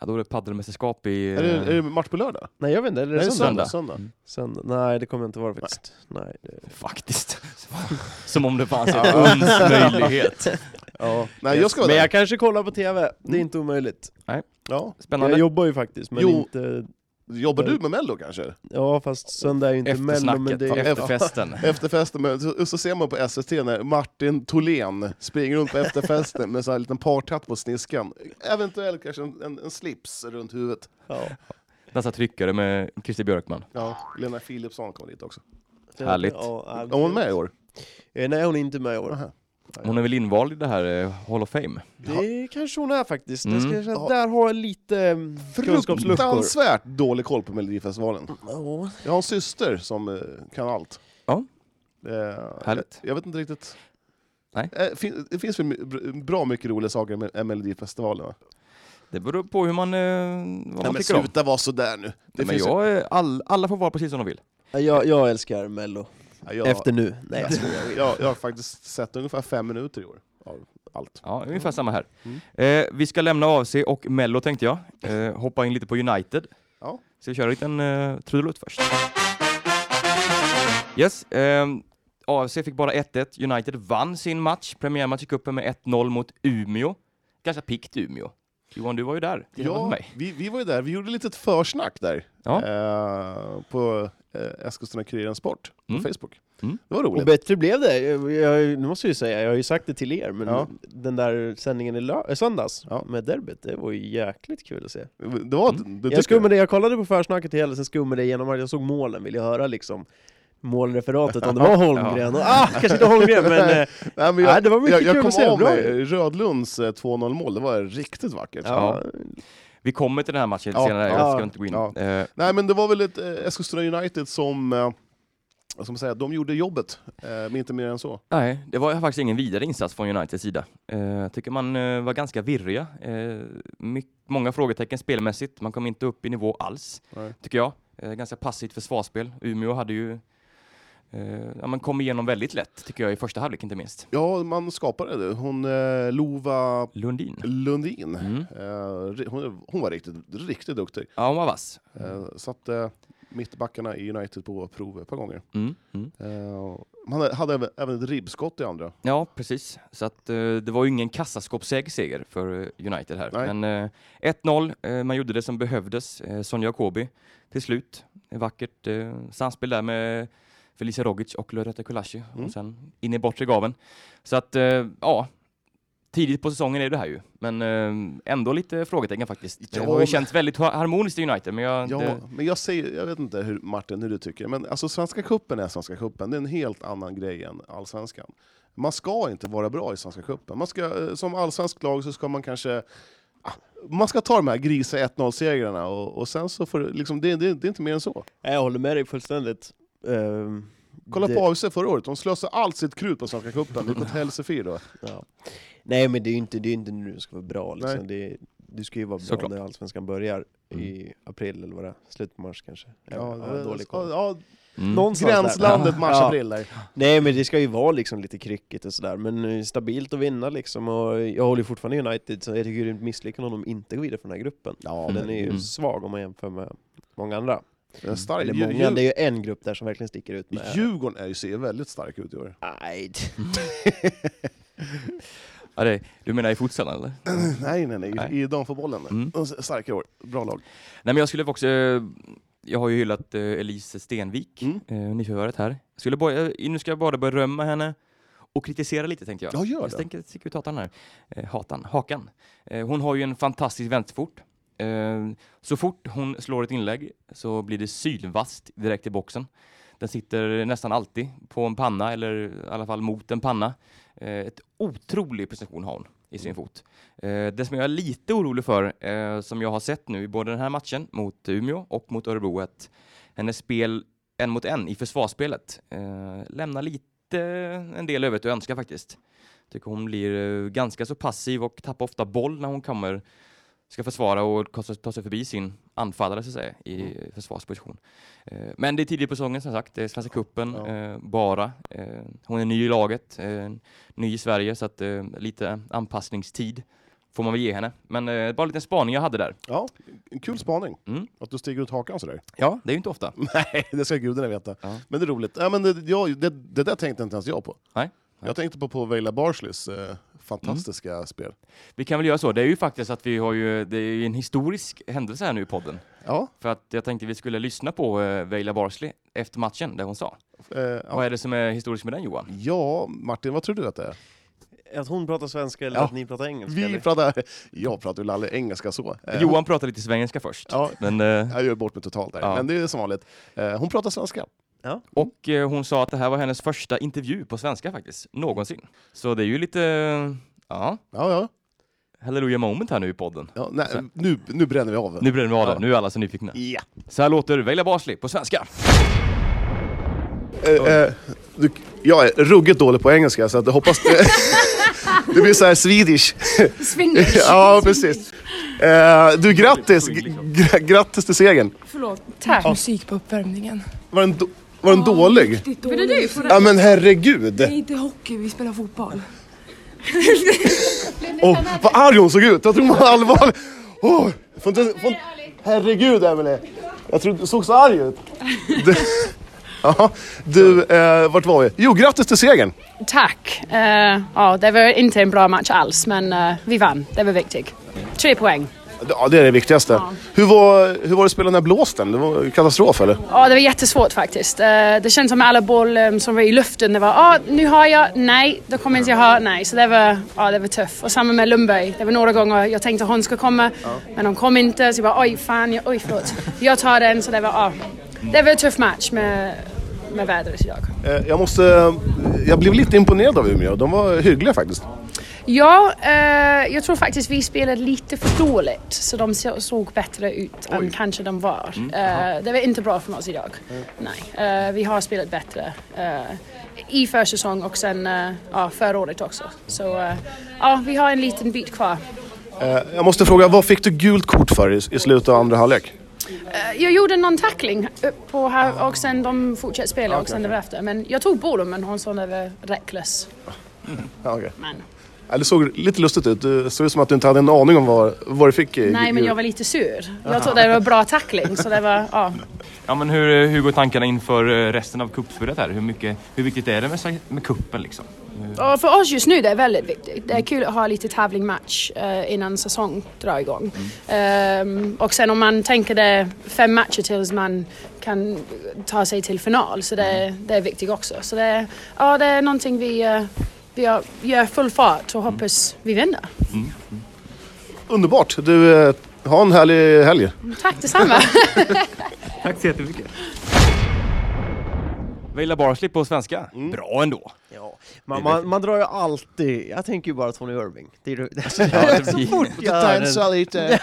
Speaker 1: Ja, då är det paddelmästerskap i...
Speaker 2: Är, det,
Speaker 1: eh,
Speaker 2: är det match på lördag?
Speaker 3: Nej jag vet inte, eller är det
Speaker 2: Nej,
Speaker 3: söndag?
Speaker 1: söndag.
Speaker 2: söndag.
Speaker 3: Söndag? Nej det kommer jag inte vara faktiskt. Nej. det...
Speaker 1: eh, Faktiskt. Som om det fanns ett uns möjlighet.
Speaker 2: Ja. Nej, jag ska vara
Speaker 3: men
Speaker 2: där.
Speaker 3: jag kanske kollar på TV, det är inte omöjligt.
Speaker 2: Ja.
Speaker 1: Spännande.
Speaker 3: Jag jobbar ju faktiskt, men
Speaker 2: Jo.
Speaker 3: inte...
Speaker 2: Jobbar du med Mello kanske?
Speaker 3: Ja fast söndag är ju inte Mello, men
Speaker 1: Eftersnacket,
Speaker 3: det är...
Speaker 1: efterfesten.
Speaker 2: Efter festen, men så, så ser man på SVT när Martin Tholén springer runt på efterfesten med så här liten partatt på sniskan. Eventuellt kanske en, en, en slips runt huvudet.
Speaker 3: Ja.
Speaker 1: Nästa tryckare med Christer Björkman.
Speaker 2: Ja. Lena Philipsson kommer dit också.
Speaker 1: Härligt.
Speaker 3: Ja,
Speaker 2: Är hon med i år?
Speaker 3: Eh, Nej hon är inte med i år.
Speaker 2: Aha.
Speaker 1: Hon är väl invald i det här eh, Hall of Fame?
Speaker 3: Det kanske hon är faktiskt.
Speaker 1: Mm.
Speaker 3: Det ska jag känna,
Speaker 2: Ja.
Speaker 3: Där har jag lite mm, kunskapsluckor.
Speaker 2: Fruktansvärt dålig koll på Melodifestivalen.
Speaker 3: Ja.
Speaker 2: Jag har en syster som eh, kan allt.
Speaker 1: Ja.
Speaker 2: Eh,
Speaker 1: Härligt.
Speaker 2: Jag, jag vet inte riktigt.
Speaker 1: Nej.
Speaker 2: Eh, fin, det finns väl my- br- bra mycket roliga saker med med Melodifestivalen? Va?
Speaker 1: Det beror på hur man, eh, vad man tycker om.
Speaker 2: vara sådär nu. Det
Speaker 1: Nej, men jag, är- all, alla får vara precis som de vill.
Speaker 3: Jag, jag älskar Mello.
Speaker 2: Ja, jag,
Speaker 3: Efter nu. Nej, jag
Speaker 2: jag, jag har faktiskt sett ungefär fem minuter i år. Av, allt.
Speaker 1: Ja, ungefär samma här.
Speaker 2: Mm.
Speaker 1: Eh, vi ska lämna AFC och Mello tänkte jag. Eh, hoppa in lite på United.
Speaker 2: Ja.
Speaker 1: Ska vi köra en liten eh, trudelutt först? Yes. ehm, AFC fick bara 1-1. United vann sin match, premiärmatch i cupen med 1-0 mot Umeå. Ganska pikt Umeå. Johan, du var ju där. tillsammans med
Speaker 2: Ja,
Speaker 1: mig.
Speaker 2: vi, vi var ju där, vi gjorde lite försnack där
Speaker 1: Ja.
Speaker 2: eh, på eh, Eskilstuna-Kuriren Sport på
Speaker 1: Mm.
Speaker 2: Facebook.
Speaker 1: Mm.
Speaker 2: Det var
Speaker 3: Och
Speaker 2: roligt.
Speaker 3: bättre blev det. Jag, jag, nu måste jag ju säga, jag har ju sagt det till er, men
Speaker 2: Ja.
Speaker 3: den där sändningen i lö- äh, söndags
Speaker 2: Ja.
Speaker 3: med derbyt, det var ju jäkligt kul att se.
Speaker 2: Det var,
Speaker 1: Mm.
Speaker 2: det
Speaker 3: Jag,
Speaker 2: tycker jag.
Speaker 3: skummade, jag kollade på försnacket till hela, sen skummade jag igenom att jag såg målen, ville höra liksom målreferatet, om det var Holmgren. Och, ah, kanske inte Holmgren, men... eh,
Speaker 2: Nej, men
Speaker 3: Nej, det var mycket
Speaker 2: jag, jag
Speaker 3: kul
Speaker 2: kom
Speaker 3: att se.
Speaker 2: av
Speaker 3: Bra
Speaker 2: mig Rödlunds eh, 2-0 mål, det var riktigt vackert.
Speaker 3: ja,
Speaker 1: Vi kommer till den här matchen lite
Speaker 2: Ja,
Speaker 1: senare,
Speaker 3: ja,
Speaker 1: jag ska inte gå in.
Speaker 2: ja.
Speaker 1: Eh,
Speaker 2: Nej men det var väl ett eh, Eskilstuna United som, eh, vad ska man säga, de gjorde jobbet, eh, men inte mer än så.
Speaker 1: nej, det var faktiskt ingen vidare insats från Uniteds sida. Eh, Jag tycker man eh, var ganska virriga. Eh, myck- många frågetecken spelmässigt. Man kom inte upp i nivå alls.
Speaker 2: Nej.
Speaker 1: tycker jag. Eh, ganska passivt försvarsspel. Umeå hade ju eh, ja, men kom igenom väldigt lätt, tycker jag, i första halvlek inte minst.
Speaker 2: Ja, man skapade det. Hon, eh, Lova
Speaker 1: Lundin.
Speaker 2: Lundin,
Speaker 1: Mm.
Speaker 2: eh, ri- hon, hon var riktigt, riktigt duktig.
Speaker 1: Ja, hon var vass.
Speaker 2: Eh,
Speaker 3: Mm.
Speaker 2: satte eh, mittbackarna i United på prov ett par gånger.
Speaker 1: Mm. Mm.
Speaker 2: Eh, man hade- hade även- även ett ribbskott i andra.
Speaker 1: Ja, precis. Så att, eh, det var ju ingen kassaskåpssäker seger för eh, United här.
Speaker 2: Nej.
Speaker 1: Men eh, 1-0, eh, man gjorde det som behövdes. Eh, Sonja Jakobi till slut. Eh, Vackert eh, samspel där med Felicia Rogic och Loretta Kulashi.
Speaker 2: Mm.
Speaker 1: Och sen in i bortre gaven. Så att, eh, ja. Tidigt på säsongen är det här ju, men eh, ändå lite frågetecken faktiskt.
Speaker 2: Ja,
Speaker 1: det har ju
Speaker 2: men-
Speaker 1: känts väldigt har- harmoniskt i United, men jag...
Speaker 2: Ja,
Speaker 1: det,
Speaker 2: men jag säger, jag vet inte hur, Martin hur du tycker, men alltså Svenska Cupen är Svenska Cupen, det är en helt annan grej än Allsvenskan. Man ska inte vara bra i Svenska Cupen. Man ska, eh, som allsvensk lag så ska man kanske ah, man ska ta de här grisa 1-0-segrarna och, och sen så får det- liksom, det, det, det är inte mer än så.
Speaker 3: jag håller med dig fullständigt. Ehm,
Speaker 2: Kolla
Speaker 3: det-
Speaker 2: på AFC förra året, de slösade allt sitt krut på Svenska Cupen. Det gick åt helsefyr då.
Speaker 3: Ja. Nej men det är ju inte, det är ju inte nu du ska vara bra liksom.
Speaker 2: Nej.
Speaker 3: det är, Du ska ju vara bra
Speaker 1: Såklart.
Speaker 3: när Allsvenskan börjar i april eller vad det är, slutet på mars kanske.
Speaker 2: Mm. Ja,
Speaker 3: jag har dålig koll.
Speaker 2: ja,
Speaker 1: mm.
Speaker 3: Någonstans där.
Speaker 2: gränslandet
Speaker 3: Ja.
Speaker 2: mars-april där.
Speaker 3: Nej men det ska ju vara liksom lite kryckigt och sådär, men eh, stabilt att vinna liksom och jag håller ju fortfarande United så jag tycker det är ett misslyckande om de inte går vidare från den här gruppen.
Speaker 2: Ja,
Speaker 3: För den är ju
Speaker 1: Mm.
Speaker 3: svag om man jämför med många andra.
Speaker 2: det är starkt.
Speaker 3: Eller
Speaker 2: Djur-
Speaker 3: många, det är ju en grupp där som verkligen sticker ut med...
Speaker 2: Djurgården är ju, ser ju väldigt stark ut i år.
Speaker 3: Nej,
Speaker 1: Mm. ja, det, du menar i futsalen eller?
Speaker 2: Nej, nej, nej.
Speaker 1: Nej.
Speaker 2: I damfotbollen.
Speaker 1: Mm.
Speaker 2: Mm. Starka år. Bra lag.
Speaker 1: Nej men jag skulle också, eh, jag har ju hyllat eh, Elise Stenvik,
Speaker 2: Mm.
Speaker 1: eh, nyförvärvet här. Jag skulle bara, eh, nu ska jag bara berömma henne och kritisera lite tänkte jag.
Speaker 2: Ja, gör
Speaker 1: jag
Speaker 2: det.
Speaker 1: tänker sticka ut hatan här. Eh, hatan, hakan. Eh, hon har ju en fantastisk vänsterfot. Eh, så fort hon slår ett inlägg så blir det sylvast direkt i boxen. Den sitter nästan alltid på en panna eller i alla fall mot en panna. Eh, ett otrolig precision har hon i
Speaker 2: Mm.
Speaker 1: sin fot. Eh, det som jag är lite orolig för, eh, som jag har sett nu i både den här matchen mot Umeå och mot Örebro, är att hennes spel en mot en i försvarsspelet eh, lämnar lite eh, en del övrigt att önska faktiskt. Tycker hon blir eh, ganska så passiv och tappar ofta boll när hon kommer ska försvara och ta sig- ta sig förbi sin anfallare så att säga, i försvarsposition. Eh, men det är tidigt på säsongen som sagt, det är Svenska cupen
Speaker 2: Ja.
Speaker 1: eh, bara. Eh, hon är ny i laget, eh, ny i Sverige så att eh, lite anpassningstid får man väl ge henne. Men eh, bara en liten spaning jag hade där.
Speaker 2: Ja, en kul spaning.
Speaker 1: Mm.
Speaker 2: Att du stiger ut hakan sådär.
Speaker 1: Ja, det är ju inte ofta.
Speaker 2: Nej, det ska gudarna veta.
Speaker 1: Ja.
Speaker 2: Men det är roligt. Ja, men det, jag, det, det där tänkte inte ens jag på.
Speaker 1: Nej. Mm.
Speaker 2: Jag tänkte på, på Veila Barsleys eh, fantastiska spel.
Speaker 1: Vi kan väl göra så. Det är ju faktiskt att vi har ju, det är ju en historisk händelse här nu i podden.
Speaker 2: Ja,
Speaker 1: För att jag tänkte vi skulle lyssna på eh, Veila Barsley efter matchen, det hon sa.
Speaker 2: eh, ja.
Speaker 1: Vad är det som är historiskt med den Johan?
Speaker 2: ja, Martin, vad tror du att det är?
Speaker 3: Att hon pratar svenska eller
Speaker 2: Ja.
Speaker 3: att ni pratar engelska?
Speaker 2: Vi
Speaker 3: eller?
Speaker 2: pratar, jag pratar väl aldrig engelska så. Eh,
Speaker 1: Johan pratar lite svengelska först.
Speaker 2: Ja,
Speaker 1: Men, eh,
Speaker 2: jag gör bort mig totalt där,
Speaker 1: Ja.
Speaker 2: men det är som vanligt. Eh, hon pratar svenska.
Speaker 1: och eh, hon sa att det här var hennes första intervju på svenska faktiskt, någonsin. Så det är ju lite, eh, ja,
Speaker 2: Ja, ja.
Speaker 1: hallelujah moment här nu i podden.
Speaker 2: ja nej, nu, nu bränner vi av.
Speaker 1: Nu bränner vi av
Speaker 2: Ja.
Speaker 1: det, nu är alla så nyfikna.
Speaker 2: Ja.
Speaker 1: Så här låter Veila Barsley på svenska.
Speaker 2: Eh, eh, du, jag är ruggigt dålig på engelska så att jag hoppas det, det blir så här swedish.
Speaker 5: Swinglish.
Speaker 2: ja, precis. Eh, du, grattis! G- gr- grattis till segern.
Speaker 5: Förlåt.
Speaker 6: Tack. Musik på uppvärmningen.
Speaker 2: Var den, då, var den dålig?
Speaker 5: För det är du.
Speaker 2: Ja, men herregud!
Speaker 6: Det är inte hockey, vi spelar fotboll.
Speaker 2: Åh, vad arg hon såg ut! Jag tror hon var allvarlig. Åh, får inte, får inte, herregud Emelie. Jag trodde du såg så arg ut. Du, ja, du eh, vart var vi? Jo, grattis till segern!
Speaker 5: Tack! Eh, ja, det var inte en bra match alls, men eh, vi vann. Det var viktigt. Tre poäng.
Speaker 2: Ja, det är det viktigaste. Hur, var, hur var det att spela när blåsten? Det var katastrof eller?
Speaker 5: Ja, det var jättesvårt faktiskt. Eh, det kändes som alla bollar som var i luften, det var ah, nu har jag, nej, då kommer inte jag ha, nej. Så det var, ja, det var tufft. Och samma med Lundberg, det var några gånger jag tänkte hon ska komma, men hon kom inte. Så jag bara, oj fan, jag, oj förlåt. Jag tar den, så det var, ja. Det var en tuff match med, med vädret idag.
Speaker 2: Eh, jag måste... eh, Jag blev lite imponerad av Umeå. De var hyggliga faktiskt.
Speaker 5: Ja, eh, jag tror faktiskt vi spelade lite för dåligt så de så- såg bättre ut än kanske de var. Eh, det var inte bra för oss idag. Nej, eh, vi har spelat bättre eh, i försäsong och sen eh, ja, förra året också. Så eh, ja, vi har en liten bit kvar.
Speaker 2: Eh, jag måste fråga, vad fick du gult kort för i, i slutet av andra halvlek?
Speaker 5: Eh, jag gjorde någon tackling upp på här och sen de fortsatte spela och sen därefter. Men jag tog bollen men hon såg det var reckless.
Speaker 2: Ja, okej.
Speaker 5: Men,
Speaker 2: Ja, Det såg lite lustigt ut. Det såg ut som att du inte hade en aning om vad, vad du fick i
Speaker 5: nej, men
Speaker 2: gult.
Speaker 5: jag var lite sur. Jag trodde det var bra tackling så det var, ja.
Speaker 1: Ja, men hur, hur går tankarna inför eh, resten av cupspelet här? Hur, mycket, hur viktigt är det med, sa- med kuppen liksom?
Speaker 5: Ja, för oss just nu det är väldigt viktigt. Det är kul att ha lite tävlingmatch eh, innan säsong drar igång.
Speaker 7: Mm.
Speaker 5: Ehm, och sen om man tänker det fem matcher tills man kan ta sig till final så det,
Speaker 7: Mm.
Speaker 5: det är viktigt också. Så det, ja, det är någonting vi, eh, vi gör- gör full fart och hoppas
Speaker 7: Mm.
Speaker 5: vi vinner.
Speaker 2: Underbart! Du, eh, ha en härlig helg.
Speaker 5: Tack detsamma!
Speaker 1: Tack så jättemycket. Vaila Barsley på svenska.
Speaker 2: Mm.
Speaker 1: Bra ändå.
Speaker 3: Ja, man, man, man drar ju alltid, jag tänker ju bara Tony Irving. Det är, det
Speaker 1: Ja, det
Speaker 3: så
Speaker 1: blir-
Speaker 3: fort jag hör den.
Speaker 2: lite.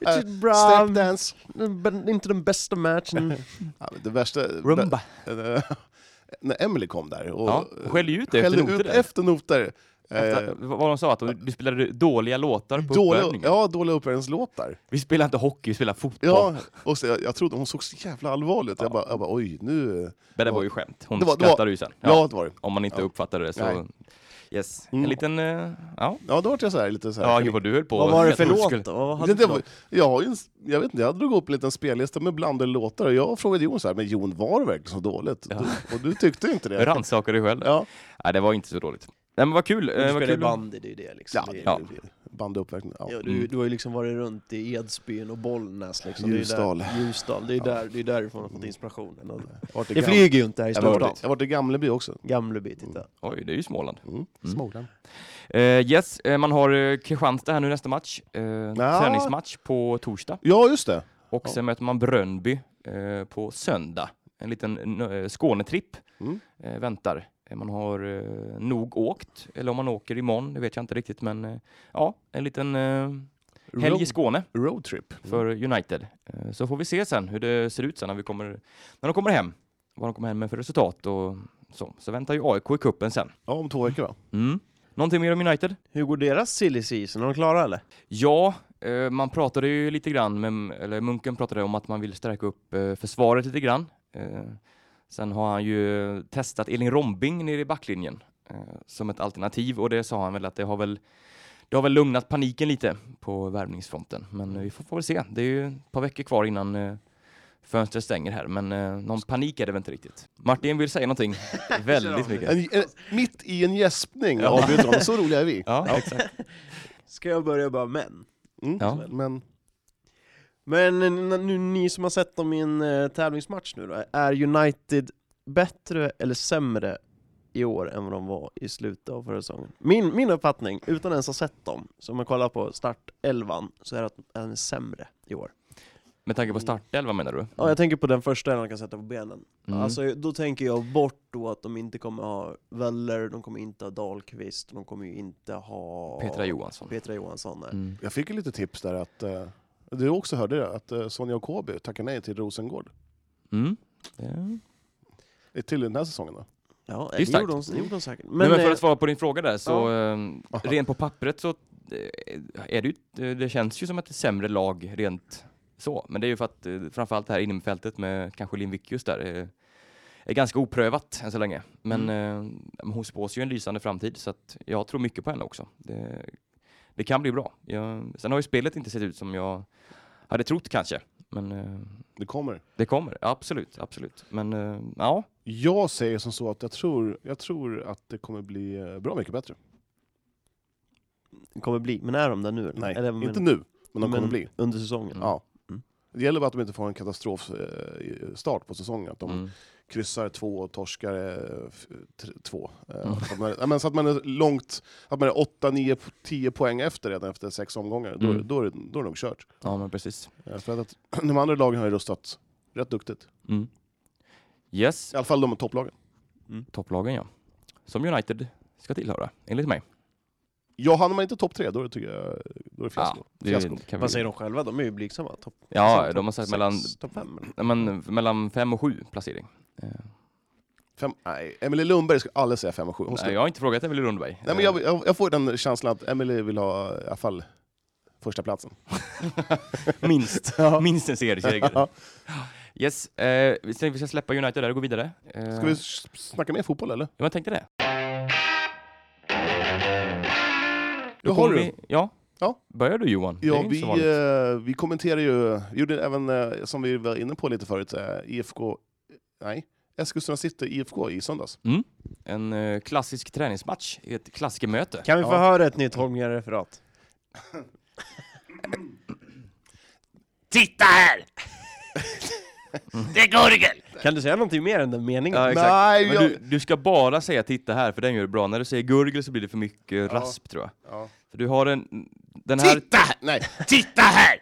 Speaker 3: It's bra,
Speaker 2: Stepdance.
Speaker 3: men inte den bästa matchen.
Speaker 2: Ja, men det värsta...
Speaker 1: Rumba.
Speaker 2: Eh, När Emily kom där och
Speaker 1: Ja, och skällde ut det efter
Speaker 2: skällde
Speaker 1: noter
Speaker 2: ut
Speaker 1: där.
Speaker 2: efter noter.
Speaker 1: Efter,
Speaker 2: Eh,
Speaker 1: vad var de sa? Att du- du spelade dåliga låtar på
Speaker 2: dåliga,
Speaker 1: uppvärmningen?
Speaker 2: ja, dåliga uppvärmningslåtar.
Speaker 1: Vi spelar inte hockey, vi spelar fotboll.
Speaker 2: Ja, och så, jag, jag trodde hon såg så jävla allvarlig ut. Jag, bara, jag bara, oj, nu...
Speaker 1: Men det var ju skämt. Hon
Speaker 2: Det var- det var-
Speaker 1: skrattade ju sen.
Speaker 2: Ja, det var det.
Speaker 1: Om man inte
Speaker 2: Ja.
Speaker 1: uppfattade det så...
Speaker 2: Nej.
Speaker 1: Yes.
Speaker 2: Mm.
Speaker 1: En liten... eh, ja.
Speaker 2: Ja, då vart jag så här lite så här.
Speaker 1: Ja, gud vad du höll på.
Speaker 3: Vad var det
Speaker 1: Jag
Speaker 3: för
Speaker 1: trodde du
Speaker 3: låt
Speaker 1: skulle-
Speaker 3: då? Vad
Speaker 2: det,
Speaker 3: hade
Speaker 2: det,
Speaker 3: du
Speaker 2: var-
Speaker 3: för
Speaker 2: jag, har ju en, jag vet inte, jag drog upp en liten spellista med blandade låtar och jag frågade Jon så här, men Jon var det verkligen så dåligt? Du, och du tyckte inte det?
Speaker 1: Rannsaka dig själv.
Speaker 2: Ja,
Speaker 1: Nej, det var inte så dåligt. Nej, men vad kul. eh,
Speaker 3: låt? Du
Speaker 1: vad
Speaker 3: spelar
Speaker 1: kul.
Speaker 3: bandy, det är ju det liksom.
Speaker 2: ja,
Speaker 3: Det är-
Speaker 1: Ja.
Speaker 2: band upp verkligen. Ja.
Speaker 3: Ja, du, du har ju liksom varit runt i Edsbyn och Bollnäs liksom.
Speaker 2: Ljusdal.
Speaker 3: Det är, ju där, Ljusdal. Det, är där, det är därifrån man fått inspirationen. Och
Speaker 2: Vart i
Speaker 3: Det
Speaker 2: Gam-
Speaker 3: flyger ju inte här i
Speaker 2: jag har
Speaker 3: storstan.
Speaker 2: varit, jag har varit i Gamleby också.
Speaker 3: Gamleby, titta.
Speaker 1: Oj, det är ju Småland.
Speaker 2: Mm. Småland.
Speaker 1: Eh, yes, eh, man har uh, Kristianstad här nu nästa match. Eh,
Speaker 2: Ja.
Speaker 1: Träningsmatch på torsdag.
Speaker 2: Ja, just det.
Speaker 1: Och sen möter man Brönnby eh, på söndag. En liten uh, Skånetripp
Speaker 2: Mm.
Speaker 1: eh, väntar. Eh, Man har eh, nog åkt, eller om man åker imorgon, det vet jag inte riktigt. Men eh, ja, en liten eh, helg i
Speaker 2: Road-
Speaker 1: Skåne
Speaker 2: Roadtrip.
Speaker 1: för United. Eh, så får vi se sen hur det ser ut sen när, vi kommer, när de kommer hem. Vad de kommer hem med för resultat och så. Så väntar ju AIK i kuppen sen.
Speaker 2: Ja, om två veckor va?
Speaker 1: Mm. Någonting mer om United?
Speaker 3: Hur går deras silly season? Är de klara eller?
Speaker 1: Ja, eh, man pratade ju lite grann, med, eller Munken pratade om att man vill stärka upp eh, försvaret lite grann. Eh, Sen har han ju eh, testat Elin Rombing nere i backlinjen eh, som ett alternativ och det sa han väl att det har väl, det har väl lugnat paniken lite på värvningsfronten. Men eh, vi får, får väl se. Det är ju ett par veckor kvar innan eh, fönstret stänger här, men eh, någon panik är det väl inte riktigt. Martin vill säga någonting väldigt mycket.
Speaker 2: En, en, mitt i en gäspning
Speaker 1: Ja.
Speaker 2: avbryter honom. Så roliga är vi.
Speaker 1: Ja, exakt.
Speaker 3: Ska jag börja bara men?
Speaker 2: Mm.
Speaker 1: Ja.
Speaker 2: Men
Speaker 3: Men eh, nu, ni som har sett dem i en eh, tävlingsmatch nu då, är United bättre eller sämre i år än vad de var i slutet av förra säsongen? Min, min uppfattning, utan ens ha sett dem, så om man kollar på startelvan, så är det att den är sämre i år.
Speaker 1: Med tanke på startelva menar du?
Speaker 3: Ja, jag tänker på den första elvan man kan sätta på benen.
Speaker 1: Mm.
Speaker 3: Alltså, då tänker jag bort då att de inte kommer ha Weller, de kommer inte ha Dahlqvist, de kommer ju inte ha
Speaker 1: Petra Johansson.
Speaker 3: Petra Johansson. nej.
Speaker 1: Mm.
Speaker 2: jag fick ju lite tips där att eh, du också hörde det, att eh, Sonja och Kobi tackar nej till Rosengård.
Speaker 1: Mm. Det-
Speaker 2: Eh, Till den här säsongen då?
Speaker 3: Ja,
Speaker 1: är
Speaker 3: det,
Speaker 1: starkt.
Speaker 3: gjorde de, det gjorde de säkert. Men,
Speaker 1: Men, Nej, men för
Speaker 3: eh,
Speaker 1: att svara på din fråga där, så
Speaker 3: ja.
Speaker 1: ehm,
Speaker 2: Aha.
Speaker 1: rent på pappret så eh, är det ju, ett- det känns ju som att det är sämre lag rent så. Men det är ju för att eh, framförallt det här innerfältet med kanske Lindvikius där eh, är ganska oprövat än så länge. Men eh,
Speaker 3: Mm.
Speaker 1: men hon spås ju en lysande framtid så att jag tror mycket på henne också. Det, det kan bli bra. Jag, sen har ju spelet inte sett ut som jag hade trott kanske. Men eh,
Speaker 2: Det kommer.
Speaker 1: det kommer, absolut, absolut. Men eh, ja,
Speaker 2: Jag säger som så att jag tror, jag tror att det kommer bli eh, bra mycket bättre.
Speaker 3: kommer bli, men är de där nu? eller?
Speaker 2: Nej,
Speaker 3: eller, men-
Speaker 2: inte nu, men de kommer
Speaker 3: men
Speaker 2: bli.
Speaker 3: Under säsongen?
Speaker 1: Mm.
Speaker 2: Ja.
Speaker 3: Mm.
Speaker 2: Det gäller bara att de inte får en katastrofstart på säsongen. Att de
Speaker 1: mm.
Speaker 2: kryssar två och torskar eh, f- tre- två. Eh,
Speaker 1: Mm.
Speaker 2: Att man, ja, men så att man är långt, att man är 8, 9, 10 poäng efter redan efter sex omgångar. Då, är det-
Speaker 1: Mm.
Speaker 2: då, är det, då är det nog kört.
Speaker 1: ja men precis.
Speaker 2: Eh, För att, att de andra lagen har ju rustat rätt duktigt.
Speaker 1: Mm. Yes,
Speaker 2: I alla fall de topplagen.
Speaker 1: topplagen ja. Som United ska tillhöra, enligt mig.
Speaker 2: Ja, hamnar man inte topp tre, då är det, tycker jag, då är det fiasko.
Speaker 1: det
Speaker 2: fiasko.
Speaker 1: kan vi...
Speaker 3: Vad säger de själva? De är ju blygsamma. Topp
Speaker 1: Ja,
Speaker 3: topp
Speaker 1: de har sagt
Speaker 3: sex,
Speaker 1: mellan,
Speaker 3: Topp fem eller?
Speaker 1: nej, men, mellan fem och sju placering. Eh,
Speaker 2: Fem, nej, Emelie Lundberg ska aldrig säga 5 och 7. Hon ska,
Speaker 1: nej, jag har inte frågat Emelie Lundberg.
Speaker 2: nej, men jag, jag, jag får den känslan att Emelie vill ha eh, i alla fall första platsen.
Speaker 1: Minst, minst en serieseger. yes, eh, vi ska- vi ska släppa United där och gå vidare. Eh,
Speaker 2: Ska vi s- snacka mer fotboll eller?
Speaker 1: Ja, jag tänkte det.
Speaker 2: Då har
Speaker 1: kommer
Speaker 2: du.
Speaker 1: Vi, ja.
Speaker 2: Ja.
Speaker 1: Börjar du Johan? Det är
Speaker 2: Ja,
Speaker 1: ju
Speaker 2: vi,
Speaker 1: så vanligt.
Speaker 2: eh, vi kommenterar ju, vi gjorde även, eh, som vi var inne på lite förut, eh, IFK, nej, Eskilstuna City IFK i söndags.
Speaker 1: En eh, klassisk träningsmatch, i ett klassikermöte.
Speaker 3: Kan vi få
Speaker 2: Ja.
Speaker 3: höra ett nytt Holmgren-referat?
Speaker 8: Titta här! Det är Gurgel!
Speaker 3: Kan du säga någonting mer än den meningen?
Speaker 1: Ja, exakt.
Speaker 2: Nej,
Speaker 1: Men
Speaker 2: jag-
Speaker 1: du, du ska bara säga titta här, för den gör du bra. När du säger gurgel så blir det för mycket rasp tror jag.
Speaker 2: Ja.
Speaker 1: För du har en... Den här...
Speaker 8: Titta här!
Speaker 2: Nej,
Speaker 8: Titta här!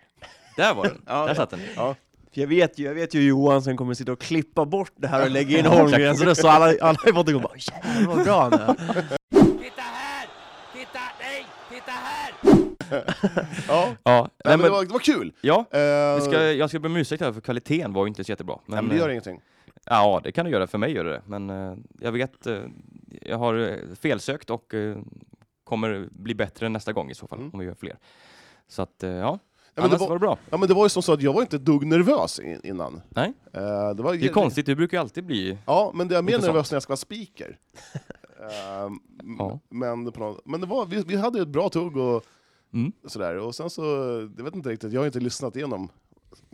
Speaker 1: Där var den! Där satt den.
Speaker 3: För jag vet ju, jag vet ju Johan som kommer sitta och klippa bort det här och lägga in Holmgrens röst så alla, alla i podden kommer bara "Jävlar, vad bra han är."
Speaker 8: Titta här! Titta, nej! Titta här!
Speaker 2: ja.
Speaker 1: Ja,
Speaker 2: Nej, men det,
Speaker 1: var...
Speaker 2: var, det var kul!
Speaker 1: ja.
Speaker 2: Eh,
Speaker 1: Vi ska, jag ska be om ursäkt här för kvaliteten var ju inte så jättebra. Men,
Speaker 2: nej, men det gör
Speaker 1: eh,
Speaker 2: ingenting.
Speaker 1: Ja, det kan du göra. För mig gör det det. Men eh, jag vet, eh, jag har eh, felsökt och eh, kommer bli bättre nästa gång i så fall,
Speaker 2: Mm.
Speaker 1: om vi gör fler. Så att, eh, ja.
Speaker 2: Ja, men
Speaker 1: Annars
Speaker 2: det,
Speaker 1: var
Speaker 2: var,
Speaker 1: det bra.
Speaker 2: ja, men det var ju som så att jag var inte ett dugg nervös i- innan.
Speaker 1: Nej.
Speaker 2: Eh, det, var,
Speaker 1: Det är konstigt, du brukar ju alltid bli...
Speaker 2: Ja, men det är mer
Speaker 1: Intressant.
Speaker 2: nervös när jag ska vara speaker. Eh, m-
Speaker 1: Ja.
Speaker 2: Men, på något, men det var, vi, vi hade ett bra tugg och
Speaker 1: Mm.
Speaker 2: sådär. Och sen så, jag vet inte riktigt, jag har inte lyssnat igenom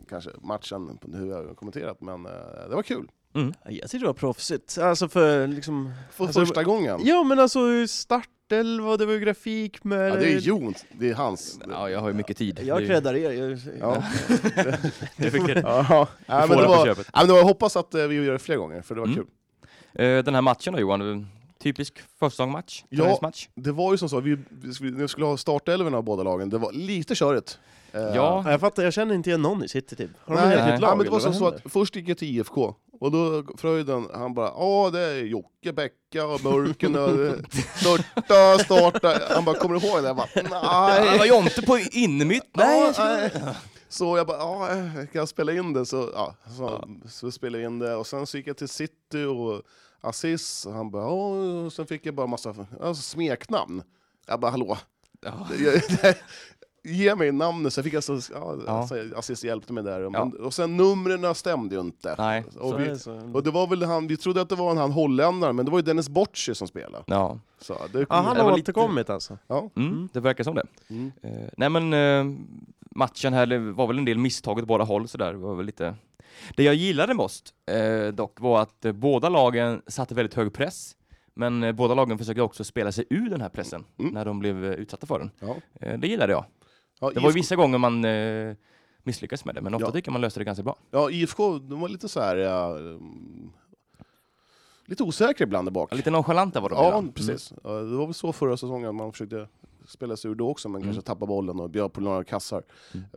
Speaker 2: kanske matchen, på hur jag har kommenterat, men eh, det var kul.
Speaker 1: mm.
Speaker 3: Jag tycker det var proffsigt. Alltså för liksom...
Speaker 2: För
Speaker 3: Alltså,
Speaker 2: första gången.
Speaker 3: Ja men alltså startelva, det var ju grafik med...
Speaker 2: Ja, det är Jon, det är hans.
Speaker 1: Ja, jag har ju mycket tid.
Speaker 3: Jag
Speaker 1: Det-
Speaker 3: creddar er. Jag...
Speaker 2: Ja.
Speaker 1: det fick det.
Speaker 2: Ja,
Speaker 1: Du
Speaker 2: men
Speaker 1: får
Speaker 2: det
Speaker 1: det på
Speaker 2: var, ja,
Speaker 1: köpet.
Speaker 2: men det var, jag hoppas att eh, vi gör det fler gånger, för det var
Speaker 1: Mm.
Speaker 2: kul.
Speaker 1: Eh, Den här matchen då Johan, typisk försäsongsmatch,
Speaker 2: Ja.
Speaker 1: träningsmatch.
Speaker 2: Det var ju som så, vi, vi skulle- när vi skulle ha startelvorna av båda lagen, det var lite körigt. Eh,
Speaker 1: Ja,
Speaker 3: Ja, Jag fattar, jag känner inte igen någon i City typ. Har de
Speaker 2: Nej,
Speaker 3: ett
Speaker 1: nej.
Speaker 3: eget lag
Speaker 2: ja, men det var
Speaker 3: eller
Speaker 2: som
Speaker 3: vad
Speaker 2: så
Speaker 3: händer?
Speaker 2: att först gick jag till IFK, och då Fröjden, han bara ja det är Jocke, Bäcka och Mörken och eh, Störta, Starta. Han bara kommer du ihåg det? Jag bara
Speaker 1: det var
Speaker 2: nej.
Speaker 1: Jonte på innermitt.
Speaker 2: Ja, eh.
Speaker 1: Nej,
Speaker 2: nej. Så jag bara, ja, kan jag spela in det? Så, ja, så, så spelade jag in det, och sen så gick jag till City och Aziz, och han bara, ja, och sen fick jag bara massa alltså, smeknamn. Jag bara, hallå?
Speaker 1: Ja.
Speaker 2: Jag- nej, Ge mig namnet, så jag fick alltså, ja,
Speaker 1: Ja.
Speaker 2: alltså Aziz hjälpte mig där. Men, Och sen numren stämde ju inte.
Speaker 1: Nej.
Speaker 3: Så
Speaker 2: Och,
Speaker 3: är
Speaker 2: vi,
Speaker 3: det så.
Speaker 2: och det var väl han, vi trodde att det var han holländaren, men det var ju Dennis Bocci som spelade.
Speaker 1: Ja,
Speaker 2: Så det,
Speaker 3: Ja, han
Speaker 1: Det
Speaker 3: har
Speaker 1: var lite-
Speaker 3: återkommit alltså.
Speaker 2: ja.
Speaker 1: mm, det verkar som det. Eh, nej men eh, matchen här, det var väl en del misstag åt båda håll sådär. Det Var väl lite... Det jag gillade mest eh, dock var att eh, båda lagen satte väldigt hög press. Men eh, båda lagen försökte också spela sig ur den här pressen
Speaker 2: Mm.
Speaker 1: när de blev eh, utsatta för den.
Speaker 2: Ja.
Speaker 1: Eh, det gillade jag.
Speaker 2: Ja,
Speaker 1: Det var ju
Speaker 2: IFK
Speaker 1: vissa gånger man eh, misslyckades med det, men ofta
Speaker 2: Ja.
Speaker 1: tycker jag man löste det ganska bra.
Speaker 2: ja, IFK, de var lite så här... ja, mm, lite osäkra ibland där bak.
Speaker 1: Lite nonchalanta var de
Speaker 2: Ja,
Speaker 1: ibland. Mm.
Speaker 2: precis. Ja, Det var väl så förra säsongen, att man försökte spela sig ur då också, men
Speaker 1: Mm.
Speaker 2: kanske tappa bollen och bjöd på några kassar.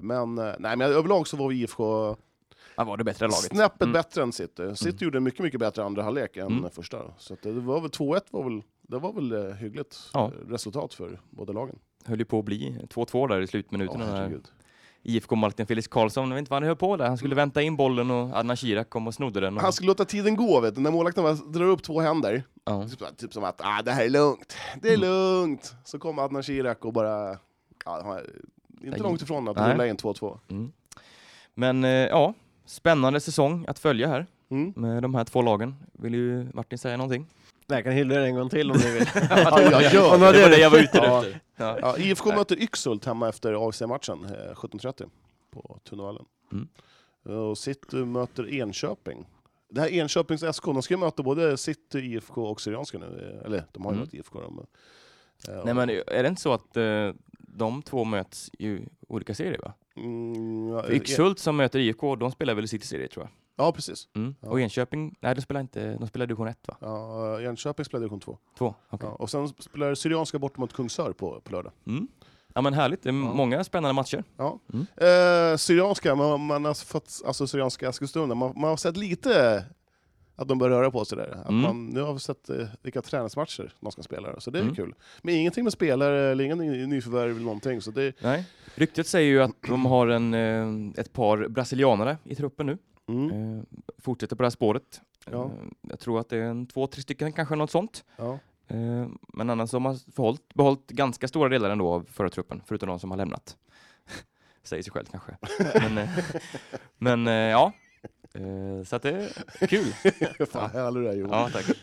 Speaker 2: Men, eh, nej, men överlag så var IFK
Speaker 1: Man var det bättre laget.
Speaker 2: snäppet
Speaker 1: Mm.
Speaker 2: bättre än City. City gjorde en mycket, mycket bättre andra halvlek än
Speaker 1: Mm.
Speaker 2: första. Så att det var väl 2-1 var väl, det var väl eh, hyggligt
Speaker 1: Ja.
Speaker 2: eh, resultat för båda lagen.
Speaker 1: Höll ju på att bli 2-2 där i slutminuten.
Speaker 2: Ja,
Speaker 1: när
Speaker 2: herregud.
Speaker 1: IFK-målvakten Felix Karlsson, jag vet inte vad han höll på där. Han skulle vänta in bollen och Adnan Shirak kom och snodde den. Och,
Speaker 2: Mm. Han skulle låta tiden gå, vet du. när målvakten bara drar upp två händer,
Speaker 1: ja.
Speaker 2: typ, så- typ som att ah, det här är lugnt, det är
Speaker 1: Mm.
Speaker 2: lugnt. Så kom Adnan Shirak och bara, ja, han- inte
Speaker 1: Nej.
Speaker 2: långt ifrån att
Speaker 1: Nej.
Speaker 2: rulla in 2-2.
Speaker 1: Men eh, ja, spännande säsong att följa här.
Speaker 2: Mm.
Speaker 1: med de här två lagen. Vill ju Martin säga någonting?
Speaker 3: Jag kan hylla er en gång till om ni vill.
Speaker 2: Ja, jag gör
Speaker 3: Om
Speaker 2: det.
Speaker 3: har
Speaker 1: det var det jag var ute
Speaker 3: Ja.
Speaker 1: efter. Ja.
Speaker 2: Ja, IFK möter Yxhult hemma efter AFC-matchen eh, 17.30 på Tunavallen.
Speaker 1: Mm.
Speaker 2: Och City möter Enköping. Det här Enköpings SK, de ska ju möta både City, IFK och Syrianska nu. eh, Eller de har ju
Speaker 1: Mm.
Speaker 2: mött IFK. De, eh,
Speaker 1: Nej men är det inte så att eh, de två möts i olika serier va?
Speaker 2: Mm, ja, E-
Speaker 1: För Yxhult som möter IFK, de spelar väl i City serie tror jag.
Speaker 2: Ja, precis.
Speaker 1: Mm.
Speaker 2: Ja.
Speaker 1: Och Enköping, nej de spelar inte, de spelar i division 1 va?
Speaker 2: Ja, Enköping spelar division 2.
Speaker 1: Två? okej.
Speaker 2: Ja, och sen spelar Syrianska bort mot Kungsör på, på lördag.
Speaker 1: Mm. Ja men härligt, det är många spännande matcher.
Speaker 2: Ja.
Speaker 1: Mm.
Speaker 2: Eh, Syrianska, man, man har fått, alltså Syrianska Eskilstuna, man, man har sett lite att de börjar röra på sig där. Att
Speaker 1: Mm.
Speaker 2: man, nu har vi sett eh, vilka träningsmatcher de ska spela, så det är
Speaker 1: Mm.
Speaker 2: kul. Men ingenting med spelare, eller ingen ny- nyförvärv eller någonting. Så det,
Speaker 1: Nej. Ryktet säger ju att de har en, eh, ett par brasilianare i truppen nu.
Speaker 2: mm,
Speaker 1: Eh, fortsätter på det här spåret.
Speaker 2: Ja.
Speaker 1: Eh, jag tror att det är en två, tre stycken kanske, något sånt.
Speaker 2: ja.
Speaker 1: Eh, men annars har man förhållit, behållit ganska stora delar ändå av förra truppen, förutom de som har lämnat. Säger sig själv kanske. Men, eh, men eh, ja, eh, så att det är kul.
Speaker 2: Fan, härlig du är Johan.
Speaker 1: Ja, tack.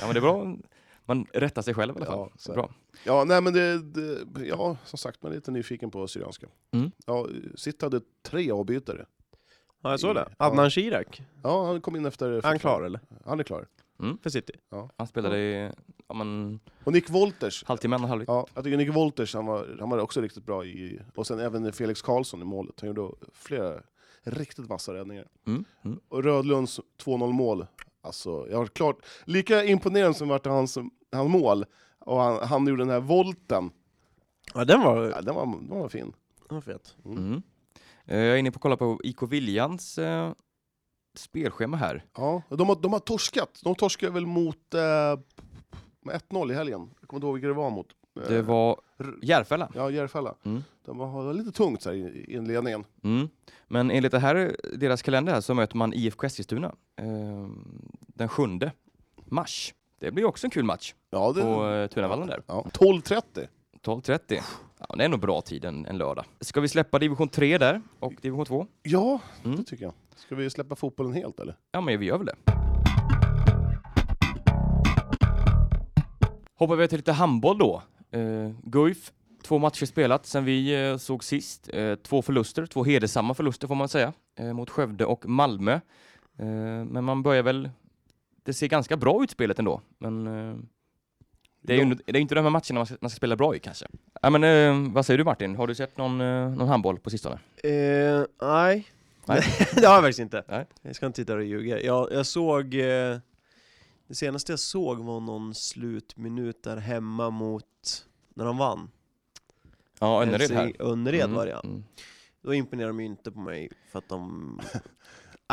Speaker 1: Ja, men det är bra. Man rättar sig själv i alla fall.
Speaker 2: Ja, så är
Speaker 1: bra.
Speaker 2: Ja, nej, men det, det, ja, som sagt, man är lite nyfiken på Syrianska.
Speaker 1: Mm.
Speaker 2: Ja, Sitt hade tre avbytare.
Speaker 3: Ja, jag såg det.
Speaker 2: Ja.
Speaker 3: Adnan Shirak.
Speaker 2: Ja, han kom in efter...
Speaker 3: Är han klar eller?
Speaker 2: Han är klar.
Speaker 3: För City?
Speaker 1: Han spelade i ja, men,
Speaker 2: Och Nick Wolters,
Speaker 1: halvtimme, annan halvlek.
Speaker 2: Ja, jag tycker Nick Wolters, han var, han var också riktigt bra i... Och sen även Felix Karlsson i målet. Han gjorde flera riktigt vassa räddningar.
Speaker 1: Mm, mm.
Speaker 2: Och Rödlunds 2-0-mål, alltså jag var klart... Lika imponerande som vart hans, hans mål, och han, han gjorde den här volten,
Speaker 3: Ja, den var,
Speaker 2: ja, den, var, den var fin.
Speaker 3: den var fet.
Speaker 1: Mm. Eh, Jag är inne på att kolla på IK Viljans eh, spelschema här.
Speaker 2: Ja, och de, har, de har torskat. De torskade väl mot... Eh, med 1-0 i helgen. Jag kommer inte ihåg vilka det var mot. Eh,
Speaker 1: Det var
Speaker 2: R-
Speaker 1: Järfälla.
Speaker 2: Ja, Järfälla.
Speaker 1: Mm.
Speaker 2: De har lite tungt så här i i inledningen.
Speaker 1: Mm. Men enligt det här, deras kalender här så möter man IFK Eskilstuna eh, den 7 mars. Det blir också en kul match
Speaker 2: Ja, det...
Speaker 1: på eh, Tunavallen där.
Speaker 2: Ja, 12.30.
Speaker 1: 12.30. Ja, det är nog bra tid en, en lördag. Ska vi släppa division 3 där och division 2?
Speaker 2: Ja,
Speaker 1: Mm.
Speaker 2: det tycker jag. Ska vi släppa fotbollen helt eller?
Speaker 1: Ja, men vi gör väl det. Hoppar vi till lite handboll då. Eh, Guif, två matcher spelat sen vi eh, såg sist. Eh, två förluster, två hedersamma förluster får man säga, eh, mot Skövde och Malmö. Eh, men man börjar väl... Det ser ganska bra ut spelet ändå, men... Eh, det är ju
Speaker 2: Ja.
Speaker 1: det är inte de här matcherna man ska, man ska spela bra i kanske. Ja, men, eh, vad säger du Martin? Har du sett någon, eh, någon handboll på sistone?
Speaker 3: Eh, nej.
Speaker 1: Nej.
Speaker 3: det har jag faktiskt inte.
Speaker 1: Nej.
Speaker 3: Jag ska inte sitta och ljuga. Jag, jag såg... Eh, det senaste jag såg var någon slutminut där hemma mot... När de vann.
Speaker 1: Ja, Önnered här.
Speaker 3: Helsing- Önnered
Speaker 1: Mm,
Speaker 3: var det ja.
Speaker 1: mm.
Speaker 3: Då imponerade de ju inte på mig för att de...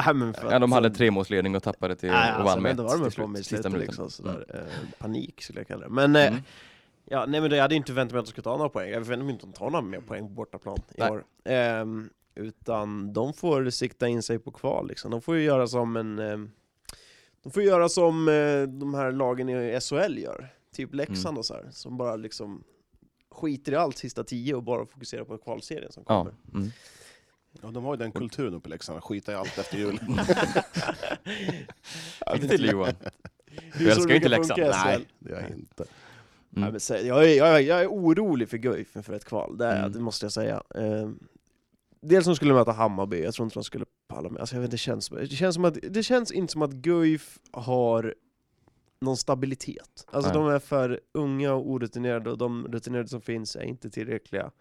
Speaker 3: Nej, men för
Speaker 1: Ja, de
Speaker 3: att-
Speaker 1: hade tremålsledning och tappade till
Speaker 3: Nej,
Speaker 1: och
Speaker 3: alltså,
Speaker 1: vann
Speaker 3: men
Speaker 1: med
Speaker 3: då var de
Speaker 1: ett
Speaker 3: på mig i
Speaker 1: sista
Speaker 3: slutet
Speaker 1: minuten.
Speaker 3: liksom, sådär. Eh, Panik skulle jag kalla det. Men, eh,
Speaker 1: Mm.
Speaker 3: ja, nej, men då- jag hade ju inte väntat mig att de skulle ta några poäng. Jag förväntade mig inte att de tar några mer poäng på bortaplan i
Speaker 1: Nej.
Speaker 3: år. Ehm, utan de får sikta in sig på kval liksom. De får ju göra som en... ehm, de får göra som eh, de här lagen i SHL gör. Typ Leksand
Speaker 1: Mm.
Speaker 3: och så här, Som bara liksom skiter i allt sista tio och bara fokuserar på kvalserien som
Speaker 1: Ja.
Speaker 3: kommer.
Speaker 1: Mm.
Speaker 2: Ja, de har ju den kulturen uppe i Leksand, skita i allt efter jul.
Speaker 1: Lycka till Johan.
Speaker 3: Det är så
Speaker 1: älskar
Speaker 3: det
Speaker 1: ju inte
Speaker 3: brukar funka i
Speaker 1: Leksand.
Speaker 3: SHL.
Speaker 2: Nej, det är jag inte.
Speaker 1: Mm.
Speaker 3: Nej, men sä- jag, är, jag, är, jag är orolig för Guif inför ett kval, det, är, jag,
Speaker 1: Mm.
Speaker 3: det måste jag säga. Ehm, dels de skulle möta Hammarby, jag tror inte de skulle palla med. Alltså, jag vet, inte, det, känns, det, känns som att, det känns inte som att Guif har någon stabilitet. Alltså
Speaker 1: Nej.
Speaker 3: de är för unga och orutinerade och de rutinerade som finns är inte tillräckliga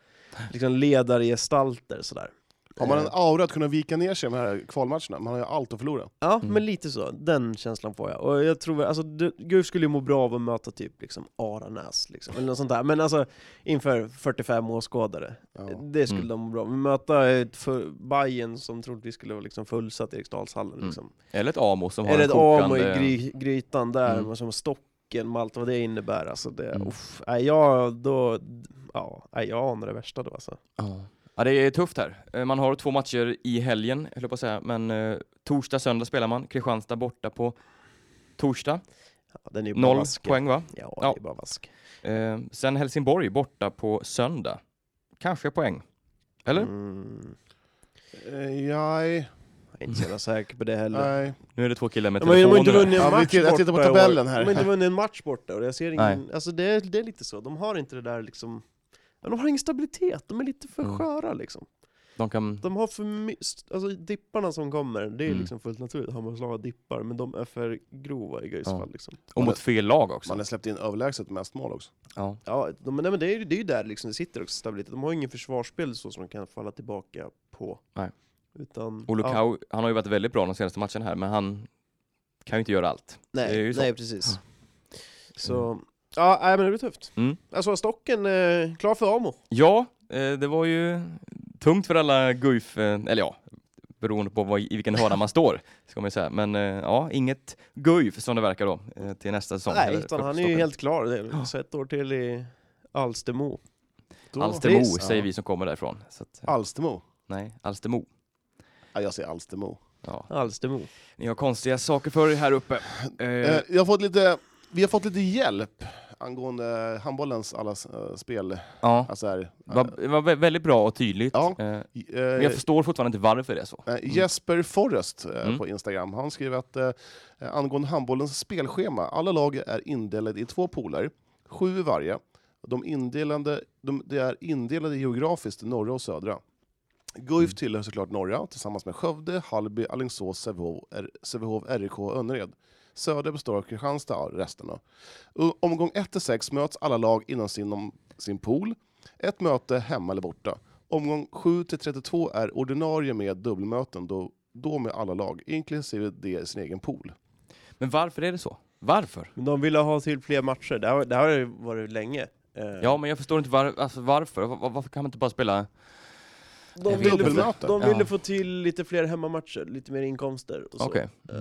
Speaker 3: liksom, ledargestalter sådär.
Speaker 2: Har man en
Speaker 3: Ehm,
Speaker 2: aura att kunna vika ner sig i de här kvalmatcherna? Man har ju allt att förlora.
Speaker 3: Ja,
Speaker 1: Mm.
Speaker 3: men lite så. Den känslan får jag. Och jag tror, väl- alltså, du- Guif skulle ju må bra av att möta typ liksom Aranäs, liksom, eller något sånt där. Men alltså, inför 45 åskådare.
Speaker 2: Ja.
Speaker 3: Det skulle
Speaker 1: Mm.
Speaker 3: de må bra av. Möta ett för- Bayern som troligtvis skulle vara liksom fullsatt i Eriksdalshallen.
Speaker 1: Mm.
Speaker 3: Liksom.
Speaker 1: Eller ett AMO som har
Speaker 3: Eller
Speaker 1: en
Speaker 3: ett Amo i
Speaker 1: kokande...
Speaker 3: gry, grytan där,
Speaker 1: Mm.
Speaker 3: mm. som Stocken med allt vad det innebär. Alltså det,
Speaker 1: Mm.
Speaker 3: uff, nej, jag, då, ja, nej, jag anar det värsta då alltså.
Speaker 1: Ja. ja, det är tufft här. Eh, Man har två matcher i helgen, höll jag på att säga, men eh, torsdag, söndag spelar man. Kristianstad borta på torsdag.
Speaker 3: Ja, den är ju bara
Speaker 1: Noll
Speaker 3: vask.
Speaker 1: poäng va?
Speaker 3: Ja,
Speaker 1: Ja.
Speaker 3: det är bara vask.
Speaker 1: Eh, sen Helsingborg borta på söndag. Kanske poäng. Eller?
Speaker 3: Mm.
Speaker 2: Eh, jag...
Speaker 3: Jag är inte så jävla säker på det heller.
Speaker 2: Nej.
Speaker 1: Nu är det två killar med
Speaker 3: Ja, Men de har inte
Speaker 1: telefoner.
Speaker 3: vunnit en
Speaker 2: Ja, vi
Speaker 3: match
Speaker 2: tittar- jag tittar på
Speaker 3: borta i år.
Speaker 2: tabellen här.
Speaker 3: De har inte vunnit en match borta och jag ser ingen... Alltså det är, det är lite så, de har inte det där liksom... Ja, de har ingen stabilitet, de är lite för
Speaker 1: Mm.
Speaker 3: sköra liksom.
Speaker 1: De kan...
Speaker 3: De har för my- st- alltså dipparna som kommer, det är
Speaker 1: Mm.
Speaker 3: liksom fullt naturligt, Hammarslag har dippar, men de är för grova i Gais
Speaker 1: Ja.
Speaker 3: fall liksom.
Speaker 1: Och mot fel lag
Speaker 2: Man
Speaker 1: också.
Speaker 2: har släppt in överlägset mest mål också.
Speaker 1: Ja.
Speaker 3: Ja, de, nej, men det är, ju- det är ju där liksom det sitter också, stabilitet. De har ju ingen försvarsspel så som de kan falla tillbaka på.
Speaker 1: Nej.
Speaker 3: Utan...
Speaker 1: Och
Speaker 3: ja,
Speaker 1: Lukau, han har ju varit väldigt bra de senaste matcherna här, men han kan ju inte göra allt. det är
Speaker 3: nej,
Speaker 1: ju så.
Speaker 3: nej, precis. Så... Ja, nej, men det blir tufft.
Speaker 1: Mm.
Speaker 3: Alltså Stocken, eh, klar för Amo.
Speaker 1: Ja, eh, det var ju tungt för alla Guif, eh, eller ja, beroende på vad, i vilken hörna man står, ska man ju säga. Men eh, ja, inget Guif som det verkar då, eh, till nästa säsong.
Speaker 3: Nej,
Speaker 1: eller
Speaker 3: utan
Speaker 1: för
Speaker 3: han är ju
Speaker 1: Stockholm.
Speaker 3: helt klar. Det är, så ett år till i Alstermo.
Speaker 2: Då-
Speaker 1: Alstermo
Speaker 3: Visst,
Speaker 1: säger
Speaker 2: ja.
Speaker 1: vi som kommer därifrån. Så att, eh,
Speaker 2: Alstermo?
Speaker 1: nej, Alstermo.
Speaker 2: Ja, jag säger Alstermo.
Speaker 1: Ja.
Speaker 3: Alstermo.
Speaker 1: Ni har konstiga saker för er här uppe. Eh,
Speaker 2: Eh, jag har fått lite, vi har fått lite hjälp angående handbollens alla eh, spel.
Speaker 1: ja,
Speaker 2: Alltså här,
Speaker 1: det var, det var vä- väldigt bra och tydligt.
Speaker 2: Ja.
Speaker 1: Eh,
Speaker 2: eh,
Speaker 1: men jag förstår fortfarande inte varför det är så.
Speaker 2: eh, Jesper Forrest eh,
Speaker 1: Mm.
Speaker 2: på Instagram, han skriver att eh, angående handbollens spelschema, alla lag är indelade i två poler, sju i varje. De, indelande, de, de är indelade geografiskt i norra och södra. Guif tillhör såklart norra tillsammans med Skövde, Hallby, Alingsås, Sävehof, R- Sävehof, RIK och Önnered. Söder består av Kristianstad och resten. Då. U- Omgång 1-6 möts alla lag inom sin, om, sin pool. Ett möte hemma eller borta. Omgång 7-32 är ordinarie med dubbelmöten, då, då med alla lag, inklusive det i sin egen pool.
Speaker 1: Men varför är det så? Varför?
Speaker 3: Men de ville ha till fler matcher. Det här, det här har ju varit länge. Eh,
Speaker 1: Ja, men jag förstår inte var, alltså, varför. Var, var- varför kan man inte bara spela...
Speaker 3: de
Speaker 1: jag vet
Speaker 3: ville,
Speaker 2: inte.
Speaker 3: få, de
Speaker 1: Ja.
Speaker 3: ville få till lite fler hemmamatcher, lite mer inkomster och så.
Speaker 1: Okej.
Speaker 3: Eh,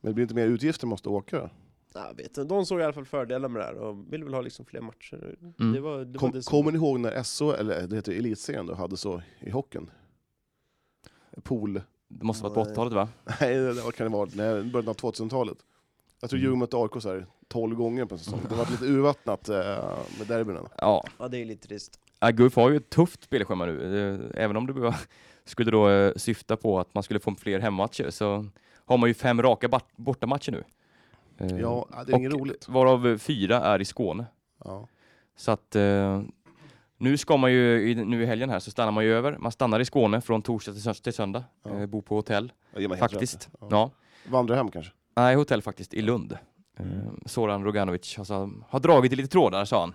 Speaker 2: Men det blir inte mer utgifter måste åka. då.
Speaker 3: jag vet inte. De såg i alla fall fördelar med det här och ville väl ha liksom fler matcher.
Speaker 1: Mm.
Speaker 3: Det var, det var
Speaker 2: Kom,
Speaker 3: det som-
Speaker 2: kommer ni ihåg när SO, eller det heter ju Elitserien då, hade så i hockeyn? Pool...
Speaker 1: Det måste ha varit på
Speaker 3: Nej.
Speaker 1: 80-talet, va?
Speaker 2: Nej, det var, kan det vara? Nej, början av 2000-talet. Jag tror
Speaker 1: Mm.
Speaker 2: Djurgården mötte AIK så här 12 gånger på en säsong. Det var lite urvattnat eh, med derbyna.
Speaker 1: Ja.
Speaker 3: Ja, det är lite trist.
Speaker 1: Ja, Guif har ju ett tufft spelschema nu. Eh, Även om det bara skulle då eh, syfta på att man skulle få fler hemmatcher så har man ju fem raka bart- bortamatcher nu. Eh,
Speaker 2: Ja, det är inget
Speaker 1: och
Speaker 2: roligt.
Speaker 1: Varav eh, fyra är i Skåne.
Speaker 2: Ja.
Speaker 1: Så att eh, nu ska man ju, i- nu i helgen här så stannar man ju över. Man stannar i Skåne från torsdag till, sö- till söndag.
Speaker 2: Ja.
Speaker 1: Eh, bor på hotell
Speaker 2: Jag ger mig helt
Speaker 1: faktiskt.
Speaker 2: rätt. Ja.
Speaker 1: Ja.
Speaker 2: Vandra hem kanske.
Speaker 1: Nej, hotell faktiskt i Lund.
Speaker 3: Mm.
Speaker 1: Eh, Soran Roganovic alltså, har dragit i lite trådar, sa han,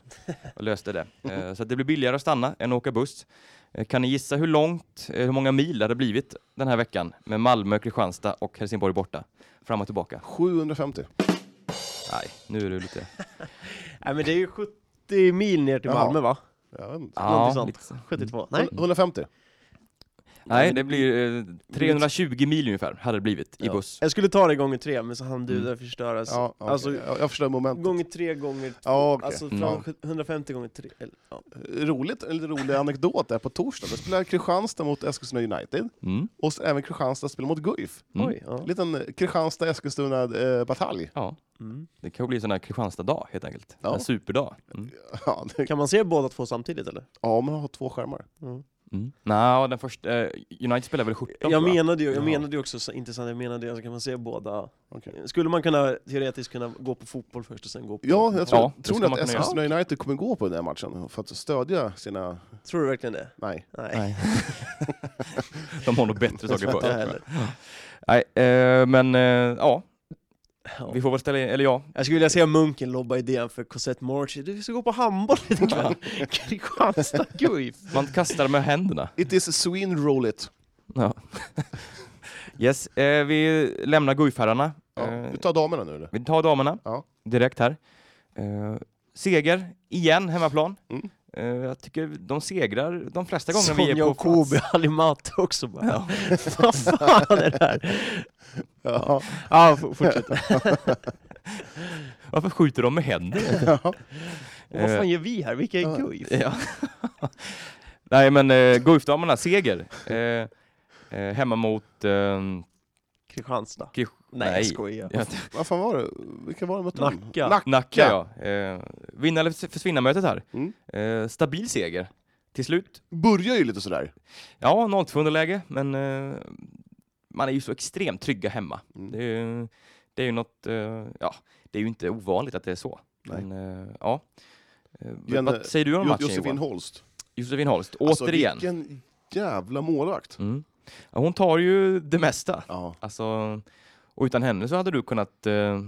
Speaker 1: och löste det. Eh, Så att det blir billigare att stanna än att åka buss. Eh, Kan ni gissa hur långt, eh, hur många mil det hade blivit den här veckan med Malmö, Kristianstad och Helsingborg borta? Fram och tillbaka.
Speaker 2: 750.
Speaker 1: Nej, nu är du lite...
Speaker 3: Nej, men det är ju 70 mil ner till
Speaker 2: Jaha. Mm.
Speaker 3: Malmö va?
Speaker 2: Jag vet inte.
Speaker 3: Någonting
Speaker 1: Ja,
Speaker 3: sånt.
Speaker 1: lite.
Speaker 3: 72? Nej.
Speaker 2: 150.
Speaker 1: Nej, det blir eh, 320 mil ungefär, hade det blivit i
Speaker 3: Ja.
Speaker 1: buss.
Speaker 3: Jag skulle ta det gånger tre, men så hann du
Speaker 1: Mm.
Speaker 3: där förstöras.
Speaker 2: Ja, okej.
Speaker 3: Alltså-
Speaker 2: jag, jag förstår momentet.
Speaker 3: Gånger tre gånger två.
Speaker 2: Ja, okej.
Speaker 3: Alltså
Speaker 1: Mm.
Speaker 3: fram, 150 gånger tre. Eller, ja.
Speaker 2: Roligt, en lite rolig anekdot där på torsdag. Då spelar Kristianstad mot Eskilstuna United
Speaker 1: Mm.
Speaker 2: och så även Kristianstad spelar mot Guif.
Speaker 1: Mm.
Speaker 3: Oj, ja.
Speaker 2: En liten eh, Kristianstad-Eskilstuna-batalj.
Speaker 1: Ja,
Speaker 3: Mm.
Speaker 1: det kan ju bli en sån här Kristianstad-dag helt enkelt.
Speaker 2: Ja.
Speaker 1: En superdag. Mm.
Speaker 2: Ja, det-
Speaker 3: Kan man se båda två samtidigt eller?
Speaker 2: ja, man har två skärmar.
Speaker 1: Mm. Nå, den första, eh, United spelar väl 17 tror
Speaker 3: Jag
Speaker 1: jag.
Speaker 3: menade ju, jag
Speaker 2: Ja.
Speaker 3: menade ju också, så- inte sant, jag menade ju, alltså, kan man se båda?
Speaker 2: Okej.
Speaker 3: Skulle man kunna, teoretiskt kunna gå på fotboll först och sen gå på
Speaker 2: Ja, jag tror,
Speaker 1: Ja, det
Speaker 2: tror ni
Speaker 1: ska man
Speaker 2: att
Speaker 1: kunna
Speaker 2: Eskilstuna United kommer gå på den här matchen för att stödja sina...
Speaker 3: Tror du verkligen det?
Speaker 2: Nej.
Speaker 3: Nej.
Speaker 1: Nej. De har nog bättre
Speaker 3: Jag
Speaker 1: saker
Speaker 3: tror inte det
Speaker 1: för
Speaker 3: heller.
Speaker 1: Nej, eh, men eh, ja,
Speaker 3: Ja.
Speaker 1: vi får väl ställa in, eller ja.
Speaker 3: Jag skulle vilja se Munken lobba idén för Cosette Morchi, du ska gå på handboll ikväll! Kristianstad Guif!
Speaker 1: Man kastar med händerna.
Speaker 2: It is Sweden roll it.
Speaker 1: Ja. Yes, eh, vi lämnar Guifherrarna.
Speaker 2: Ja.
Speaker 1: Eh,
Speaker 2: Du tar damerna nu eller?
Speaker 1: vi tar damerna
Speaker 2: Ja.
Speaker 1: direkt här. Eh, seger, igen, hemmaplan.
Speaker 2: Mm.
Speaker 1: Eh, jag tycker de segrar de flesta gånger vi är
Speaker 3: Sonja
Speaker 1: på
Speaker 3: och Kobe
Speaker 1: plats.
Speaker 3: Halimata också bara.
Speaker 1: Ja.
Speaker 3: Vad fan är det här?
Speaker 2: Ja.
Speaker 3: Ja, f- fortsätt.
Speaker 1: Varför skjuter de med händer?
Speaker 3: Vad
Speaker 1: Eh.
Speaker 3: fan gör vi här? Vilka är Guif?
Speaker 1: Ja. Nej men eh, Guifdamerna, seger. Eh, eh, hemma mot ehm,
Speaker 3: Kristianstad?
Speaker 1: Krish-
Speaker 3: Nej,
Speaker 1: Nej.
Speaker 3: jag skojar.
Speaker 1: Ja,
Speaker 2: Vad fan var det? Vilka var det mot dem?
Speaker 3: Nacka.
Speaker 1: Nacka ja. Eh, vinna eller förs- försvinna-mötet här.
Speaker 2: Mm.
Speaker 1: Eh, stabil seger till slut.
Speaker 2: Börjar ju lite sådär.
Speaker 1: Ja, 0-2 underläge, men eh, man är ju så extremt trygga hemma.
Speaker 2: Mm.
Speaker 1: Det är ju, det är ju något, eh, ja, det är ju inte ovanligt att det är så.
Speaker 2: Nej.
Speaker 1: Men, eh, ja. Eh,
Speaker 2: Jen-
Speaker 1: vad säger du om matchen
Speaker 2: Josefin
Speaker 1: Johan?
Speaker 2: Holst.
Speaker 1: Josefin Holst,
Speaker 2: Alltså,
Speaker 1: återigen.
Speaker 2: vilken jävla målvakt.
Speaker 1: Mm. Ja, hon tar ju det mesta.
Speaker 2: Ja,
Speaker 1: Alltså, och utan henne så hade du kunnat eh,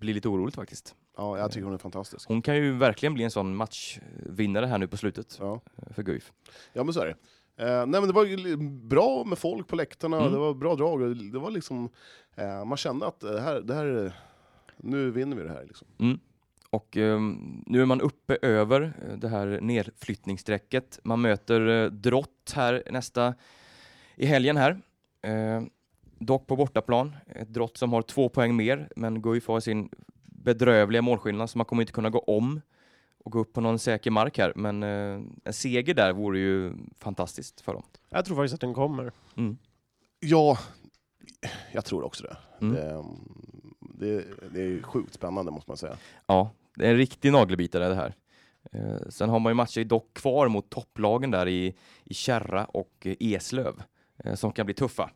Speaker 1: bli lite orolig faktiskt.
Speaker 2: ja, jag tycker hon är fantastisk.
Speaker 1: Hon kan ju verkligen bli en sån matchvinnare här nu på slutet
Speaker 2: Ja,
Speaker 1: eh, för Guif.
Speaker 2: ja men så är det. Eh, nej, men det var ju li- bra med folk på läktarna,
Speaker 1: Mm.
Speaker 2: det var bra drag. och Det var liksom, eh, man kände att det här, det här, eh, nu vinner vi det här. Liksom.
Speaker 1: Och ehm, nu är man uppe över eh, det här nedflyttningsstrecket. Man möter eh, Drott här nästa i helgen här. Eh, dock på bortaplan. Ett Drott som har två poäng mer, men Guif har sin bedrövliga målskillnad så man kommer inte kunna gå om och gå upp på någon säker mark här. Men eh, en seger där vore ju fantastiskt för dem.
Speaker 3: Jag tror faktiskt att den kommer.
Speaker 1: Mm.
Speaker 2: Ja, jag tror också det.
Speaker 1: Mm.
Speaker 2: Det, det. Det är sjukt spännande måste man säga.
Speaker 1: Ja, det är en riktig nagelbitare det här. Eh, sen har man ju matcher dock kvar mot topplagen där i, i Kärra och eh, Eslöv eh, som kan bli tuffa.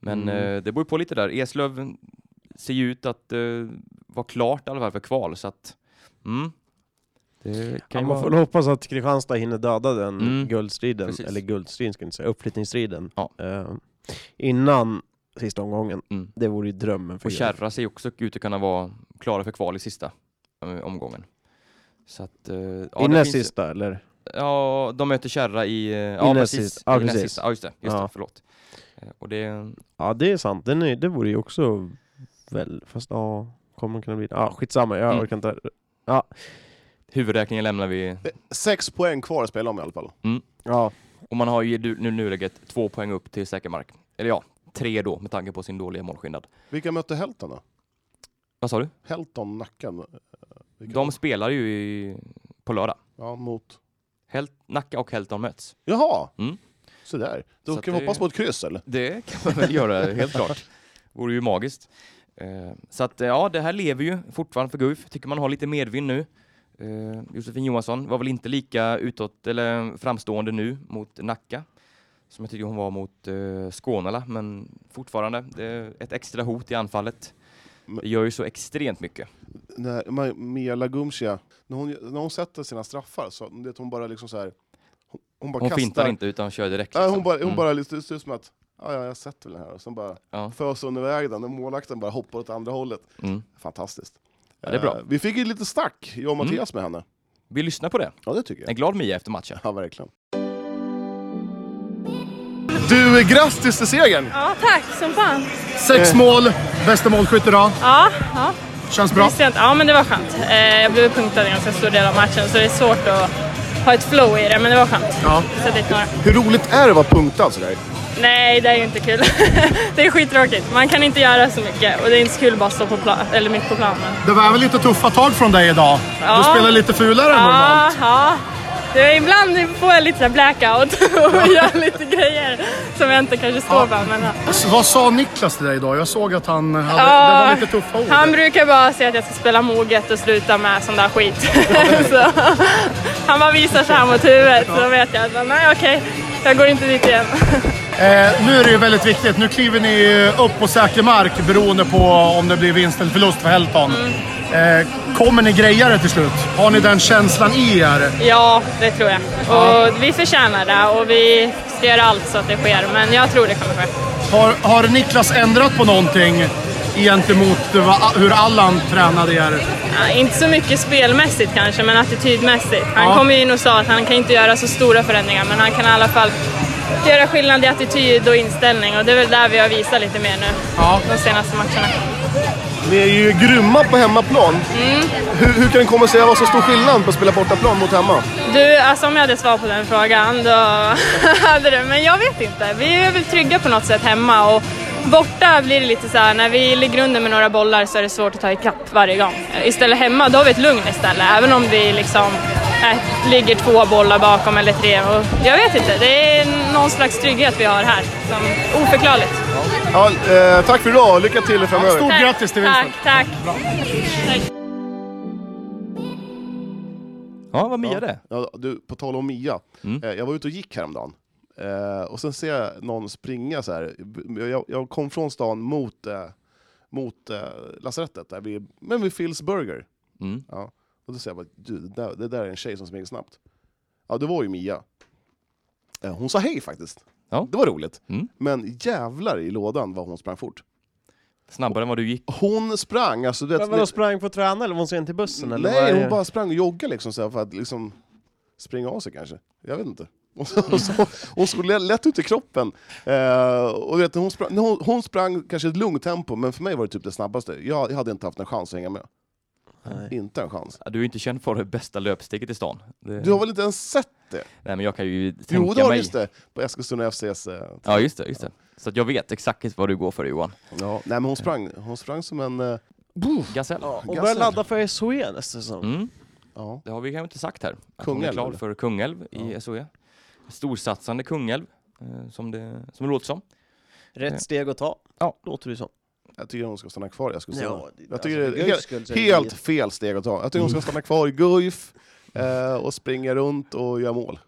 Speaker 1: Men
Speaker 3: Mm.
Speaker 1: eh, det beror ju på lite där. Eslöv ser ju ut att eh, vara klart i alla fall för kval så att mm, det kan
Speaker 3: Kan
Speaker 1: ju
Speaker 3: man får
Speaker 1: vara...
Speaker 3: väl hoppas att Kristianstad hinner döda den
Speaker 1: Mm.
Speaker 3: guldstriden,
Speaker 1: Precis.
Speaker 3: eller guldstriden ska jag inte säga, uppflyttningsstriden.
Speaker 1: Ja.
Speaker 3: Eh, innan sista omgången.
Speaker 1: Mm.
Speaker 3: Det vore ju drömmen för
Speaker 1: Och
Speaker 3: Guif.
Speaker 1: Kärra ser ju också ut att kunna vara klara för kval i sista eh, omgången. Så att... Eh, ja,
Speaker 3: I
Speaker 1: det
Speaker 3: näst
Speaker 1: finns ju-
Speaker 3: sista, eller?
Speaker 1: Ja, de möter Kärra i... eh, Ja,
Speaker 3: näst
Speaker 1: precis.
Speaker 3: sist. Ja,
Speaker 1: I näst
Speaker 3: precis.
Speaker 1: sista. Ja, just det. Just det
Speaker 3: Ja.
Speaker 1: förlåt. Eh, Och det,
Speaker 3: Ja, det är sant. Den är, det vore ju också väl... Fast ja, kommer den kunna bli... Ja, skitsamma. Jag
Speaker 1: Mm.
Speaker 3: orkar inte.
Speaker 1: Huvudräkningen lämnar vi.
Speaker 2: Eh, Sex poäng kvar att spela om i alla fall.
Speaker 3: Ja,
Speaker 1: Och man har ju i du- nu nuläget två poäng upp till säker mark. Eller ja, tre då med tanke på sin dåliga målskillnad.
Speaker 2: Vilka mötte Helton då?
Speaker 1: Vad sa du?
Speaker 2: Helton, Nackan? eh, vilka
Speaker 1: De spelar ju i, på lördag.
Speaker 2: Ja, mot...
Speaker 1: Helt, Nacka och Helton möts.
Speaker 2: Jaha!
Speaker 1: Mm.
Speaker 2: Så där. Då
Speaker 1: Så att
Speaker 2: kan vi
Speaker 1: det-
Speaker 2: hoppas på ett kryss eller?
Speaker 1: Det kan man väl göra, helt klart. Vore ju magiskt. Eh, Så att eh, ja, det här lever ju fortfarande för Guif. Tycker man har lite medvind nu. Eh, Josefin Johansson var väl inte lika utåt eller framstående nu mot Nacka som jag tycker hon var mot eh, Skånela, men fortfarande det är ett extra hot i anfallet.
Speaker 2: Men-
Speaker 1: Det gör ju så extremt mycket.
Speaker 2: När Ma- Mia Lagumcia, när hon, när hon sätter sina straffar så det, hon bara liksom så här. Hon, hon bara
Speaker 1: Hon
Speaker 2: kastar...
Speaker 1: fintar inte utan kör direkt.
Speaker 2: Nej,
Speaker 1: liksom.
Speaker 2: hon bara, hon
Speaker 1: Mm.
Speaker 2: bara liksom, det ser ut som att ja, ja, jag sätter väl den här. Och sen bara
Speaker 1: Ja.
Speaker 2: föser hon iväg den och målvakten bara hoppar åt andra hållet.
Speaker 1: Mm.
Speaker 2: Fantastiskt.
Speaker 1: Ja, det är bra.
Speaker 2: Eh, vi fick ju lite snack, jag och
Speaker 1: Mm.
Speaker 2: Mattias med henne.
Speaker 1: Vi lyssnar på det.
Speaker 2: Ja, det tycker jag.
Speaker 1: En glad Mia efter matchen.
Speaker 2: Ja, verkligen. Du, grattis till segern! Eh.
Speaker 7: Ja, tack som fan.
Speaker 9: Sex mål, bästa målskytt idag.
Speaker 7: Ja, ja.
Speaker 9: Känns bra.
Speaker 7: Visst är inte- ja men det var skönt. Eh, jag blev punktad en ganska stor del av matchen så det är svårt att ha ett flow i det, men det var skönt.
Speaker 9: Ja.
Speaker 7: Så dit några.
Speaker 2: Hur roligt är det att vara punktad sådär?
Speaker 7: Nej, det är ju inte kul. det är skittråkigt. Man kan inte göra så mycket och det är inte så kul att bara stå på plan, eller mitt på planen.
Speaker 9: Det var väl lite tuffa tag från dig idag?
Speaker 7: Ja.
Speaker 9: Du spelar lite fulare än normalt.
Speaker 7: Ja, ja. Det, ibland får jag lite så här blackout och gör lite grejer som jag inte kanske står för. Men, ja.
Speaker 9: S- Vad sa Niklas till dig idag? Jag såg att han hade... Det var lite tuffa ord.
Speaker 7: Han brukar bara säga att jag ska spela moget och sluta med sån där skit. så, han bara visar sig här mot huvudet, så då vet jag att nej okej, jag går inte dit igen.
Speaker 9: eh, nu är det ju väldigt viktigt. Nu kliver ni ju upp på säker mark beroende på om det blir vinst eller förlust för Helton.
Speaker 7: Mm.
Speaker 9: Eh, kommer ni greja det till slut? Har ni den känslan i er?
Speaker 7: ja, det tror jag. Och vi förtjänar det och vi ska göra allt så att det sker, men jag tror det kommer ske.
Speaker 9: Har, har Niklas ändrat på någonting gentemot vad- hur Allan tränade er?
Speaker 7: Ja, inte så mycket spelmässigt kanske, men attitydmässigt. Han
Speaker 9: Ja.
Speaker 7: kom ju in och sa att han kan inte göra så stora förändringar, men han kan i alla fall göra skillnad i attityd och inställning och det är väl där vi har visat lite mer nu
Speaker 9: Ja.
Speaker 7: de senaste matcherna.
Speaker 2: Ni är ju grymma på hemmaplan. Hur, hur kan det komma sig att vara så stor skillnad på att spela bortaplan mot hemma?
Speaker 7: Du, alltså om jag hade svar på den frågan då hade du, men jag vet inte. Vi är väl trygga på något sätt hemma och borta blir det lite så här, när vi ligger under med några bollar så är det svårt att ta ikapp varje gång. Istället hemma, då har vi ett lugn istället, även om vi liksom eh, ligger två bollar bakom eller tre. Och jag vet inte, det är någon slags trygghet vi har här som oförklarligt.
Speaker 2: Ja, eh, tack för idag, lycka till framöver.
Speaker 9: Stort grattis till vinsten!
Speaker 7: Tack, tack.
Speaker 1: Ja, vad Mia det.
Speaker 2: Ja, du, på tal om Mia.
Speaker 1: Mm.
Speaker 2: Eh, jag var ute och gick häromdagen. Eh, och sen ser jag någon springa så här. Jag, jag kom från stan mot, eh, mot eh, lasarettet, där vi, men vid Phil's Burger.
Speaker 1: Mm.
Speaker 2: Ja. Och då säger jag bara, du, det, där, det där är en tjej som springer snabbt. Ja, det var ju Mia. Eh, Hon sa hej faktiskt.
Speaker 1: Ja.
Speaker 2: Det var roligt.
Speaker 1: Mm.
Speaker 2: Men jävlar i lådan vad hon sprang fort.
Speaker 1: Snabbare än vad du gick.
Speaker 2: Hon sprang, alltså du vet...
Speaker 3: Men vadå, sprang på att träna eller var hon sen till bussen? Eller vad
Speaker 2: nej,
Speaker 3: är det?
Speaker 2: hon bara sprang och joggade liksom så här för att liksom springa av sig kanske. Jag vet inte. Och så, och så, hon såg lä- lätt ut i kroppen. Eh, och du vet, hon, sprang, när hon, hon sprang kanske i ett lugnt tempo, men för mig var det typ det snabbaste. Jag, jag hade inte haft en chans att hänga med.
Speaker 3: Nej.
Speaker 2: Inte en chans.
Speaker 1: Ja, Du är ju inte känd för det bästa löpsteget i stan. Det...
Speaker 2: Du har väl inte ens sett det?
Speaker 1: Nej, men jag kan ju tänka
Speaker 2: Jo, det har du,
Speaker 1: mig.
Speaker 2: just det. På Eskilstuna FCs... eh,
Speaker 1: Ja, just det, just det. Så att jag vet exakt vad du går för Johan.
Speaker 2: Ja, nej, men hon sprang, hon sprang som en... eh,
Speaker 1: Gasell.
Speaker 3: Hon börjar
Speaker 2: Gassel.
Speaker 3: ladda för SOE nästa säsong.
Speaker 1: Mm.
Speaker 2: Ja.
Speaker 1: Det har vi kanske inte sagt här. Att hon är
Speaker 2: Kungälv,
Speaker 1: klar
Speaker 2: eller?
Speaker 1: för Kungälv i SOE. Storsatsande Kungälv, eh, som det, som det låter som.
Speaker 3: Rätt steg att ta, ja. låter det som.
Speaker 2: Jag tycker hon ska stanna kvar i Eskilstuna.
Speaker 3: Ja, det-
Speaker 2: jag tycker
Speaker 3: alltså,
Speaker 2: det
Speaker 3: för
Speaker 2: är
Speaker 3: Guifs skull
Speaker 2: helt,
Speaker 3: så är det
Speaker 2: helt
Speaker 3: inget-
Speaker 2: fel steg att ta. Jag tycker hon ska stanna kvar i Guif eh, och springa runt och göra mål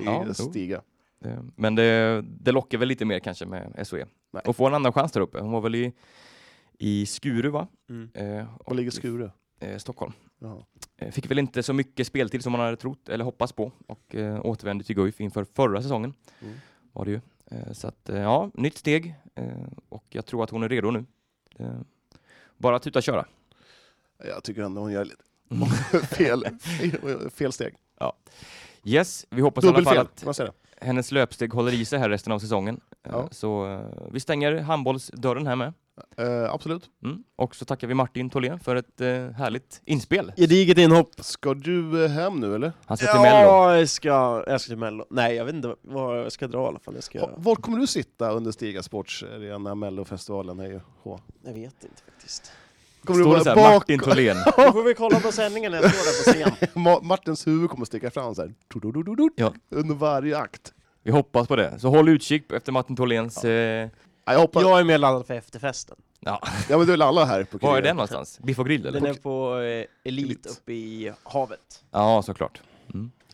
Speaker 2: i
Speaker 1: Ja, jo.
Speaker 2: Stiga.
Speaker 1: Eh, Men det, det lockar väl lite mer kanske med SOE.
Speaker 2: Nej.
Speaker 1: Och få en annan chans där uppe. Hon var väl i, i Skuru, va?
Speaker 3: Mm.
Speaker 1: Eh,
Speaker 2: Var ligger
Speaker 1: och-
Speaker 2: Skure?
Speaker 1: eh, Stockholm.
Speaker 2: Ja.
Speaker 1: Eh, Fick väl inte så mycket speltid som man hade trott eller hoppats på och eh, återvände till Guif inför förra säsongen.
Speaker 2: Mm.
Speaker 1: Var det ju. Eh, så att, eh, ja, nytt steg eh, och jag tror att hon är redo nu. Eh, bara tuta och köra.
Speaker 2: Jag tycker ändå hon gör lite fel, fel- fel steg.
Speaker 1: Yes, vi hoppas i alla fall
Speaker 2: Dubbelfel,
Speaker 1: att
Speaker 2: kan man säga det?
Speaker 1: hennes löpsteg håller i sig här resten av säsongen. Eh,
Speaker 2: Ja.
Speaker 1: Så eh, vi stänger handbollsdörren här med.
Speaker 2: Eh, absolut.
Speaker 1: Mm. Och så tackar vi Martin Tholén för ett eh, härligt inspel.
Speaker 3: Gediget inhopp.
Speaker 2: Ska du eh, hem nu eller?
Speaker 1: Han sätter Mello.
Speaker 3: Ja, jag ska, jag ska till Mello. Nej, jag vet inte vad jag ska dra i alla fall. Jag, ska,
Speaker 2: Ha, var kommer du sitta under Stiga Sports rena Mellofestivalen? Hej och hå?
Speaker 3: jag vet inte faktiskt.
Speaker 2: Kommer du
Speaker 1: Står det
Speaker 2: vara
Speaker 1: så här,
Speaker 2: bak?
Speaker 1: Martin Tholén.
Speaker 3: Då får vi kolla på sändningen när jag står där på scen.
Speaker 2: Ma- Martins huvud kommer sticka fram så här. Tududududud,
Speaker 1: Ja.
Speaker 2: Under varje akt.
Speaker 1: Vi hoppas på det. Så håll utkik efter Martin Tholéns... Eh,
Speaker 2: Ja, Jag hoppas...
Speaker 3: Jag är med laddad för efterfesten.
Speaker 1: ja.
Speaker 2: Ja men det är väl alla här på
Speaker 1: Var är
Speaker 2: Kurir.
Speaker 1: den någonstans? Biff och grill eller?
Speaker 3: Den är på eh, Elit
Speaker 2: Elit.
Speaker 3: uppe i havet.
Speaker 1: Ja, såklart.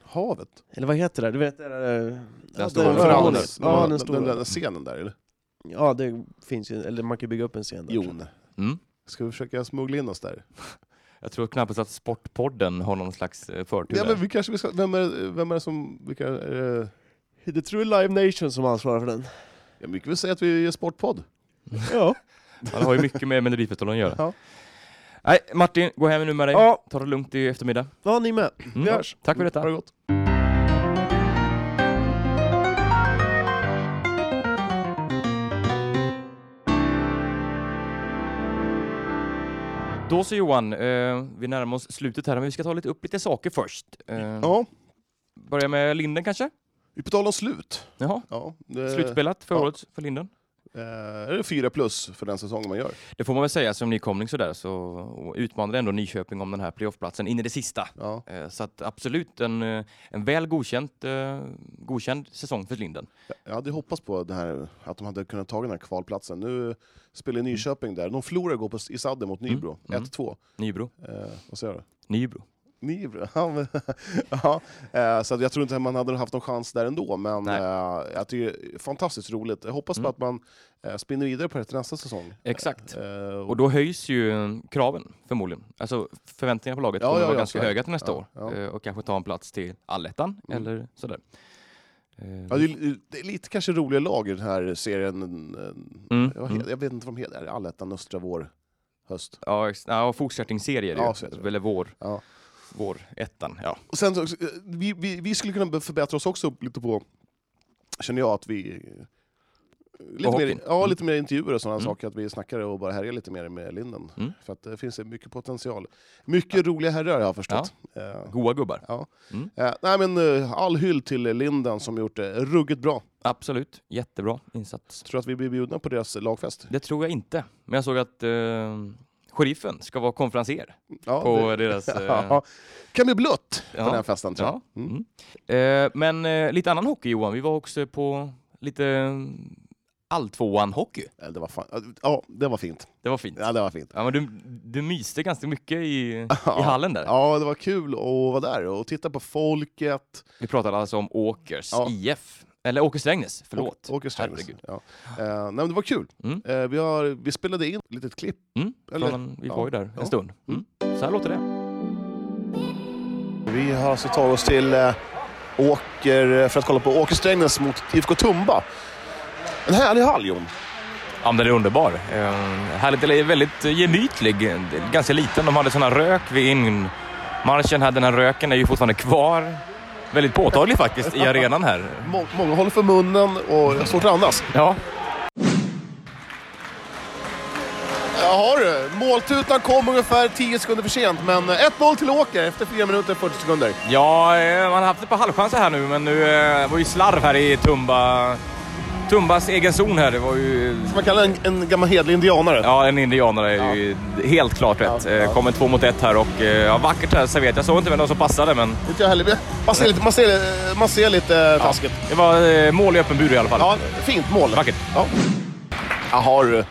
Speaker 2: Havet?
Speaker 3: Eller vad heter det? Du vet det där... eh, ja,
Speaker 1: stora
Speaker 3: det-
Speaker 2: Konferens?
Speaker 1: Konferens.
Speaker 3: Ja, den
Speaker 2: den, den
Speaker 3: stora.
Speaker 2: där scenen där eller?
Speaker 3: Ja, det finns ju, eller man kan bygga upp en scen där.
Speaker 2: Jon.
Speaker 1: Mm.
Speaker 2: Ska vi försöka smuggla in oss där?
Speaker 1: Jag tror knappast att Sportpodden har någon slags eh, förtur
Speaker 2: Ja,
Speaker 1: där.
Speaker 2: men vi kanske vi ska, vem, är, vem är det som... Vilka, eh,
Speaker 3: Det tror jag Live Nation som ansvarar för den.
Speaker 2: ja, vi kan väl säga att vi är sportpodd?
Speaker 3: Ja.
Speaker 1: Han har ju mycket med Melodifestivalen att göra.
Speaker 2: Ja.
Speaker 1: Nej, Martin, gå hem nu med dig.
Speaker 3: Ja,
Speaker 1: Ta det lugnt i eftermiddag.
Speaker 3: då har ni med.
Speaker 1: Mm.
Speaker 3: Vi hörs.
Speaker 1: Tack för detta.
Speaker 2: Ha det gott.
Speaker 1: Då så Johan, eh, vi närmar oss slutet här, men vi ska ta lite upp lite saker först. Eh,
Speaker 2: Ja,
Speaker 1: Börja med Linden kanske?
Speaker 2: vi på tal om slut.
Speaker 1: Jaha,
Speaker 2: Ja, det,
Speaker 1: slutspelat för
Speaker 2: Eh, ja.
Speaker 1: året för Linden.
Speaker 2: eh, är det fyra plus för den säsongen man gör.
Speaker 1: Det får man väl säga som nykomling sådär, så och utmanade ändå Nyköping om den här playoffplatsen in i det sista.
Speaker 2: Ja.
Speaker 1: Eh, Så att absolut en, eh, en väl godkänt, eh, godkänd säsong för Linden.
Speaker 2: Jag hade hoppats på det här, att de hade kunnat ta den här kvalplatsen. Nu spelar Nyköping där. De förlorar går på, i sadden mot Nybro,
Speaker 1: Mm.
Speaker 2: 1-2.
Speaker 1: Nybro.
Speaker 2: Eh, vad säger du?
Speaker 1: Nybro.
Speaker 2: Nybro? Ja, men, ja, eh, så att jag tror inte man hade haft någon chans där ändå, men
Speaker 1: Nej.
Speaker 2: eh, jag tycker det är fantastiskt roligt. Jag hoppas
Speaker 1: Mm.
Speaker 2: på att man eh, spinner vidare på det till nästa säsong.
Speaker 1: Exakt.
Speaker 2: Eh, och,
Speaker 1: Och då höjs ju eh, kraven förmodligen. Alltså förväntningarna på laget
Speaker 2: Ja,
Speaker 1: kommer
Speaker 2: ja,
Speaker 1: vara
Speaker 2: ja,
Speaker 1: ganska
Speaker 2: så är det.
Speaker 1: höga till nästa
Speaker 2: Ja,
Speaker 1: år
Speaker 2: ja.
Speaker 1: Eh, och kanske ta en plats till allettan
Speaker 2: Mm.
Speaker 1: eller sådär. Eh,
Speaker 2: ja, det, är, det är lite kanske roliga lag i den här serien. eh,
Speaker 1: Mm,
Speaker 2: Jag,
Speaker 1: mm.
Speaker 2: jag vet inte vad de heter, Är det Allettan, Östra, Vår, Höst.
Speaker 1: Ja, ex- ja fortsättningsserie är det
Speaker 2: Ja,
Speaker 1: ju.
Speaker 2: så heter det.
Speaker 1: Eller vår,
Speaker 2: Ja.
Speaker 1: vår ettan. Ja.
Speaker 2: Och sen, så- eh, vi, vi, vi skulle kunna förbättra oss också lite på, känner jag, att vi... eh, Lite mer,
Speaker 1: hockeyn.
Speaker 2: ja, lite mer intervjuer och sådana
Speaker 1: Mm.
Speaker 2: saker, att vi snackar och bara härjar lite mer med Linden.
Speaker 1: Mm.
Speaker 2: För att det finns eh, mycket potential. Mycket roliga herrar har jag förstått. Eh,
Speaker 1: Goa gubbar.
Speaker 2: eh, nej, men, eh, all hyll till eh, Linden som gjort det ruggigt bra.
Speaker 1: Absolut, jättebra insats.
Speaker 2: Tror att vi blir bjudna på deras lagfest?
Speaker 1: Det tror jag inte, men jag såg att eh, Sheriffen ska vara konferenser
Speaker 2: Ja,
Speaker 1: på
Speaker 2: det,
Speaker 1: deras... Eh,
Speaker 2: ja. Kan bli blött på
Speaker 1: Ja.
Speaker 2: den här festen tror jag.
Speaker 1: Ja.
Speaker 2: Mm.
Speaker 1: Mm. Eh, men eh, lite annan hockey Johan, vi var också på lite mm, alltvåan-hockey.
Speaker 2: Eh, Det var fan... Ja, det var fint.
Speaker 1: Det var fint.
Speaker 2: Ja, det var fint.
Speaker 1: Ja, men du, du myste ganska mycket i, i hallen där.
Speaker 2: Ja, det var kul att vara där och titta på folket.
Speaker 1: Vi pratade alltså om Åkers
Speaker 2: Ja.
Speaker 1: IF Eller Åke Strängnäs, förlåt.
Speaker 2: Åker Strängnäs.
Speaker 1: Herregud.
Speaker 2: Ja. Eh, nej, men det var kul.
Speaker 1: Mm.
Speaker 2: Eh, vi, har, vi spelade in ett litet klipp.
Speaker 1: Mm,
Speaker 2: Eller-
Speaker 1: från, vi
Speaker 2: ja.
Speaker 1: var ju där en
Speaker 2: Ja.
Speaker 1: stund. Mm. Så här låter det.
Speaker 2: Vi har alltså tagit oss till eh, Åker eh, för att kolla på Åker Strängnäs mot IFK Tumba. En härlig hall, Jon.
Speaker 1: Ja, men den är underbar. Eh, härligt, eller väldigt eh, gemytlig. Eh, Ganska liten. De hade sån här rök vid inmarschen här. Den här röken är ju fortfarande kvar. Väldigt påtaglig faktiskt i arenan här.
Speaker 2: Må- många håller för munnen och jag har svårt att andas.
Speaker 1: Ja,
Speaker 2: Jaha du, måltutan kom ungefär 10 sekunder för sent, men eh, 1-0 till Åker efter 4 minuter och 40 sekunder.
Speaker 1: Ja, eh, man har haft ett par halvchanser här nu, men nu eh, var ju slarv här i Tumba. Tumbas egen zon här. Det var ju...
Speaker 2: Man kallar en, en gammal hedlig indianare.
Speaker 1: Ja, en indianare är ju helt klart rätt.
Speaker 2: Ja,
Speaker 1: Eh,
Speaker 2: ja.
Speaker 1: Kommer två mot ett här och eh, ja, vackert här serverat. Jag såg inte vem det var som passade, men
Speaker 2: Inte jag heller. Man ser lite, man ser, man ser lite eh, taskigt.
Speaker 1: det var eh, mål i öppen bur i alla fall.
Speaker 2: Ja, fint mål.
Speaker 1: Vackert.
Speaker 2: Ja. Jaha du.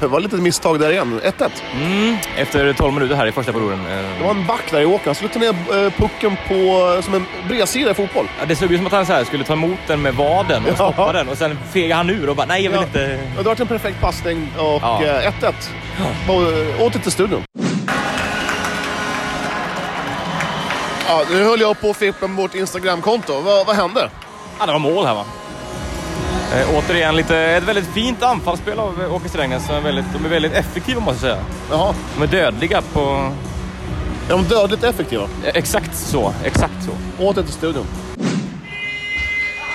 Speaker 2: Det var lite misstag där igen. 1-1.
Speaker 1: Mm, efter 12 minuter här i första perioden. eh,
Speaker 2: Det var en back där i åkern. Han skulle ta ner eh, pucken på, som en bredsida i fotboll.
Speaker 1: ja, Det såg ut som att han så här skulle ta emot den med vaden och stoppa
Speaker 2: Ja.
Speaker 1: den och sen fegade han ur och bara nej, jag vill
Speaker 2: Ja.
Speaker 1: inte.
Speaker 2: Det har varit en perfekt passning och
Speaker 1: Ja.
Speaker 2: eh, 1-1. Och, eh, Åter till studion. Ja, nu höll jag på att flippa med vårt Instagramkonto. Vad, vad hände?
Speaker 1: Ja, det var mål här va? Eh, återigen lite, ett väldigt fint anfallsspel av eh, Åke Strängnäs. som är väldigt- De är väldigt effektiva måste jag säga.
Speaker 2: Jaha,
Speaker 1: De är dödliga på...
Speaker 2: är de dödligt effektiva?
Speaker 1: eh, Exakt så, exakt så.
Speaker 2: Åter till studion.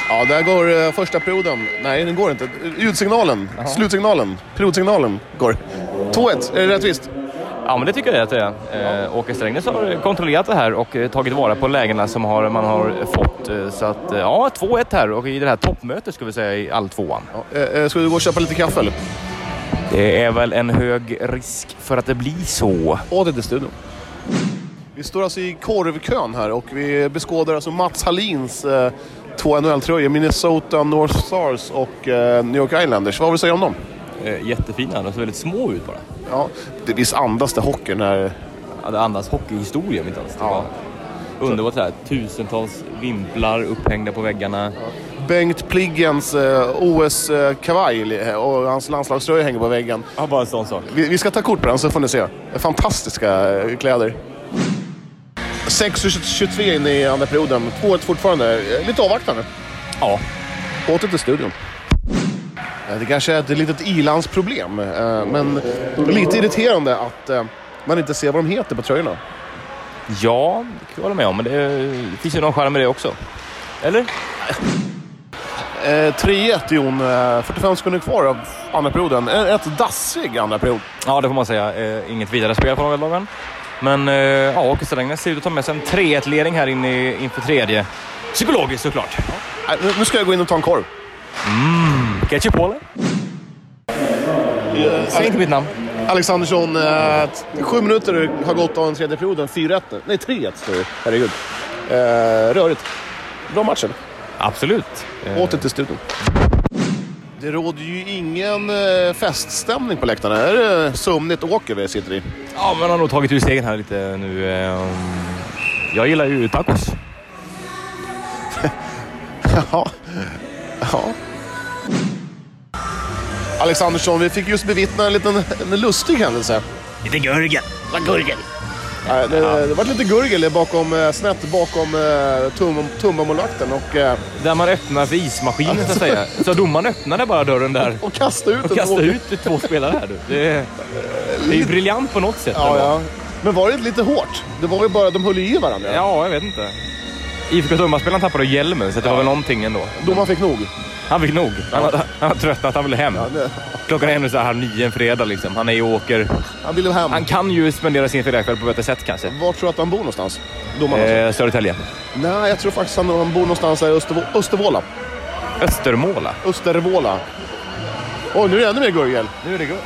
Speaker 2: Ja, där går eh, första perioden. Nej, den går inte. Ljudsignalen, slutsignalen, periodsignalen går. 2-1, är det rättvist?
Speaker 1: Ja, men det tycker jag att det är. Eh, Åke Strängnäs har kontrollerat det här och eh, tagit vara på lägena som har, man har fått. Eh, så att, eh, ja, 2-1 här och i det här toppmötet ska vi säga i all tvåan.
Speaker 2: Eh, eh, Ska du gå och köpa lite kaffe eller?
Speaker 1: Det är väl en hög risk för att det blir så.
Speaker 2: Åter till studion. Vi står alltså i korvkön här och vi beskådar alltså Mats Hallins eh, två NHL-tröjor. Minnesota North Stars och eh, New York Islanders. Vad vill du säga om dem?
Speaker 1: Eh, jättefina, de ser väldigt små ut bara.
Speaker 2: Ja, det visst andas det hockey när...
Speaker 1: Ja, det andas hockeyhistoria om inte annat. Det
Speaker 2: Ja.
Speaker 1: var Underbart det här. Tusentals vimplar upphängda på väggarna.
Speaker 2: Bengt Pliggens eh, OS-kavaj och hans landslagströja hänger på väggen.
Speaker 1: Ja, bara en sån sak.
Speaker 2: Vi, vi ska ta kort på den så får ni se. Fantastiska eh, kläder. 6.23 in i andra perioden. 2-1 fortfarande. Eh, Lite avvaktande.
Speaker 1: Ja.
Speaker 2: Åter till studion. Eh, Det kanske är ett litet ilandsproblem, eh, men lite irriterande att eh, man inte ser vad de heter på tröjorna.
Speaker 1: Ja, det kan jag hålla med om. Men det eh, finns ju någon charm i det också. Eller?
Speaker 2: Eh, 3-1 Jon, Eh, 45 sekunder kvar av andra perioden. En rätt dassig andra period.
Speaker 1: Ja, det får man säga. Eh, inget vidare spel från Vellagen. Men eh, ja, Åke Strängnäs ser ut att ta med sig en 3-1-ledning här inne i- inför tredje. Psykologiskt såklart.
Speaker 2: Eh, nu- Nu ska jag gå in och ta en korv.
Speaker 1: Ketchup på eller? Säg inte mitt namn.
Speaker 2: Alexandersson, eh, t- sju minuter har gått av den tredje perioden. 4-1 nu. Nej, 3-1 står det. Herregud. Eh, rörigt. Bra match eller?
Speaker 1: Absolut. Eh,
Speaker 2: Åter till studion. Det råder ju ingen eh, feststämning på läktarna. Är det sömnigt åker vi sitter i?
Speaker 1: ja, men har nog tagit ur stegen här lite nu. Eh, jag gillar ju tacos.
Speaker 2: Ja. ja. Alexandersson, vi fick just bevittna en liten en lustig händelse.
Speaker 8: Lite gurgel. Vad gurgel?
Speaker 2: Eh, Det, det var lite gurgel bakom, eh, snett bakom eh, tum, Tumbamålvakten och, eh,
Speaker 1: Där man öppnar för ismaskinen så att säga. Så domaren öppnade bara dörren där
Speaker 2: och kastade ut
Speaker 1: och
Speaker 2: den.
Speaker 1: kastade ut två spelare här. Du. Det, är, det är ju briljant på något sätt.
Speaker 2: Ja, ja. Men var det lite hårt? Det var ju bara, de höll ju i varandra.
Speaker 1: ja jag vet inte. IFK Tumba-spelaren tappade ju hjälmen så det var väl någonting ändå.
Speaker 2: Domaren fick nog.
Speaker 1: Han fick nog. Han, var- han var tröttnat, han ville hem.
Speaker 2: det-
Speaker 1: Klockan är nu så här halv nio en fredag liksom. Han är ju och åker.
Speaker 2: Han ville hem.
Speaker 1: Han kan ju spendera sin fredagkväll på bättre sätt kanske.
Speaker 2: Var tror du att han bor någonstans? Domaren alltså.
Speaker 1: Eh, Södertälje.
Speaker 2: Nej, jag tror faktiskt han, han bor någonstans där i Östervå- Östervåla.
Speaker 1: Östermåla.
Speaker 2: Östervåla. Oj, nu är det ännu mer gurgel.
Speaker 1: Nu är det gott.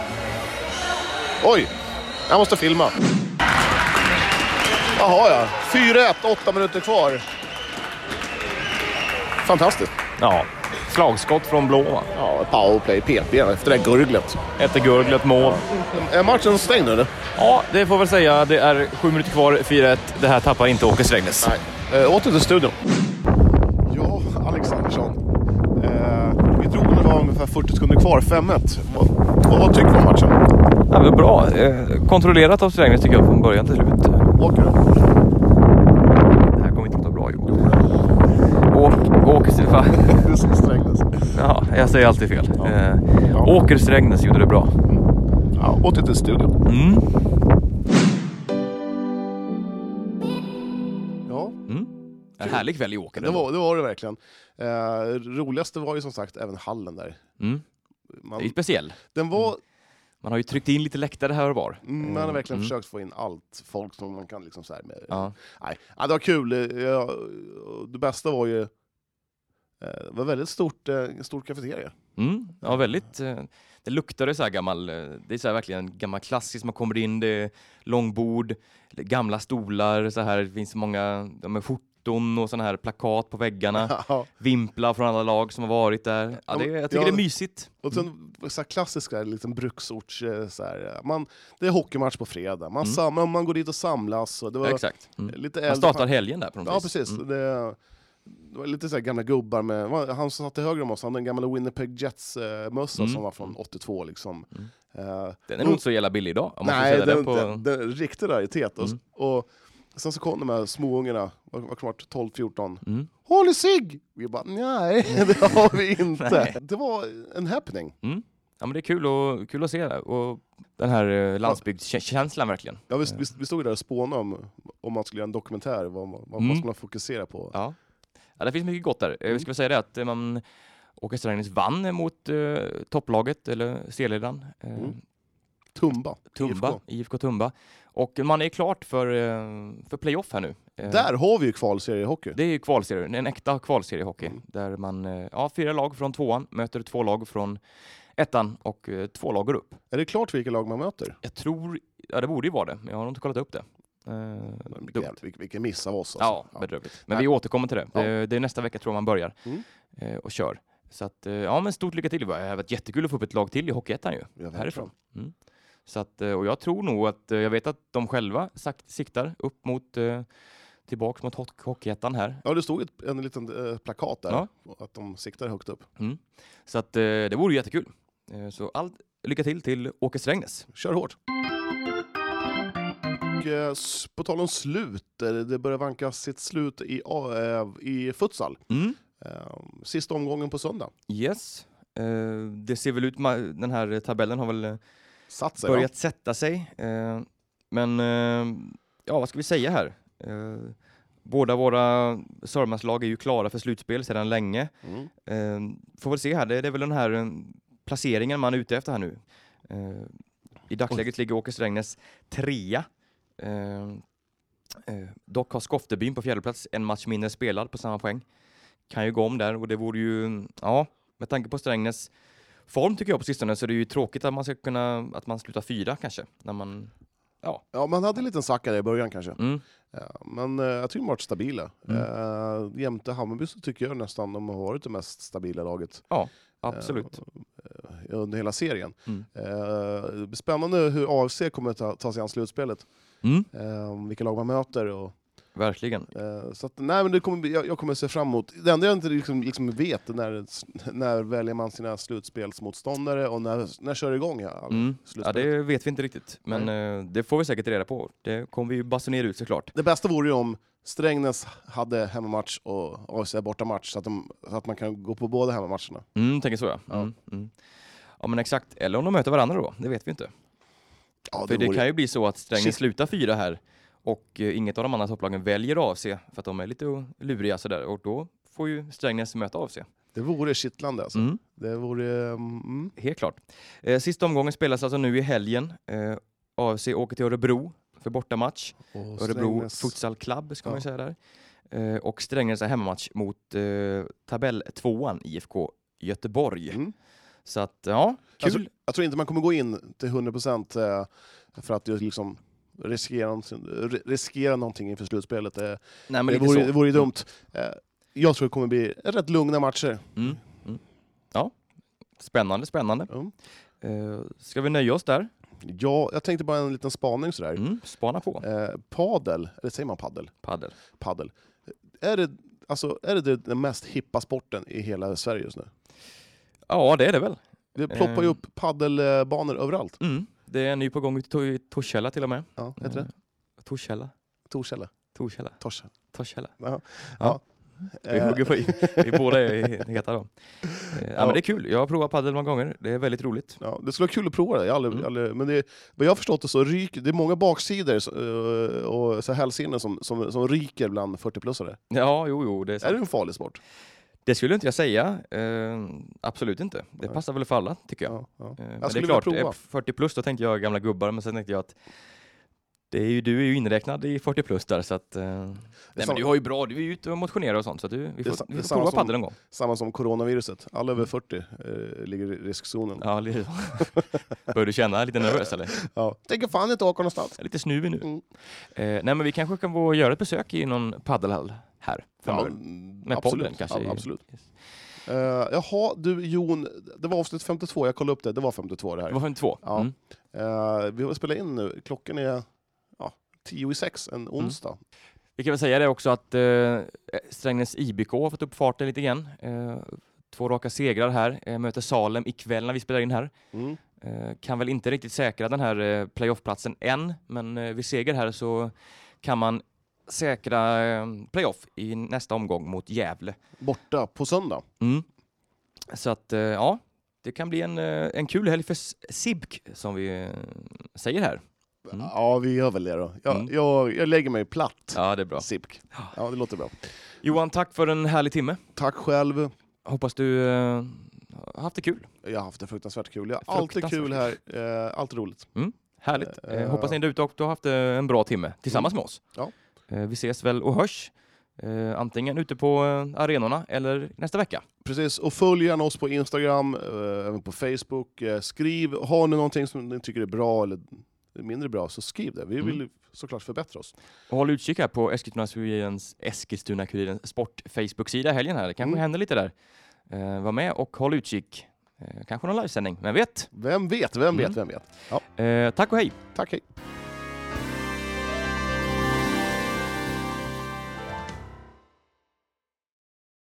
Speaker 2: Oj, jag måste filma. Jaha ja, 4-1, åtta minuter kvar. Fantastiskt.
Speaker 1: Ja. Slagskott från blå va?
Speaker 2: Ja, powerplay, PP efter det här gurglet.
Speaker 1: Efter gurglet, mål.
Speaker 2: Är matchen stängd eller?
Speaker 1: Ja, det får väl säga. Det är sju minuter kvar, 4-1. Det här tappar inte Åke Strängnäs.
Speaker 2: Nej. Eh, åter till studion. Ja, Alexandersson. Eh, 40 sekunder kvar, 5-1. Vad, vad, vad tycker du om matchen?
Speaker 1: Ja, men bra. Eh, kontrollerat av Strängnäs tycker jag från början till slut.
Speaker 2: Åker du?
Speaker 1: Det här kommer inte att gå bra Johan. Åk, åk, va?
Speaker 2: Det är som Strängnäs.
Speaker 1: Ja, jag säger alltid fel.
Speaker 2: Ja.
Speaker 1: Eh,
Speaker 2: Ja.
Speaker 1: Åker Strängnäs gjorde det bra.
Speaker 2: Ja, åter till studion.
Speaker 1: Mm.
Speaker 2: Ja,
Speaker 1: En härlig kväll i Åker.
Speaker 2: det var det, var det verkligen. Eh, roligaste var ju som sagt även hallen där.
Speaker 1: Mm.
Speaker 2: Man,
Speaker 1: Det är ju speciell.
Speaker 2: den var
Speaker 1: Man har ju tryckt in lite läktare här och var.
Speaker 2: Mm, Man har verkligen
Speaker 1: Mm.
Speaker 2: försökt få in allt folk som man kan. Liksom så här med.
Speaker 1: Ja.
Speaker 2: Nej, ja, det var kul. Eh, ja, och Det bästa var ju... eh, Det var väldigt stort, eh, stor kafeteria.
Speaker 1: Mm. Ja, väldigt. eh, Det luktade så här gammal, eh, det är så här verkligen gammal klassisk, man kommer in, det är långbord, det är gamla stolar, så här, det finns många, de är foton och sådana här plakat på väggarna,
Speaker 2: Ja.
Speaker 1: vimplar från alla lag som har varit där. Ja, det,
Speaker 2: Ja, men-
Speaker 1: jag tycker
Speaker 2: ja.
Speaker 1: det är mysigt.
Speaker 2: Och sen så här klassiska liksom bruksorts... eh, Så här, eh, man, det är hockeymatch på fredag, man,
Speaker 1: Mm.
Speaker 2: sam, man går dit och samlas. Och det var eh,
Speaker 1: Ja, exakt. Mm.
Speaker 2: lite
Speaker 1: Man
Speaker 2: äldre
Speaker 1: startar helgen där på något
Speaker 2: Ja,
Speaker 1: vis.
Speaker 2: precis.
Speaker 1: Mm.
Speaker 2: Det, det var lite så här gamla gubbar med, det var han som satt till höger om oss, han hade en gammal Winnipeg Jets-mössa
Speaker 1: Mm.
Speaker 2: som var från 82 liksom. Eh,
Speaker 1: Den är nog inte så jävla billig idag. Om man
Speaker 2: Nej,
Speaker 1: Nej,
Speaker 2: den,
Speaker 1: det på... Mm.
Speaker 2: den, den är en riktig raritet. Och, och sen så kom de här småungarna, vad vad kan det vara, 12-14.
Speaker 1: Mm.
Speaker 2: Har ni cigg? Vi bara, nej, det har vi inte. det var en happening.
Speaker 1: Ja, men det är kul, och, kul att se det. Och den här eh, landsbygdskänslan verkligen.
Speaker 2: Ja, vi, vi, vi stod ju där och spånade om, om man skulle göra en dokumentär, vad, vad, vad
Speaker 1: Mm.
Speaker 2: skulle man fokusera på? Mm.
Speaker 1: Ja. ja, det finns mycket gott där. Eh, Vi ska väl säga det att eh, man, Åke Strängnäs vann mot eh, topplaget, eller serieledaren, eh,
Speaker 2: Mm. Tumba.
Speaker 1: Tumba,
Speaker 2: IFK.
Speaker 1: IFK. Tumba. Och man är klart för, eh, för playoff här nu. Eh,
Speaker 2: Där har vi ju kvalserie i hockey.
Speaker 1: Det är ju kvalserien, en äkta kvalseriehockey.
Speaker 2: Mm.
Speaker 1: Där man, eh, ja, fyra lag från tvåan möter två lag från ettan och eh, två lag går upp.
Speaker 2: Är det klart vilka lag man möter?
Speaker 1: Jag tror, ja det borde ju vara det, men jag har nog inte kollat upp det. Eh,
Speaker 2: Vilken,
Speaker 1: dumt.
Speaker 2: jävla- vilken, vilken miss av oss
Speaker 1: Ja,
Speaker 2: alltså.
Speaker 1: bedrövligt. Men
Speaker 2: Nej.
Speaker 1: vi återkommer till det.
Speaker 2: Ja.
Speaker 1: Det, det är nästa vecka tror jag man börjar
Speaker 2: Mm.
Speaker 1: eh, och kör. Så att, eh, ja men stort lycka till. Det hade varit jättekul att få upp ett lag till i Hockeyettan ju.
Speaker 2: Ja, verkligen.
Speaker 1: härifrån. Mm. Så att, eh, och jag tror nog att, eh, jag vet att de själva sagt, siktar upp mot, eh, tillbaks mot hock- Hockeyettan här.
Speaker 2: Ja, det stod ett, en liten eh, plakat där,
Speaker 1: Ja.
Speaker 2: att de siktar högt upp.
Speaker 1: Så att, eh, det vore jättekul. Eh, så allt lycka till till Åke Strängnäs.
Speaker 2: Kör hårt! Och, eh, s- på tal om slut, eh, det börjar vanka sitt slut i, A- eh, i futsal.
Speaker 1: Mm.
Speaker 2: Eh, Sista omgången på söndag.
Speaker 1: Yes. Eh, det ser väl ut, ma- den här tabellen har väl eh,
Speaker 2: Satt sig, va?
Speaker 1: börjat sätta sig. Eh, men eh, ja, vad ska vi säga här? Eh, båda våra Sörmlandslag är ju klara för slutspel sedan länge.
Speaker 2: Mm.
Speaker 1: Eh, får väl se här, det, det är väl den här eh, placeringen man är ute efter här nu. Eh, I dagsläget ligger Åke Strängnäs trea. Eh, eh, dock har Skoftebyn på fjärde plats en match mindre spelad på samma poäng. Kan ju gå om där och det vore ju, ja, med tanke på Strängnäs form tycker jag på sistone så det är ju tråkigt att man ska kunna, att man slutar fyra kanske. När man,
Speaker 2: Ja, man hade en liten svacka där i början kanske.
Speaker 1: mm,
Speaker 2: Ja, men eh, jag tycker de har varit stabila.
Speaker 1: Mm.
Speaker 2: Eh, jämte Hammarby så tycker jag nästan de har varit det mest stabila laget
Speaker 1: absolut.
Speaker 2: eh, under hela serien.
Speaker 1: Mm.
Speaker 2: Eh, spännande hur AFC kommer ta, ta sig an slutspelet.
Speaker 1: Mm,
Speaker 2: Eh, vilka lag man möter och
Speaker 1: verkligen.
Speaker 2: Eh, Så att, nej, men det kommer, bli- jag, jag kommer se fram emot... Det enda jag inte liksom, liksom vet är när, när väljer man sina slutspelsmotståndare och när, när kör det igång ja, all-
Speaker 1: Mm. Ja,
Speaker 2: slutspelet.
Speaker 1: det vet vi inte riktigt, men eh, det får vi säkert reda på. Det kommer vi ju basunera ut såklart.
Speaker 2: Det bästa vore ju om Strängnäs hade hemmamatch och AFC bortamatch så att, de, så att man kan gå på båda hemmamatcherna.
Speaker 1: Mm, tänker så ja. Mm, mm. Ja men exakt, eller om de möter varandra då, det vet vi inte.
Speaker 2: Ja,
Speaker 1: För det kan ju bli så att Strängnäs
Speaker 2: Shit.
Speaker 1: slutar fyra här och eh, inget av de andra topplagen väljer AFC för att de är lite o- luriga sådär och då får ju Strängnäs möta AFC.
Speaker 2: det vore kittlande alltså.
Speaker 1: Mm,
Speaker 2: Det vore... mm, Mm,
Speaker 1: helt klart. Eh, sista omgången spelas alltså nu i helgen. Eh, AFC åker till Örebro för bortamatch.
Speaker 2: och
Speaker 1: Örebro
Speaker 2: Strängnäs-
Speaker 1: Futsal Club ska man ju
Speaker 2: Ja.
Speaker 1: säga där. Eh, och Strängnäs är hemmamatch mot eh, tabelltvåan IFK Göteborg.
Speaker 2: Mm.
Speaker 1: Så att ja, kul.
Speaker 2: Alltså, jag tror inte man kommer gå in till 100% eh, för att just liksom riskera, någonting- ri- riskera någonting inför slutspelet. Eh,
Speaker 1: Nej, men
Speaker 2: det,
Speaker 1: lite
Speaker 2: vore,
Speaker 1: så.
Speaker 2: det vore ju dumt. Eh, Jag tror det kommer bli rätt lugna matcher.
Speaker 1: Mm. Mm. Ja, spännande, spännande.
Speaker 2: Mm.
Speaker 1: Eh, ska vi nöja oss där?
Speaker 2: Ja, jag tänkte bara en liten spaning sådär.
Speaker 1: Mm. Spana på.
Speaker 2: Eh, padel, eller säger man paddel?
Speaker 1: Padel.
Speaker 2: Paddel. Är det, alltså, är det den mest hippa sporten i hela Sverige just nu?
Speaker 1: Ja, det är det väl.
Speaker 2: Det ploppar ju
Speaker 1: Eh.
Speaker 2: upp paddelbanor överallt.
Speaker 1: Mm. Det är en ny på gång i Tor- i Torshälla till och med.
Speaker 2: Ja, heter
Speaker 1: Mm.
Speaker 2: det?
Speaker 1: Torshälla?
Speaker 2: Torshälla?
Speaker 1: Torshälla?
Speaker 2: Torshälla?
Speaker 1: Torshälla? Vi
Speaker 2: Eh,
Speaker 1: hugger på i. Vi båda är heta då. Eh, Ja,
Speaker 2: Ja.
Speaker 1: men det är kul. Jag har provat padel många gånger. Det är väldigt roligt.
Speaker 2: Ja, det skulle vara kul att prova det. Jag har aldrig,
Speaker 1: Mm.
Speaker 2: aldrig, men det, vad jag har förstått det så ryker, det är många baksidor så, eh, och så här hälsenor som, som, som ryker bland 40-plussare.
Speaker 1: Ja, jo, jo. Det, är
Speaker 2: Är
Speaker 1: sant.
Speaker 2: det en farlig sport?
Speaker 1: det skulle inte jag säga. Eh, absolut inte. Det passar väl för alla, tycker jag.
Speaker 2: Ja, ja.
Speaker 1: Eh, men
Speaker 2: skulle
Speaker 1: det är
Speaker 2: vilja
Speaker 1: klart,
Speaker 2: prova.
Speaker 1: eh, 40 plus, då tänkte jag gamla gubbar, men sen tänkte jag att det är ju, du är ju inräknad i 40 plus där, så att... Eh, nej, men
Speaker 2: samma-
Speaker 1: du har ju bra, du är ju ute och motionerar och sånt, så att du, vi
Speaker 2: är
Speaker 1: får,
Speaker 2: sa- det
Speaker 1: vi
Speaker 2: är
Speaker 1: får
Speaker 2: samma
Speaker 1: prova
Speaker 2: som-
Speaker 1: padel någon gång.
Speaker 2: Samma som coronaviruset. Alla över 40 eh, ligger i riskzonen. Ja.
Speaker 1: Ja, lite så. Börjar du känna lite nervös eller?
Speaker 2: Tänker fan inte åka någonstans.
Speaker 1: Jag är lite snuvig nu.
Speaker 2: Mm.
Speaker 1: Eh, nej, men vi kanske kan få göra ett besök i någon paddelhall här framöver.
Speaker 2: mm,
Speaker 1: Med
Speaker 2: absolut.
Speaker 1: podden kanske.
Speaker 2: Ja, absolut.
Speaker 1: Yes.
Speaker 2: Eh, jaha, du Jon, det var avsnitt 52, jag kollade upp det. Det var 52 det här.
Speaker 1: Det var 52.
Speaker 2: Ja.
Speaker 1: Mm.
Speaker 2: Eh, vi har spelat in nu, klockan är ja, 10 i sex
Speaker 1: Mm.
Speaker 2: en onsdag.
Speaker 1: Vi kan väl säga det också att eh, Strängnäs IBK har fått upp farten lite grann. Eh, två raka segrar här. Eh, möter Salem ikväll när vi spelar in här.
Speaker 2: Mm.
Speaker 1: Eh, kan väl inte riktigt säkra den här eh, playoffplatsen än, men eh, vid seger här så kan man säkra eh, playoff i nästa omgång mot Gävle.
Speaker 2: Borta på söndag.
Speaker 1: Mm. Så att, eh, ja, det kan bli en, eh, en kul helg för S- SIBK, som vi eh, säger här. Mm.
Speaker 2: Ja, vi gör väl det då. Jag,
Speaker 1: Mm.
Speaker 2: jag, jag lägger mig platt.
Speaker 1: Ja, det är bra.
Speaker 2: Sipk.
Speaker 1: Ja.
Speaker 2: Ja, det låter bra.
Speaker 1: Johan, tack för en härlig timme.
Speaker 2: Tack själv.
Speaker 1: Hoppas du eh, har haft det kul.
Speaker 2: Jag har haft det fruktansvärt kul. Jag har alltid kul här.
Speaker 1: Fruktansvärt
Speaker 2: Eh, alltid roligt.
Speaker 1: Härligt. Eh,
Speaker 2: Eh, Mm.
Speaker 1: hoppas ni där ute också har haft eh, en bra timme tillsammans med oss.
Speaker 2: Ja.
Speaker 1: Eh, vi ses väl och hörs. Eh, antingen ute på eh, arenorna eller nästa vecka.
Speaker 2: Precis, och följ gärna oss på Instagram, eh, även på Facebook. Eh, skriv, har ni någonting som ni tycker är bra eller mindre bra, så skriv det. Vi vill såklart förbättra oss.
Speaker 1: Och håll utkik här på Eskilstuna-Kurirens Eskilstuna-Kurirens sport-Facebook-sida i helgen här. Det kanske
Speaker 2: Mm.
Speaker 1: händer lite där. Eh, var med och håll utkik. Eh, kanske någon livesändning, vem vet?
Speaker 2: Vem vet, vem vet,
Speaker 1: Mm.
Speaker 2: vem vet.
Speaker 1: Eh, tack och hej!
Speaker 2: Tack, hej.